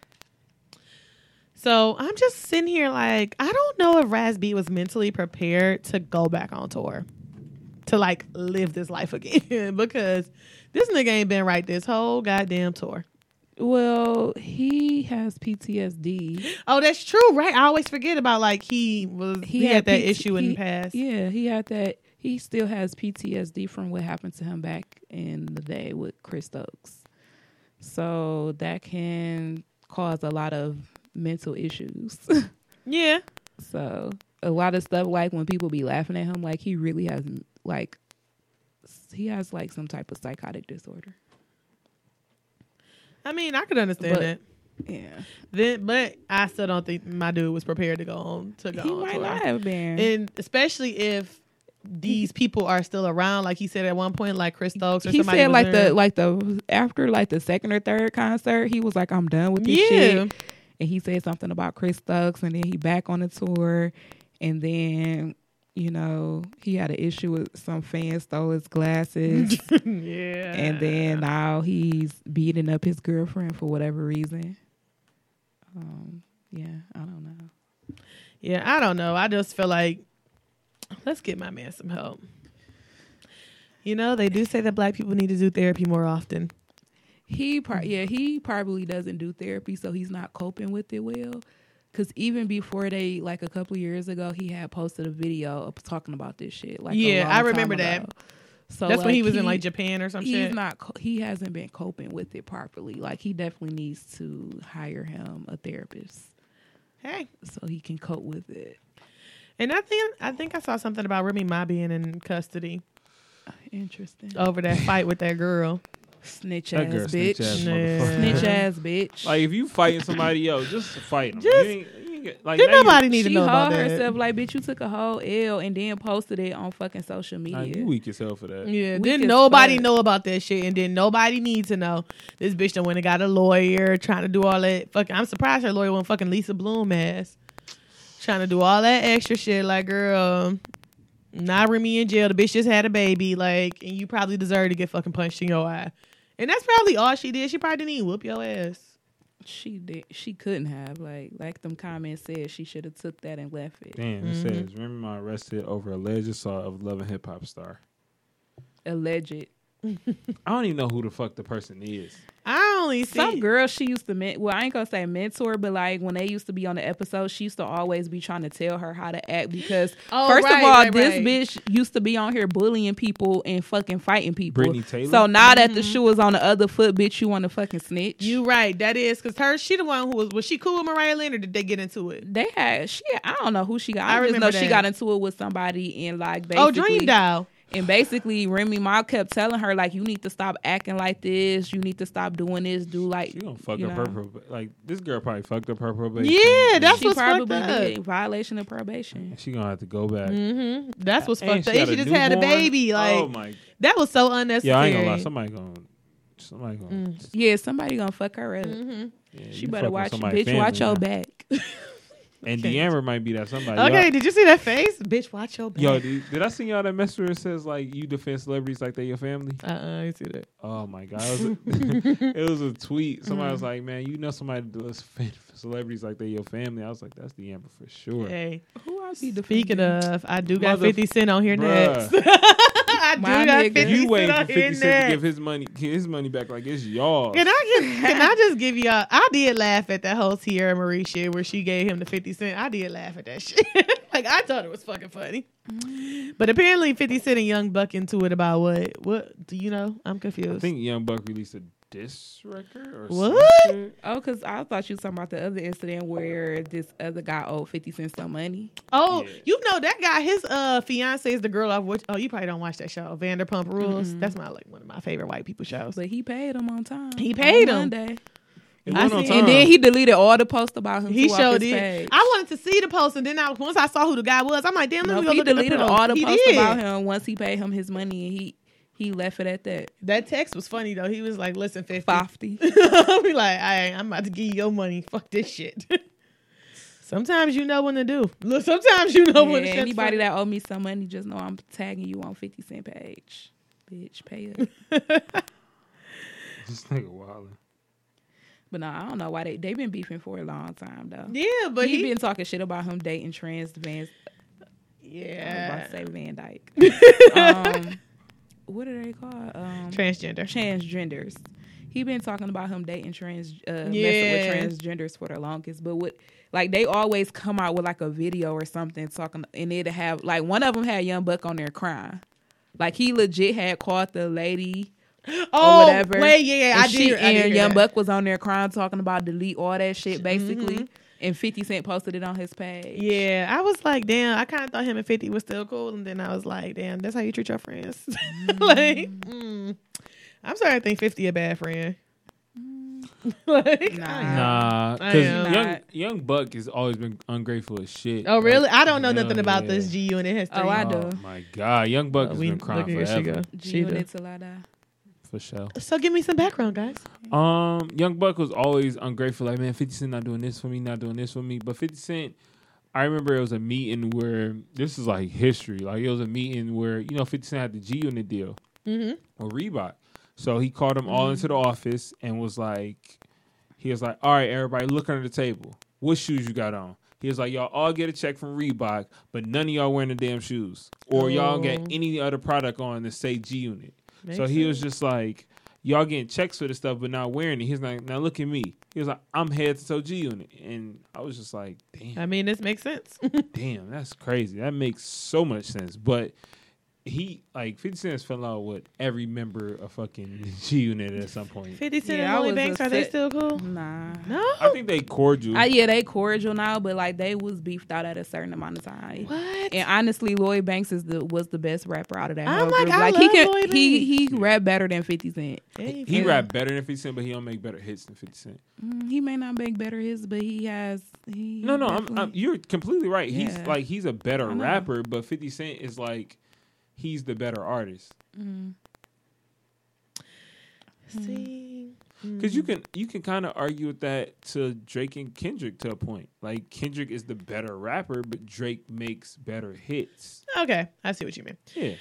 [SPEAKER 4] So I'm just sitting here like I don't know if Rasby was mentally prepared to go back on tour. To like live this life again <laughs> because this nigga ain't been right this whole goddamn tour.
[SPEAKER 5] Well, he has PTSD.
[SPEAKER 4] Oh, that's true, right? I always forget about like he was he, had, that
[SPEAKER 5] PT
[SPEAKER 4] issue in
[SPEAKER 5] he-
[SPEAKER 4] the past.
[SPEAKER 5] <gasps> Yeah, he had that. He still has PTSD from what happened to him back in the day with Chris Stokes. So that can cause a lot of mental issues.
[SPEAKER 4] Yeah.
[SPEAKER 5] So a lot of stuff like when people be laughing at him, like he really has like s- he has like some type of psychotic disorder.
[SPEAKER 4] I mean, I could understand
[SPEAKER 5] But-
[SPEAKER 4] that.
[SPEAKER 5] Yeah,
[SPEAKER 4] Then, but I still don't think my dude was prepared to go on to go
[SPEAKER 5] he
[SPEAKER 4] on
[SPEAKER 5] might
[SPEAKER 4] tour.
[SPEAKER 5] not have been.
[SPEAKER 4] and especially if these people are still around, like he said at one point, like Chris Stokes or
[SPEAKER 5] he
[SPEAKER 4] somebody.
[SPEAKER 5] said
[SPEAKER 4] was
[SPEAKER 5] like
[SPEAKER 4] there.
[SPEAKER 5] the like the after like the second or third concert, he was like, "I'm done with this
[SPEAKER 4] yeah,
[SPEAKER 5] shit." And he said something about Chris Stokes, and then he back on the tour, and then you know he had an issue with some fan stole his glasses, <laughs>
[SPEAKER 4] <laughs> yeah,
[SPEAKER 5] and then now he's beating up his girlfriend for whatever reason. Um, yeah, I don't know.
[SPEAKER 4] Yeah, I don't know. I just feel like let's get my man some help. You know, they do say that black people need to do therapy more often.
[SPEAKER 5] He pro-
[SPEAKER 4] Mm-hmm.
[SPEAKER 5] yeah, he probably doesn't do therapy, so he's not coping with it well. Cause even before they like a couple years ago, he had posted a video of talking about this shit. Like a
[SPEAKER 4] Yeah,
[SPEAKER 5] long
[SPEAKER 4] I
[SPEAKER 5] time
[SPEAKER 4] remember
[SPEAKER 5] ago.
[SPEAKER 4] that.
[SPEAKER 5] So
[SPEAKER 4] That's when
[SPEAKER 5] like,
[SPEAKER 4] he was in like Japan or some
[SPEAKER 5] He's
[SPEAKER 4] shit.
[SPEAKER 5] not. co- He hasn't been coping with it properly. Like he definitely needs to hire him a therapist
[SPEAKER 4] hey,
[SPEAKER 5] so he can cope with it.
[SPEAKER 4] and I think I think I saw something about Remy Ma being in custody
[SPEAKER 5] Interesting.
[SPEAKER 4] over that fight with that girl.
[SPEAKER 5] Snitch
[SPEAKER 6] That
[SPEAKER 5] ass
[SPEAKER 6] girl
[SPEAKER 5] bitch.
[SPEAKER 6] snitch ass
[SPEAKER 4] Yeah.
[SPEAKER 6] motherfucker.
[SPEAKER 5] Snitch ass bitch.
[SPEAKER 6] Like if you fighting somebody else, just fight them.
[SPEAKER 4] Just-
[SPEAKER 6] like
[SPEAKER 4] Did
[SPEAKER 6] now you-
[SPEAKER 4] nobody need to
[SPEAKER 5] she
[SPEAKER 4] know about
[SPEAKER 5] hauled
[SPEAKER 4] that?
[SPEAKER 5] herself like bitch. You took a whole L and then posted it on fucking social
[SPEAKER 6] Nah,
[SPEAKER 5] media.
[SPEAKER 6] you weak as hell for that.
[SPEAKER 4] Yeah,
[SPEAKER 5] Weak
[SPEAKER 4] didn't
[SPEAKER 5] as
[SPEAKER 4] nobody
[SPEAKER 5] fuck.
[SPEAKER 4] know about that shit, and then nobody need to know. This bitch done went and got a lawyer trying to do all that. Fucking, I'm surprised her lawyer went fucking Lisa Bloom ass, trying to do all that extra shit. Like, girl, not Remy in jail. The bitch just had a baby, like, and you probably deserve to get fucking punched in your eye. And that's probably all she did. She probably didn't even whoop your ass.
[SPEAKER 5] She did. She couldn't have. Like like them comments said, she should have took that and left it.
[SPEAKER 6] Damn,
[SPEAKER 4] Mm-hmm.
[SPEAKER 6] it says Remy Ma arrested over alleged assault of loving hip hop star.
[SPEAKER 5] Alleged.
[SPEAKER 6] I don't even know who the fuck the person is.
[SPEAKER 4] I only see
[SPEAKER 5] Some girl she used to men- well, I ain't gonna say mentor, but like when they used to be on the episode, she used to always be trying to tell her how to act because
[SPEAKER 4] Oh,
[SPEAKER 5] first
[SPEAKER 4] right,
[SPEAKER 5] of all,
[SPEAKER 4] right,
[SPEAKER 5] this
[SPEAKER 4] right.
[SPEAKER 5] bitch used to be on here bullying people and fucking fighting people.
[SPEAKER 6] Brittany Taylor?
[SPEAKER 5] So now that
[SPEAKER 4] Mm-hmm.
[SPEAKER 5] the shoe is on the other foot, bitch, you want to fucking snitch?
[SPEAKER 4] You right. That is because her. She the one who was. Was she cool with Mariah Lynn, or did they get into it?
[SPEAKER 5] They had she. I don't know who she got.
[SPEAKER 4] I
[SPEAKER 5] I, just
[SPEAKER 4] remember
[SPEAKER 5] know she
[SPEAKER 4] that.
[SPEAKER 5] got into it with somebody and like basically.
[SPEAKER 4] Oh, Dream Doll.
[SPEAKER 5] And basically, Remy Ma kept telling her like, "You need to stop acting like this. You need to stop doing this. Do like
[SPEAKER 6] You gonna fuck
[SPEAKER 5] you
[SPEAKER 6] up her
[SPEAKER 5] know."
[SPEAKER 6] prob- like this girl probably fucked up her probation.
[SPEAKER 4] Yeah, that's
[SPEAKER 5] She
[SPEAKER 4] what's fucked
[SPEAKER 5] probably
[SPEAKER 4] up.
[SPEAKER 5] did in violation of probation.
[SPEAKER 6] she gonna have to go back.
[SPEAKER 4] Mm-hmm. That's what's
[SPEAKER 6] And
[SPEAKER 4] fucked up. And
[SPEAKER 6] got
[SPEAKER 4] she just had a
[SPEAKER 6] newborn.
[SPEAKER 4] baby. Like
[SPEAKER 6] oh my,
[SPEAKER 4] that was so
[SPEAKER 6] yeah, I
[SPEAKER 4] unnecessary.
[SPEAKER 6] ain't gonna lie. Somebody gonna, somebody gonna.
[SPEAKER 4] Mm.
[SPEAKER 5] Yeah, somebody gonna fuck her
[SPEAKER 4] Mm-hmm.
[SPEAKER 5] up.
[SPEAKER 6] yeah,
[SPEAKER 5] She
[SPEAKER 6] you
[SPEAKER 5] better
[SPEAKER 6] fucking
[SPEAKER 5] watch, bitch.
[SPEAKER 6] somebody's
[SPEAKER 5] watch your
[SPEAKER 6] family,
[SPEAKER 5] back.
[SPEAKER 4] <laughs>
[SPEAKER 6] man. And Deamber might be that somebody.
[SPEAKER 4] okay,
[SPEAKER 6] Y'all-
[SPEAKER 4] did you see that face, bitch? Watch your back.
[SPEAKER 6] Yo, did, did I see y'all that message where it says like you defend celebrities like they your family?
[SPEAKER 4] uh, uh I didn't see that.
[SPEAKER 6] Oh my god, it was
[SPEAKER 4] <laughs>
[SPEAKER 6] a, <laughs> it was a tweet.
[SPEAKER 4] Mm.
[SPEAKER 6] Somebody was like, "Man, you know somebody does <laughs> fan- celebrities like they your family." I was like, "That's the Amber for sure."
[SPEAKER 4] Hey,
[SPEAKER 5] Who I be
[SPEAKER 4] speaking of, I do got
[SPEAKER 6] Mother-
[SPEAKER 4] Fifty Cent on here
[SPEAKER 6] Bruh.
[SPEAKER 4] next. <laughs> I do
[SPEAKER 5] My
[SPEAKER 4] got
[SPEAKER 5] nigga.
[SPEAKER 4] Fifty
[SPEAKER 6] You
[SPEAKER 4] Cent
[SPEAKER 6] waiting for
[SPEAKER 4] on here
[SPEAKER 6] Fifty Cent to
[SPEAKER 4] next.
[SPEAKER 6] give his money his money back like it's y'all.
[SPEAKER 4] Can I just can I just give y'all? I did laugh at that whole Tierra Marie shit where she gave him the fifty cent. I did laugh at that <laughs> shit. like I thought it was fucking funny. But apparently, Fifty Cent and Young Buck into it about what? What do you know? I'm
[SPEAKER 6] I
[SPEAKER 4] confused.
[SPEAKER 6] think Young Buck released a diss record or
[SPEAKER 4] What?
[SPEAKER 6] some shit.
[SPEAKER 5] Oh, because I thought you was talking about the other incident where this other guy owed fifty cents some money.
[SPEAKER 4] oh,
[SPEAKER 6] Yeah.
[SPEAKER 4] you know that guy. His uh fiance is the girl I've watched. Oh, you probably don't watch that show, Vanderpump Rules. That's my like one of my favorite white people shows.
[SPEAKER 5] But he paid him on time.
[SPEAKER 4] He paid him.
[SPEAKER 5] on Monday.
[SPEAKER 6] It
[SPEAKER 4] I
[SPEAKER 6] went on
[SPEAKER 4] see.
[SPEAKER 6] time.
[SPEAKER 5] And then he deleted all the posts about him.
[SPEAKER 4] He
[SPEAKER 5] too, off
[SPEAKER 4] showed
[SPEAKER 5] his
[SPEAKER 4] it.
[SPEAKER 5] page.
[SPEAKER 4] I wanted to see the post, and then I, once I saw who the guy was, I'm like, damn, let
[SPEAKER 5] Nope,
[SPEAKER 4] me go
[SPEAKER 5] he
[SPEAKER 4] look at the
[SPEAKER 5] deleted
[SPEAKER 4] post.
[SPEAKER 5] all the
[SPEAKER 4] He
[SPEAKER 5] posts
[SPEAKER 4] did.
[SPEAKER 5] about him once he paid him his money, and he he left it
[SPEAKER 4] <laughs>
[SPEAKER 5] at that
[SPEAKER 4] That text was funny though. He was like, "Listen, 50.
[SPEAKER 5] fifty.
[SPEAKER 4] <laughs> I'll be like, I, I'm about to give you your money. Fuck this shit. <laughs> sometimes you know when to do. Look, sometimes you know when
[SPEAKER 5] Yeah,
[SPEAKER 4] to shut
[SPEAKER 5] anybody
[SPEAKER 4] the
[SPEAKER 5] that owe me some money, just know I'm tagging you on fifty cent page. Bitch,
[SPEAKER 4] <laughs>
[SPEAKER 5] pay up.
[SPEAKER 6] this nigga wildin'.
[SPEAKER 5] but no, I don't know why they they've been beefing for a long time though.
[SPEAKER 4] fuck- Yeah, but
[SPEAKER 5] he,
[SPEAKER 4] he,
[SPEAKER 5] been talking shit about him dating trans Van. I was
[SPEAKER 4] yeah
[SPEAKER 5] about to say
[SPEAKER 4] <laughs>
[SPEAKER 5] Van Dyke. um, what are they called? Um,
[SPEAKER 4] transgender.
[SPEAKER 5] transgenders. He been talking about him dating trans, uh,
[SPEAKER 4] Yeah.
[SPEAKER 5] messing with transgenders for the longest. But what, like they always come out with like a video or something talking, and it have like one of them had Young Buck on there crying, like he legit had caught the lady
[SPEAKER 4] oh,
[SPEAKER 5] or whatever.
[SPEAKER 4] wait, yeah,
[SPEAKER 5] and
[SPEAKER 4] I
[SPEAKER 5] she
[SPEAKER 4] did. I
[SPEAKER 5] and
[SPEAKER 4] did hear that.
[SPEAKER 5] Young
[SPEAKER 4] Mm-hmm.
[SPEAKER 5] Buck was on there crying, talking about delete all that shit basically. And Fifty Cent posted it on his page.
[SPEAKER 4] Yeah, I was like, damn. I kind of thought him and Fifty was still cool, and then I was like, damn, that's how you treat your friends. <laughs> like, mm. I'm sorry, I think Fifty a bad friend. <laughs> like,
[SPEAKER 5] Nah.
[SPEAKER 6] Nah,
[SPEAKER 4] I
[SPEAKER 6] because
[SPEAKER 4] am.
[SPEAKER 6] young,
[SPEAKER 5] Not-
[SPEAKER 6] young Buck has always been ungrateful as shit.
[SPEAKER 4] oh really? I don't know
[SPEAKER 6] Hell
[SPEAKER 4] nothing about
[SPEAKER 6] yeah.
[SPEAKER 4] this GU and it has three.
[SPEAKER 5] Oh, I do.
[SPEAKER 6] Oh my god, Young Buck has
[SPEAKER 4] Uh, we
[SPEAKER 6] been
[SPEAKER 4] look at
[SPEAKER 6] crying
[SPEAKER 4] here she go.
[SPEAKER 6] forever
[SPEAKER 4] She do.
[SPEAKER 5] Gio Nicolada.
[SPEAKER 6] for sure.
[SPEAKER 4] So give me some background, guys.
[SPEAKER 6] Um, Young Buck was always ungrateful. Like, man, Fifty Cent not doing this for me, not doing this for me. But Fifty Cent, I remember it was a meeting where this is like history. Like it was a meeting where you know Fifty Cent had the G Unit deal or Reebok, so he called them all into the office and was like, he was like, all right, everybody, look under the table. What shoes you got on? He was like, y'all all get a check from Reebok, but none of y'all wearing the damn shoes, or y'all get any other product on that say G Unit. So
[SPEAKER 4] Makes
[SPEAKER 6] he was just like, y'all getting checks for this stuff, but not wearing it. He's like, now look at me. He was like, I'm head to toe G Unit, and I was just like, damn.
[SPEAKER 4] I mean, this makes sense.
[SPEAKER 6] Damn, that's crazy. That makes so much sense. But he like Fifty Cent has fell out with every member of fucking <laughs> G Unit at some point.
[SPEAKER 4] Fifty Cent
[SPEAKER 5] Yeah, I
[SPEAKER 4] and Lloyd
[SPEAKER 5] was
[SPEAKER 4] Banks, are they
[SPEAKER 5] upset.
[SPEAKER 4] still cool?
[SPEAKER 5] Nah.
[SPEAKER 4] No.
[SPEAKER 6] I think they cordial.
[SPEAKER 5] Uh, yeah, they cordial now, but like they was beefed out at a certain amount of time.
[SPEAKER 4] What?
[SPEAKER 5] And honestly, Lloyd Banks is the was the best rapper out of that.
[SPEAKER 4] I'm
[SPEAKER 5] whole
[SPEAKER 4] like,
[SPEAKER 5] group.
[SPEAKER 4] Oh I
[SPEAKER 5] he
[SPEAKER 4] love Lloyd
[SPEAKER 5] he he rap better than Fifty Cent.
[SPEAKER 6] he rap better than Fifty Cent, but he don't make better hits than Fifty Cent.
[SPEAKER 5] Mm, He may not make better his, but he has. He
[SPEAKER 6] No, no, I'm,
[SPEAKER 5] definitely-
[SPEAKER 6] I'm, you're completely right. He's
[SPEAKER 5] Yeah.
[SPEAKER 6] like he's a better
[SPEAKER 5] know.
[SPEAKER 6] rapper, but Fifty Cent is like he's the better artist
[SPEAKER 5] Mm.
[SPEAKER 4] See,
[SPEAKER 6] because you
[SPEAKER 5] Mm-hmm.
[SPEAKER 6] can you can kind of argue with that to Drake and Kendrick to a point. Like Kendrick is the better rapper, but Drake makes better hits.
[SPEAKER 4] okay, I see what you mean.
[SPEAKER 6] Yeah.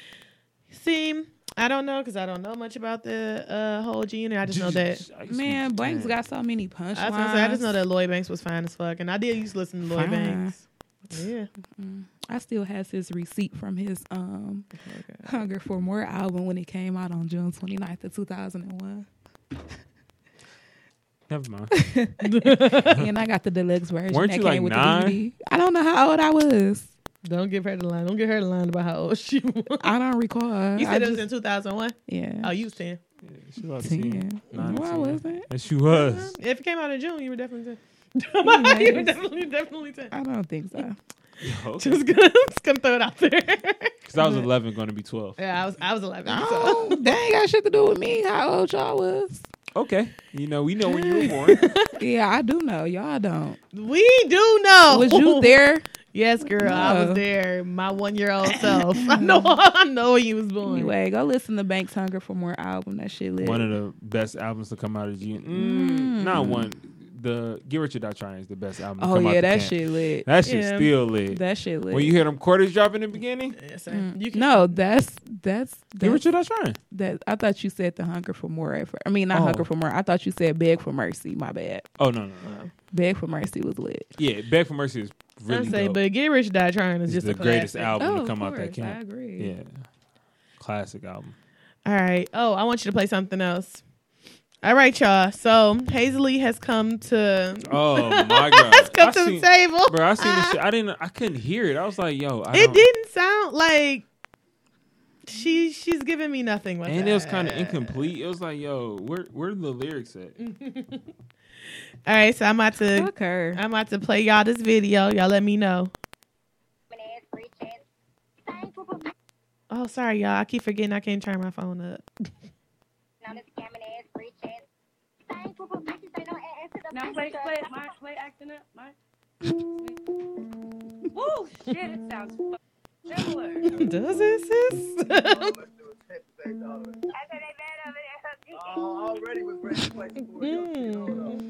[SPEAKER 4] See, I don't know because I don't know much about the uh, whole G unit. I just know that.
[SPEAKER 5] man, Banks
[SPEAKER 6] Damn.
[SPEAKER 5] got so many punchlines.
[SPEAKER 4] I, was gonna say, I just know that Lloyd Banks was fine as fuck, and I did used to listen to Lloyd
[SPEAKER 5] Fine.
[SPEAKER 4] Banks. Yeah,
[SPEAKER 5] Mm. I still has his receipt from his um Hunger for More album when it came out on June 29th of
[SPEAKER 6] <laughs>
[SPEAKER 5] 2001.
[SPEAKER 6] Never mind.
[SPEAKER 5] and I got the deluxe version
[SPEAKER 6] Weren't
[SPEAKER 5] that
[SPEAKER 6] you,
[SPEAKER 5] came
[SPEAKER 6] like,
[SPEAKER 5] with
[SPEAKER 6] nine?
[SPEAKER 5] the DVD. I don't know how old I
[SPEAKER 6] <laughs>
[SPEAKER 5] was.
[SPEAKER 4] don't give her the line. Don't get her the line about how old she was.
[SPEAKER 5] I don't recall.
[SPEAKER 4] You
[SPEAKER 5] I
[SPEAKER 4] said it was
[SPEAKER 5] just-
[SPEAKER 4] in two thousand one.
[SPEAKER 5] yeah.
[SPEAKER 4] Oh, you was ten.
[SPEAKER 6] She about
[SPEAKER 5] 10.
[SPEAKER 6] Nine,
[SPEAKER 5] No, I
[SPEAKER 6] 10.
[SPEAKER 5] wasn't.
[SPEAKER 6] And she was.
[SPEAKER 4] <laughs>
[SPEAKER 6] <laughs>
[SPEAKER 4] If it came out in June, you were definitely ten. <laughs> you were
[SPEAKER 5] Anyways,
[SPEAKER 4] definitely definitely ten. <laughs>
[SPEAKER 5] I don't think so.
[SPEAKER 6] Because
[SPEAKER 4] Just gonna, just gonna throw it out there. <laughs>
[SPEAKER 6] I was 11, going to be 12.
[SPEAKER 4] yeah, I was I was eleven. so.
[SPEAKER 5] Oh, that ain't got shit to do with me. How old y'all was?
[SPEAKER 6] Okay. You know, we know when you were born.
[SPEAKER 5] Yeah, I do know. Y'all don't.
[SPEAKER 4] We do know.
[SPEAKER 5] Was you there?
[SPEAKER 4] <laughs> Yes, girl, I
[SPEAKER 5] No.
[SPEAKER 4] was there. My one year old self. I know. <laughs> I know when you was born.
[SPEAKER 5] <laughs> Anyway, go listen to Banks Hunger for More album. That shit lit.
[SPEAKER 6] one of the best albums to come out of G. Mm, Not one. The Get Rich or Die Trying is the best album. to
[SPEAKER 5] oh
[SPEAKER 6] come out
[SPEAKER 5] yeah,
[SPEAKER 6] the
[SPEAKER 5] that
[SPEAKER 6] can.
[SPEAKER 5] shit lit.
[SPEAKER 6] That shit
[SPEAKER 4] Yeah.
[SPEAKER 6] still lit.
[SPEAKER 5] That shit lit.
[SPEAKER 6] when you hear them quarters drop in the beginning,
[SPEAKER 4] Yeah, same. you can,
[SPEAKER 5] Mm. no, that's that's
[SPEAKER 6] Get
[SPEAKER 5] that's
[SPEAKER 6] Rich or Die Trying.
[SPEAKER 5] that I thought you said the hunger for more. At fir- I mean, not
[SPEAKER 6] Oh.
[SPEAKER 5] hunger for more. I thought you said beg for mercy. My bad.
[SPEAKER 6] Oh, no, no, no.
[SPEAKER 5] Beg for mercy was lit.
[SPEAKER 6] Yeah, Beg for Mercy is really
[SPEAKER 4] I say,
[SPEAKER 6] dope.
[SPEAKER 4] but Get Rich or Die Trying is just
[SPEAKER 6] It's the
[SPEAKER 4] a
[SPEAKER 6] greatest
[SPEAKER 4] classic. Oh,
[SPEAKER 6] album to come out that
[SPEAKER 5] I
[SPEAKER 6] camp.
[SPEAKER 5] agree.
[SPEAKER 6] Yeah. Classic album.
[SPEAKER 4] All right. Oh, I want you to play something else. All right, y'all. So Hazley has come to
[SPEAKER 6] Oh, my God.
[SPEAKER 4] has come
[SPEAKER 6] I
[SPEAKER 4] to
[SPEAKER 6] seen-
[SPEAKER 4] the table.
[SPEAKER 6] Bro, I seen
[SPEAKER 4] <laughs>
[SPEAKER 6] this shit. I didn't. I couldn't hear it. I was like, "Yo, I
[SPEAKER 4] it
[SPEAKER 6] don't-
[SPEAKER 4] didn't sound like she she's giving me nothing with
[SPEAKER 6] And it was
[SPEAKER 4] that.
[SPEAKER 6] kind of incomplete. It was like, "Yo, where where the lyrics at?"
[SPEAKER 4] All right, so I'm about to
[SPEAKER 5] Fuck her.
[SPEAKER 4] I'm about to play y'all this video. Y'all let me know. Oh, sorry, y'all. I keep forgetting I can't turn my phone up.
[SPEAKER 8] Now play, play, my, play, acting up, my. Woo, shit, it sounds fu- similar.
[SPEAKER 4] Does it, sis? Mm.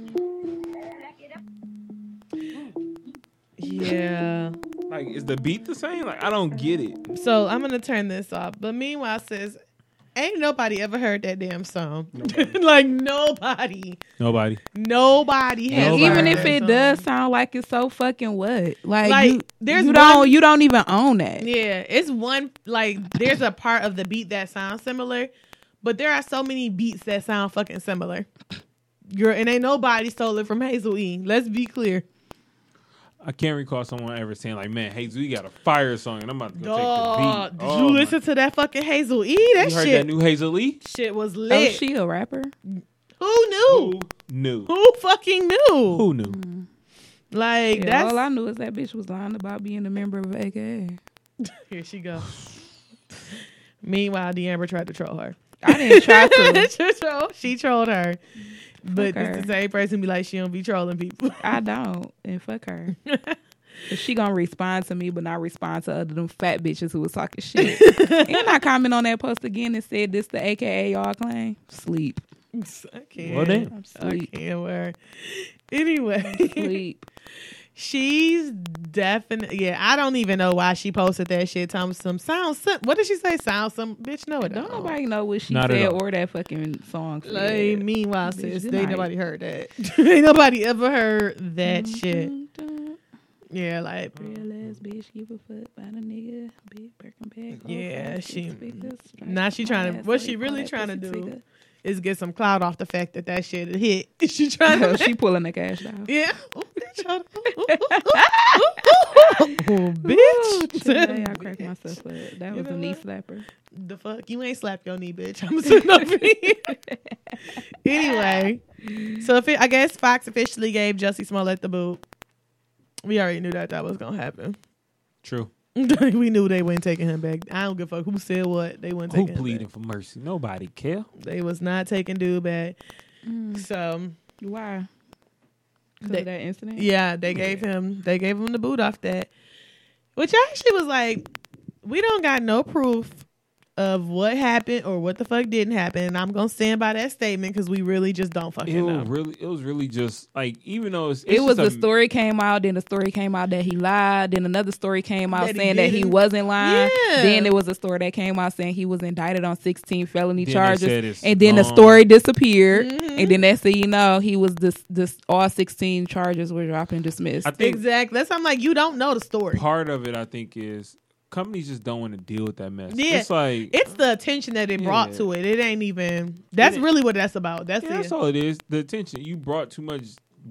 [SPEAKER 4] yeah.
[SPEAKER 6] Like, is the beat the same? Like, I don't get it.
[SPEAKER 4] So I'm gonna turn this off. But meanwhile, sis, ain't nobody ever heard that damn song. <laughs> like nobody,
[SPEAKER 6] Nobody.
[SPEAKER 4] nobody has.
[SPEAKER 5] And
[SPEAKER 6] Nobody.
[SPEAKER 5] even
[SPEAKER 4] heard
[SPEAKER 5] if
[SPEAKER 4] that
[SPEAKER 5] it
[SPEAKER 4] song.
[SPEAKER 5] does sound like it's so fucking what, like,
[SPEAKER 4] Like,
[SPEAKER 5] you,
[SPEAKER 4] there's
[SPEAKER 5] you
[SPEAKER 4] one-
[SPEAKER 5] don't you don't even own that.
[SPEAKER 4] Yeah, it's one like there's a part of the beat that sounds similar, but there are so many beats that sound fucking similar. Girl, and ain't nobody stole it from Hazel E. Let's be clear.
[SPEAKER 6] I can't recall someone ever saying like, "Man, hey, we got a fire song," and I'm about to go
[SPEAKER 4] Dog,
[SPEAKER 6] take the
[SPEAKER 4] did
[SPEAKER 6] beat.
[SPEAKER 4] you
[SPEAKER 6] Oh, my-
[SPEAKER 4] listen to that fucking Hazel E? That
[SPEAKER 6] you heard
[SPEAKER 4] shit,
[SPEAKER 6] that new Hazel Lee?
[SPEAKER 4] shit was
[SPEAKER 5] Oh,
[SPEAKER 4] lit.
[SPEAKER 5] she a rapper?
[SPEAKER 4] Who knew?
[SPEAKER 6] Who knew? Mm-hmm.
[SPEAKER 4] Who fucking knew?
[SPEAKER 6] Who knew?
[SPEAKER 4] Like
[SPEAKER 5] Yeah,
[SPEAKER 4] that's
[SPEAKER 5] all I knew is that bitch was lying about being a member of AKA.
[SPEAKER 4] Here she go. <sighs> Meanwhile, D'Amber tried to troll
[SPEAKER 6] <laughs>
[SPEAKER 4] her.
[SPEAKER 5] I didn't try <laughs> to.
[SPEAKER 4] she, troll, <laughs> she trolled her. But
[SPEAKER 5] Fuck
[SPEAKER 4] it's
[SPEAKER 5] her.
[SPEAKER 4] the same person be like, she don't be trolling people.
[SPEAKER 5] I don't, and fuck <laughs> her. 'Cause she gonna respond to me, but not respond to other them fat bitches who was talking <laughs> shit. and I comment on that post again and said, "This the AKA y'all claim sleep,
[SPEAKER 4] I can't.
[SPEAKER 6] Well, damn.
[SPEAKER 4] I
[SPEAKER 5] sleep,
[SPEAKER 4] can't wear. Anyway,
[SPEAKER 5] <laughs> sleep."
[SPEAKER 4] <laughs> she's definitely. Yeah, I don't even know why she posted that shit. Thomas, some sounds. Some, what did she say? Sounds some. Bitch, no, it
[SPEAKER 5] Don't
[SPEAKER 4] don't.
[SPEAKER 5] nobody know what she
[SPEAKER 6] Not at
[SPEAKER 5] said
[SPEAKER 6] all.
[SPEAKER 5] or that fucking song. said.
[SPEAKER 4] Like, meanwhile,
[SPEAKER 5] Bitch,
[SPEAKER 4] sis,
[SPEAKER 5] you
[SPEAKER 4] they <laughs>
[SPEAKER 5] like- Mm-hmm.
[SPEAKER 4] nobody heard that. ain't nobody ever heard that shit. Yeah, like
[SPEAKER 5] Real ass bitch, give a fuck about a nigga. Big Birkenbeck. whole
[SPEAKER 4] Yeah,
[SPEAKER 5] five,
[SPEAKER 4] she-
[SPEAKER 5] six figures, straight
[SPEAKER 4] now she
[SPEAKER 5] up
[SPEAKER 4] tryna-
[SPEAKER 5] my ass,
[SPEAKER 4] what
[SPEAKER 5] so
[SPEAKER 4] she
[SPEAKER 5] they call
[SPEAKER 4] really
[SPEAKER 5] that
[SPEAKER 4] tryna
[SPEAKER 5] pussy
[SPEAKER 4] do- <laughs>
[SPEAKER 5] figure.
[SPEAKER 4] is get some clout off the fact that that shit hit. <laughs> she trying
[SPEAKER 5] Oh,
[SPEAKER 4] to.
[SPEAKER 5] she pulling the cash out.
[SPEAKER 4] yeah. Ooh, they tryna- ooh,
[SPEAKER 5] <laughs>
[SPEAKER 4] ooh, ooh, ooh, ooh, ooh, ooh, <laughs> bitch.
[SPEAKER 5] Today I cracked myself up. That was
[SPEAKER 4] know
[SPEAKER 5] a knee
[SPEAKER 4] what?
[SPEAKER 5] slapper.
[SPEAKER 4] the fuck? You ain't slap your knee, bitch. <laughs> I'm sitting up here.
[SPEAKER 6] <laughs>
[SPEAKER 4] anyway, so if it, I guess Fox officially gave Jussie Smollett the boot. We already knew that that was gonna happen. <laughs>
[SPEAKER 6] True.
[SPEAKER 4] we knew they weren't taking him back. I don't give a fuck who said what. They weren't
[SPEAKER 6] Who
[SPEAKER 4] taking him
[SPEAKER 6] pleading for mercy? Nobody care.
[SPEAKER 4] back. They was not taking dude back. So
[SPEAKER 5] Why? 'Cause
[SPEAKER 4] They-
[SPEAKER 5] of that incident?
[SPEAKER 4] yeah, they gave him they gave him the boot off that, which actually was like, we don't got no proof of what happened or what the fuck didn't happen. And I'm gonna stand by that statement because we really just don't fucking
[SPEAKER 6] It
[SPEAKER 4] know.
[SPEAKER 6] was really, it was really just like even though it's, it's
[SPEAKER 5] It was a
[SPEAKER 6] just
[SPEAKER 5] story came out, then the story came out that he lied, then another story came out
[SPEAKER 4] That he
[SPEAKER 5] saying that he
[SPEAKER 4] didn't.
[SPEAKER 5] wasn't lying.
[SPEAKER 4] Yeah.
[SPEAKER 5] Then there was a story that came out saying he was indicted on 16 felony
[SPEAKER 6] Then they said
[SPEAKER 5] charges,
[SPEAKER 6] it's
[SPEAKER 5] and then the
[SPEAKER 6] gone.
[SPEAKER 5] story disappeared, and then that's said, you know he was this this all 16 charges were dropped and dismissed.
[SPEAKER 6] I think
[SPEAKER 4] Exactly. That's why I'm like, you don't know the story.
[SPEAKER 6] part of it. I think is companies just don't want to deal with that mess.
[SPEAKER 4] Yeah.
[SPEAKER 6] It's like
[SPEAKER 4] It's the attention that it brought
[SPEAKER 6] Yeah.
[SPEAKER 4] to it. It ain't even. That's
[SPEAKER 6] ain't-
[SPEAKER 4] really what that's about. That's
[SPEAKER 6] yeah,
[SPEAKER 4] it.
[SPEAKER 6] that's all it is. The attention you brought too much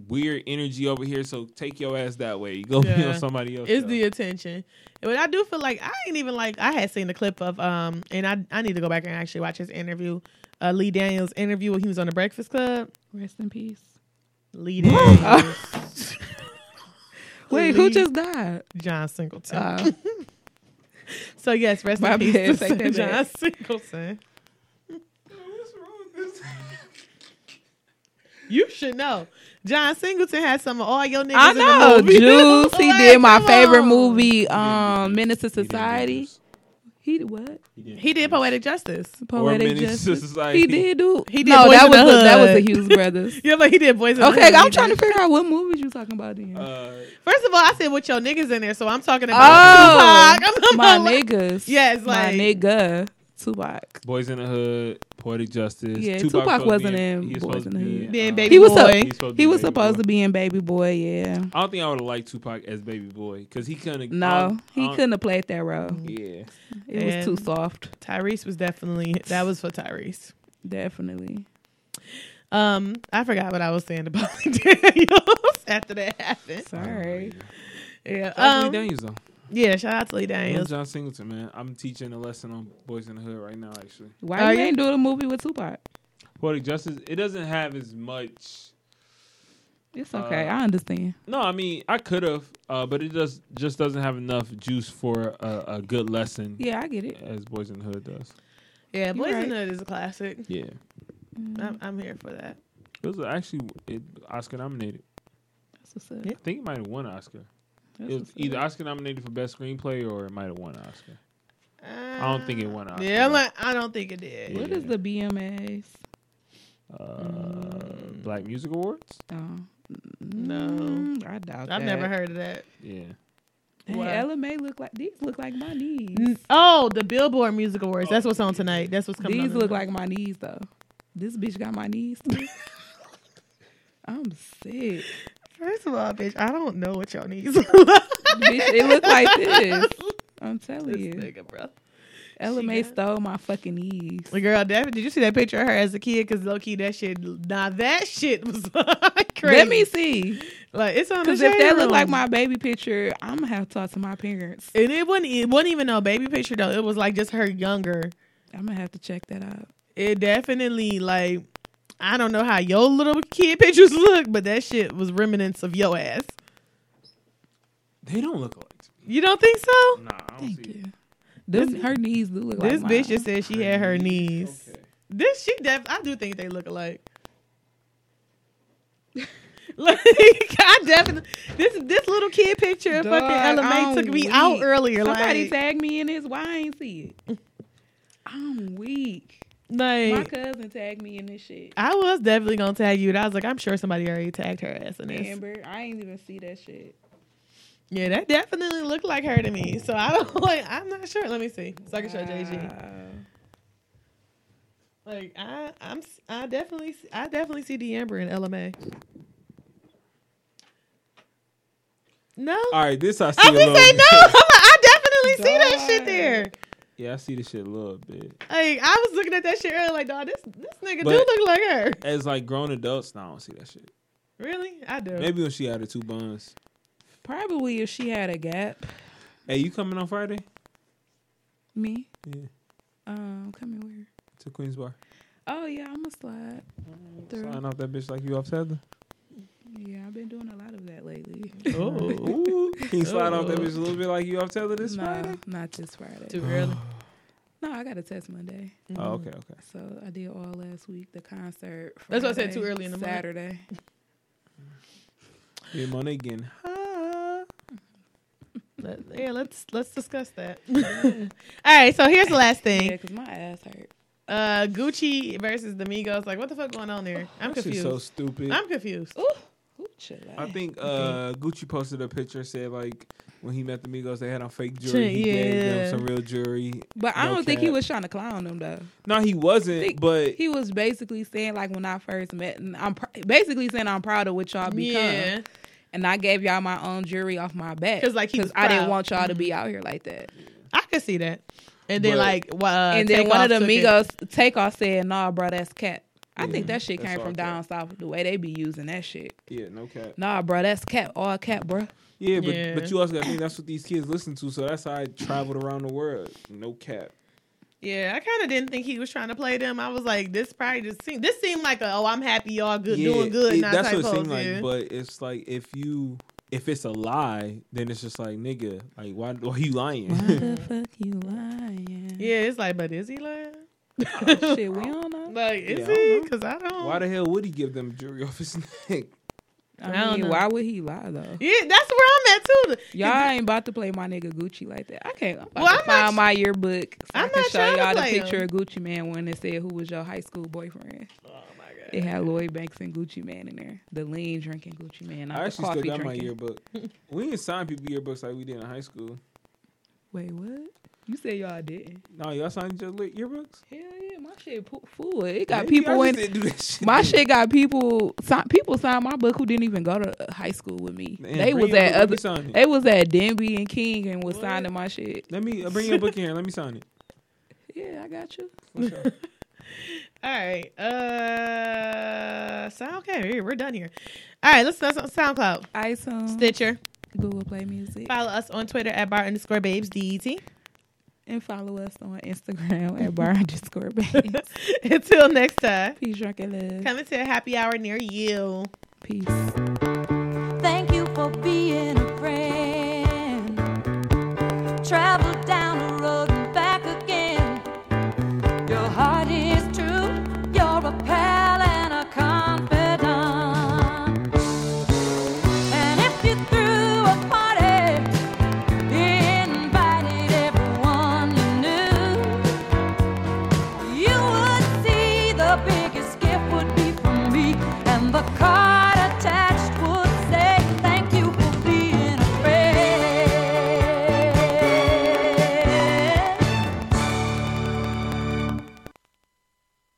[SPEAKER 6] weird energy over here, so take your ass that way. You go be
[SPEAKER 4] Yeah.
[SPEAKER 6] on somebody else.
[SPEAKER 4] It's
[SPEAKER 6] though.
[SPEAKER 4] the attention. But I do feel like I ain't even like I had seen the clip of um and I I need to go back and actually watch his interview. Uh Lee Daniels interview when he was on the Breakfast Club.
[SPEAKER 5] Rest in peace.
[SPEAKER 4] Lee Daniels
[SPEAKER 5] Wait, who just died?
[SPEAKER 4] <laughs>
[SPEAKER 5] <laughs>
[SPEAKER 4] John Singleton.
[SPEAKER 5] Uh,
[SPEAKER 4] so yes, rest
[SPEAKER 5] my
[SPEAKER 4] in peace.
[SPEAKER 5] bad.
[SPEAKER 4] to
[SPEAKER 5] Take that
[SPEAKER 4] John
[SPEAKER 5] back.
[SPEAKER 4] Singleton. You should know. John Singleton had some of all your niggas
[SPEAKER 5] I know
[SPEAKER 4] in the movie. <laughs>
[SPEAKER 5] Juice. He
[SPEAKER 4] Like,
[SPEAKER 5] did my
[SPEAKER 4] come
[SPEAKER 5] favorite
[SPEAKER 4] on.
[SPEAKER 5] movie, um, Menace to
[SPEAKER 6] He didn't do
[SPEAKER 5] Society.
[SPEAKER 6] this.
[SPEAKER 5] He did what?
[SPEAKER 4] He did poetic justice.
[SPEAKER 5] Poetic
[SPEAKER 6] Menace to
[SPEAKER 5] Justice.
[SPEAKER 6] Society.
[SPEAKER 5] He did do.
[SPEAKER 4] He did
[SPEAKER 5] No,
[SPEAKER 4] Boys
[SPEAKER 5] that
[SPEAKER 4] in
[SPEAKER 5] was
[SPEAKER 4] the
[SPEAKER 5] a, that was the
[SPEAKER 4] Hood.
[SPEAKER 5] Hughes brothers.
[SPEAKER 4] Yeah, but he did boys. in the
[SPEAKER 5] <laughs> Okay,
[SPEAKER 4] Hood.
[SPEAKER 5] I'm trying to figure out what movies you talking about then.
[SPEAKER 6] Uh,
[SPEAKER 4] First of all, I said with your niggas in there, so I'm talking about
[SPEAKER 5] oh,
[SPEAKER 4] Tupac. <laughs> I'm talking
[SPEAKER 5] my
[SPEAKER 4] about, like-
[SPEAKER 5] niggas.
[SPEAKER 4] Yes, like-
[SPEAKER 5] my nigga Tupac.
[SPEAKER 6] Boys in the Hood, Poetic Justice.
[SPEAKER 5] Yeah, Tupac
[SPEAKER 6] supposed to
[SPEAKER 5] wasn't
[SPEAKER 6] be
[SPEAKER 5] in
[SPEAKER 6] he was
[SPEAKER 5] Boys
[SPEAKER 6] supposed
[SPEAKER 5] in
[SPEAKER 6] to
[SPEAKER 5] the
[SPEAKER 6] be
[SPEAKER 5] Hood.
[SPEAKER 6] in,
[SPEAKER 4] Then
[SPEAKER 6] uh,
[SPEAKER 4] Baby
[SPEAKER 5] He was
[SPEAKER 4] Boy.
[SPEAKER 5] a,
[SPEAKER 6] He's supposed to
[SPEAKER 5] he
[SPEAKER 6] be
[SPEAKER 5] was
[SPEAKER 6] Baby
[SPEAKER 5] supposed
[SPEAKER 6] Boy.
[SPEAKER 5] to be in Baby Boy. Yeah.
[SPEAKER 6] I don't think I would have liked Tupac as Baby Boy because he couldn't.
[SPEAKER 5] No, he couldn't have played that role.
[SPEAKER 6] Yeah,
[SPEAKER 5] It was
[SPEAKER 4] And-
[SPEAKER 5] too soft.
[SPEAKER 4] Tyrese was definitely that was for Tyrese.
[SPEAKER 5] Definitely.
[SPEAKER 4] Um, I forgot what I was <laughs> saying about Daniels <laughs> after that happened.
[SPEAKER 5] Sorry.
[SPEAKER 4] Yeah,
[SPEAKER 6] um, Lee
[SPEAKER 4] um,
[SPEAKER 6] Daniels though.
[SPEAKER 4] yeah. Shout out to Lee
[SPEAKER 6] I'm
[SPEAKER 4] Daniels.
[SPEAKER 6] John Singleton, man. I'm teaching a lesson on Boys in the Hood right now. Actually,
[SPEAKER 5] Why
[SPEAKER 4] Are
[SPEAKER 5] you
[SPEAKER 4] you-
[SPEAKER 5] ain't doing a movie with Tupac?
[SPEAKER 6] Poetic Justice. It doesn't have as much.
[SPEAKER 5] It's okay.
[SPEAKER 6] Uh,
[SPEAKER 5] I understand.
[SPEAKER 6] No, I mean I could have, uh, but it does just doesn't have enough juice for a, a good lesson.
[SPEAKER 5] Yeah, I get it.
[SPEAKER 6] As Boys in the Hood does.
[SPEAKER 4] Yeah, Boys
[SPEAKER 5] right. Mm-hmm.
[SPEAKER 4] in the Hood is a classic.
[SPEAKER 6] Yeah,
[SPEAKER 5] Mm,
[SPEAKER 4] I'm, I'm here for that.
[SPEAKER 6] it was actually it, Oscar nominated.
[SPEAKER 5] That's what's up.
[SPEAKER 4] Yeah.
[SPEAKER 6] I think it might have won an Oscar.
[SPEAKER 5] That's
[SPEAKER 6] It was
[SPEAKER 5] what's up.
[SPEAKER 6] either Oscar nominated for best screenplay or it might have won an Oscar. I don't think it won an Oscar.
[SPEAKER 4] Yeah, I'm like, I don't think it did.
[SPEAKER 5] What is
[SPEAKER 6] Yeah.
[SPEAKER 5] the BMAs?
[SPEAKER 6] Uh,
[SPEAKER 5] Mm.
[SPEAKER 6] Black Music Awards.
[SPEAKER 5] Oh.
[SPEAKER 4] No.
[SPEAKER 5] Mm, I doubt
[SPEAKER 4] I've
[SPEAKER 5] that.
[SPEAKER 4] never heard of that.
[SPEAKER 6] Yeah.
[SPEAKER 5] Dang,
[SPEAKER 4] What?
[SPEAKER 5] LMA look like these look like my knees.
[SPEAKER 4] Oh, the Billboard Music Awards. That's what's on tonight. That's what's coming.
[SPEAKER 5] These
[SPEAKER 4] on
[SPEAKER 5] look
[SPEAKER 4] tonight.
[SPEAKER 5] like my knees though. This bitch got my knees.
[SPEAKER 4] <laughs>
[SPEAKER 5] too. I'm sick.
[SPEAKER 4] First of all, bitch, I don't know what y'all need. <laughs>
[SPEAKER 5] Oh,
[SPEAKER 4] this
[SPEAKER 5] bitch, it look like this. I'm telling you.
[SPEAKER 4] nigga, bro.
[SPEAKER 5] LMA
[SPEAKER 4] got-
[SPEAKER 5] stole my fucking knees.
[SPEAKER 4] The girl, that, did you see that picture of her as a kid? Because low key, that shit, nah, that shit was <laughs> like crazy.
[SPEAKER 5] Let me see.
[SPEAKER 4] like it's on the
[SPEAKER 5] Because if
[SPEAKER 4] shade
[SPEAKER 5] that look
[SPEAKER 4] room.
[SPEAKER 5] like my baby picture, I'm gonna have to talk to my parents.
[SPEAKER 4] and it wasn't, it wasn't even no baby picture though. It was like just her younger.
[SPEAKER 5] I'm gonna have to check that out.
[SPEAKER 4] It definitely like, I don't know how your little kid <laughs> pictures look, but that shit was remnants of your ass.
[SPEAKER 6] They don't look alike. to me.
[SPEAKER 4] You don't think so?
[SPEAKER 6] Nah, I don't
[SPEAKER 5] Thank
[SPEAKER 6] see
[SPEAKER 5] you. Them, her knees do look
[SPEAKER 4] this
[SPEAKER 5] like
[SPEAKER 4] bitch
[SPEAKER 5] mine.
[SPEAKER 4] just said she
[SPEAKER 6] Her
[SPEAKER 4] had her
[SPEAKER 6] knees.
[SPEAKER 4] knees.
[SPEAKER 6] Okay.
[SPEAKER 4] This she def I do think they look
[SPEAKER 5] <laughs>
[SPEAKER 4] alike. like I definitely this this little kid picture of
[SPEAKER 5] Dog,
[SPEAKER 4] fucking LMA
[SPEAKER 5] I'm
[SPEAKER 4] took me out
[SPEAKER 5] weak.
[SPEAKER 4] earlier.
[SPEAKER 5] Somebody
[SPEAKER 4] like,
[SPEAKER 5] tagged me in this. Why I ain't see it? I'm weak. My
[SPEAKER 4] like
[SPEAKER 5] cousin tagged me in this shit.
[SPEAKER 4] I was definitely gonna tag you, and I was like, I'm sure somebody already tagged her ass in this.
[SPEAKER 5] Amber, I ain't even see that shit.
[SPEAKER 4] Yeah, that definitely looked like her to me. So I don't <laughs> like. I'm not sure. Let me see. So I can show JG.
[SPEAKER 6] Uh,
[SPEAKER 4] Like I, I'm, s- I definitely, s- I definitely see the Amber in LMA. No.
[SPEAKER 6] All right, this I see.
[SPEAKER 4] I'm
[SPEAKER 6] a
[SPEAKER 4] gonna
[SPEAKER 6] little
[SPEAKER 4] say
[SPEAKER 6] bit.
[SPEAKER 4] no. <laughs> I'm a, I definitely see that shit there.
[SPEAKER 6] Yeah, I see this shit a little bit.
[SPEAKER 4] Like I was looking at that shit earlier, like, dog, this this nigga do
[SPEAKER 6] But-
[SPEAKER 4] look like her.
[SPEAKER 6] As like grown adults, now I don't see that shit.
[SPEAKER 4] Really, I do. <laughs>
[SPEAKER 6] Maybe when she had her two buns.
[SPEAKER 5] Probably if she had a gap.
[SPEAKER 6] Hey, you coming on Friday
[SPEAKER 5] Me?
[SPEAKER 6] Yeah.
[SPEAKER 5] Um, coming where?
[SPEAKER 6] to Queens Bar?
[SPEAKER 5] Oh yeah, I'm a slide. Through.
[SPEAKER 6] Sign off that bitch like you off Tether.
[SPEAKER 5] Yeah, I've been doing a lot of that lately.
[SPEAKER 6] <laughs>
[SPEAKER 4] Oh,
[SPEAKER 6] Ooh, can you slide off that
[SPEAKER 4] Oh.
[SPEAKER 6] bitch a little bit like you off Tether this
[SPEAKER 5] no,
[SPEAKER 6] Friday?
[SPEAKER 5] not this Friday.
[SPEAKER 4] too early.
[SPEAKER 5] No, I got a test Monday,
[SPEAKER 4] Mm-hmm.
[SPEAKER 6] Oh, okay, okay.
[SPEAKER 5] so I did all last week. The concert.
[SPEAKER 4] That's what I said,
[SPEAKER 5] Friday,
[SPEAKER 4] too early in the morning.
[SPEAKER 5] Saturday.
[SPEAKER 6] Yeah, Monet again.
[SPEAKER 4] Let, yeah, let's let's discuss
[SPEAKER 6] <laughs>
[SPEAKER 4] that. <laughs> All right, so here's the last
[SPEAKER 5] Yeah,
[SPEAKER 4] thing:
[SPEAKER 5] because my ass hurt.
[SPEAKER 4] uh, Gucci versus the Migos. Like, what the fuck going on there? I'm
[SPEAKER 6] That shit's
[SPEAKER 4] confused.
[SPEAKER 6] so stupid.
[SPEAKER 4] I'm confused.
[SPEAKER 5] Ooh, chill out.
[SPEAKER 6] I think uh, Gucci posted a picture said like when he met the Migos they had on fake jewelry. He gave
[SPEAKER 4] Yeah.
[SPEAKER 6] them some real jewelry.
[SPEAKER 5] But I
[SPEAKER 6] No
[SPEAKER 5] don't think he
[SPEAKER 6] cap.
[SPEAKER 5] was trying to clown them though.
[SPEAKER 6] No, he wasn't.
[SPEAKER 5] Think-
[SPEAKER 6] but
[SPEAKER 5] He was basically saying like when I first met, and I'm pr- basically saying I'm proud of what y'all become,
[SPEAKER 4] Yeah,
[SPEAKER 5] and I gave y'all my own jewelry off my back
[SPEAKER 4] 'Cause, like, he was
[SPEAKER 5] I didn't
[SPEAKER 4] proud. Mm-hmm.
[SPEAKER 5] want y'all to be out here like that.
[SPEAKER 4] I could see that. And then
[SPEAKER 6] But-
[SPEAKER 4] like, wha- uh,
[SPEAKER 5] and then one of the
[SPEAKER 4] Takeoff took it.
[SPEAKER 5] Migos takeoff said, "Nah, bro, that's cap." I think that shit
[SPEAKER 6] that's
[SPEAKER 5] came
[SPEAKER 6] all
[SPEAKER 5] from
[SPEAKER 6] cap.
[SPEAKER 5] down south. The way they be using that shit.
[SPEAKER 6] yeah, no cap.
[SPEAKER 5] Nah, bro, that's cap. All cap, bro.
[SPEAKER 6] Yeah, but
[SPEAKER 4] Yeah.
[SPEAKER 6] but you also gotta think that's what these kids listen to. So that's how I traveled around the world. No cap.
[SPEAKER 4] Yeah, I kind of didn't think he was trying to play them. I was like, this probably just seemed this seemed like a oh I'm happy y'all good
[SPEAKER 6] yeah,
[SPEAKER 4] doing good.
[SPEAKER 6] it-
[SPEAKER 4] now
[SPEAKER 6] that's
[SPEAKER 4] type
[SPEAKER 6] what it
[SPEAKER 4] pose,
[SPEAKER 6] seemed like.
[SPEAKER 4] yeah.
[SPEAKER 6] But it's like if you if it's a lie, then it's just like nigga, like why? Well, he lying.
[SPEAKER 5] the fuck you lying?
[SPEAKER 4] yeah, it's like, but is he lying? Oh,
[SPEAKER 5] shit, <laughs> we don't know.
[SPEAKER 4] Like, is
[SPEAKER 6] I
[SPEAKER 4] he?
[SPEAKER 6] don't know.
[SPEAKER 4] Because I don't.
[SPEAKER 6] <laughs> why the hell would he give them jewelry <laughs> off his neck?
[SPEAKER 5] I, mean,
[SPEAKER 4] I don't know.
[SPEAKER 5] why would he lie though?
[SPEAKER 4] yeah, that's where I'm at too. <laughs>
[SPEAKER 5] Y'all ain't about to play my nigga Gucci like that. I can't. I'm about
[SPEAKER 4] Well,
[SPEAKER 5] to
[SPEAKER 4] I'm not
[SPEAKER 5] find
[SPEAKER 4] tr-
[SPEAKER 5] my yearbook. So
[SPEAKER 4] I'm
[SPEAKER 5] I can
[SPEAKER 4] not trying
[SPEAKER 5] show
[SPEAKER 4] to
[SPEAKER 5] y'all the
[SPEAKER 4] play
[SPEAKER 5] picture
[SPEAKER 4] him.
[SPEAKER 5] of Gucci Man when it said who was your high school boyfriend. Oh my god! It had Lloyd Banks and Gucci Man in there. The lean drinking Gucci Man. Not
[SPEAKER 6] I
[SPEAKER 5] the
[SPEAKER 6] actually
[SPEAKER 5] coffee
[SPEAKER 6] still got my
[SPEAKER 5] drinking.
[SPEAKER 6] yearbook.
[SPEAKER 5] <laughs>
[SPEAKER 6] we didn't sign people yearbooks like we did in high school.
[SPEAKER 5] Wait, what? You said y'all didn't.
[SPEAKER 6] No, y'all signed your li- yearbooks.
[SPEAKER 5] Hell yeah, my shit po- full. It got
[SPEAKER 6] Maybe
[SPEAKER 5] people
[SPEAKER 6] I
[SPEAKER 5] in.
[SPEAKER 6] just didn't do that shit.
[SPEAKER 5] My shit got people. si- People signed my book who didn't even go to high school with me.
[SPEAKER 6] Man,
[SPEAKER 5] they
[SPEAKER 6] bring
[SPEAKER 5] was
[SPEAKER 6] your
[SPEAKER 5] at
[SPEAKER 6] book, let me
[SPEAKER 5] other.
[SPEAKER 6] sign it.
[SPEAKER 5] They was at Denby and King and was signing my shit.
[SPEAKER 6] Let me uh, bring your book in. here. Let me sign it.
[SPEAKER 5] Yeah, I got you.
[SPEAKER 4] <laughs> All right. Uh, sound okay. we- We're done here. All right, let's that's on SoundCloud,
[SPEAKER 5] iTunes,
[SPEAKER 4] Stitcher.
[SPEAKER 5] Google Play Music,
[SPEAKER 4] Follow us on Twitter at bar underscore babes E det.
[SPEAKER 5] and follow us on Instagram at bar <laughs> underscore banks.
[SPEAKER 4] <laughs> Until next time,
[SPEAKER 5] Peace, drink and love.
[SPEAKER 4] coming to a happy hour near you.
[SPEAKER 5] Peace.
[SPEAKER 9] Thank you for being a friend. Travel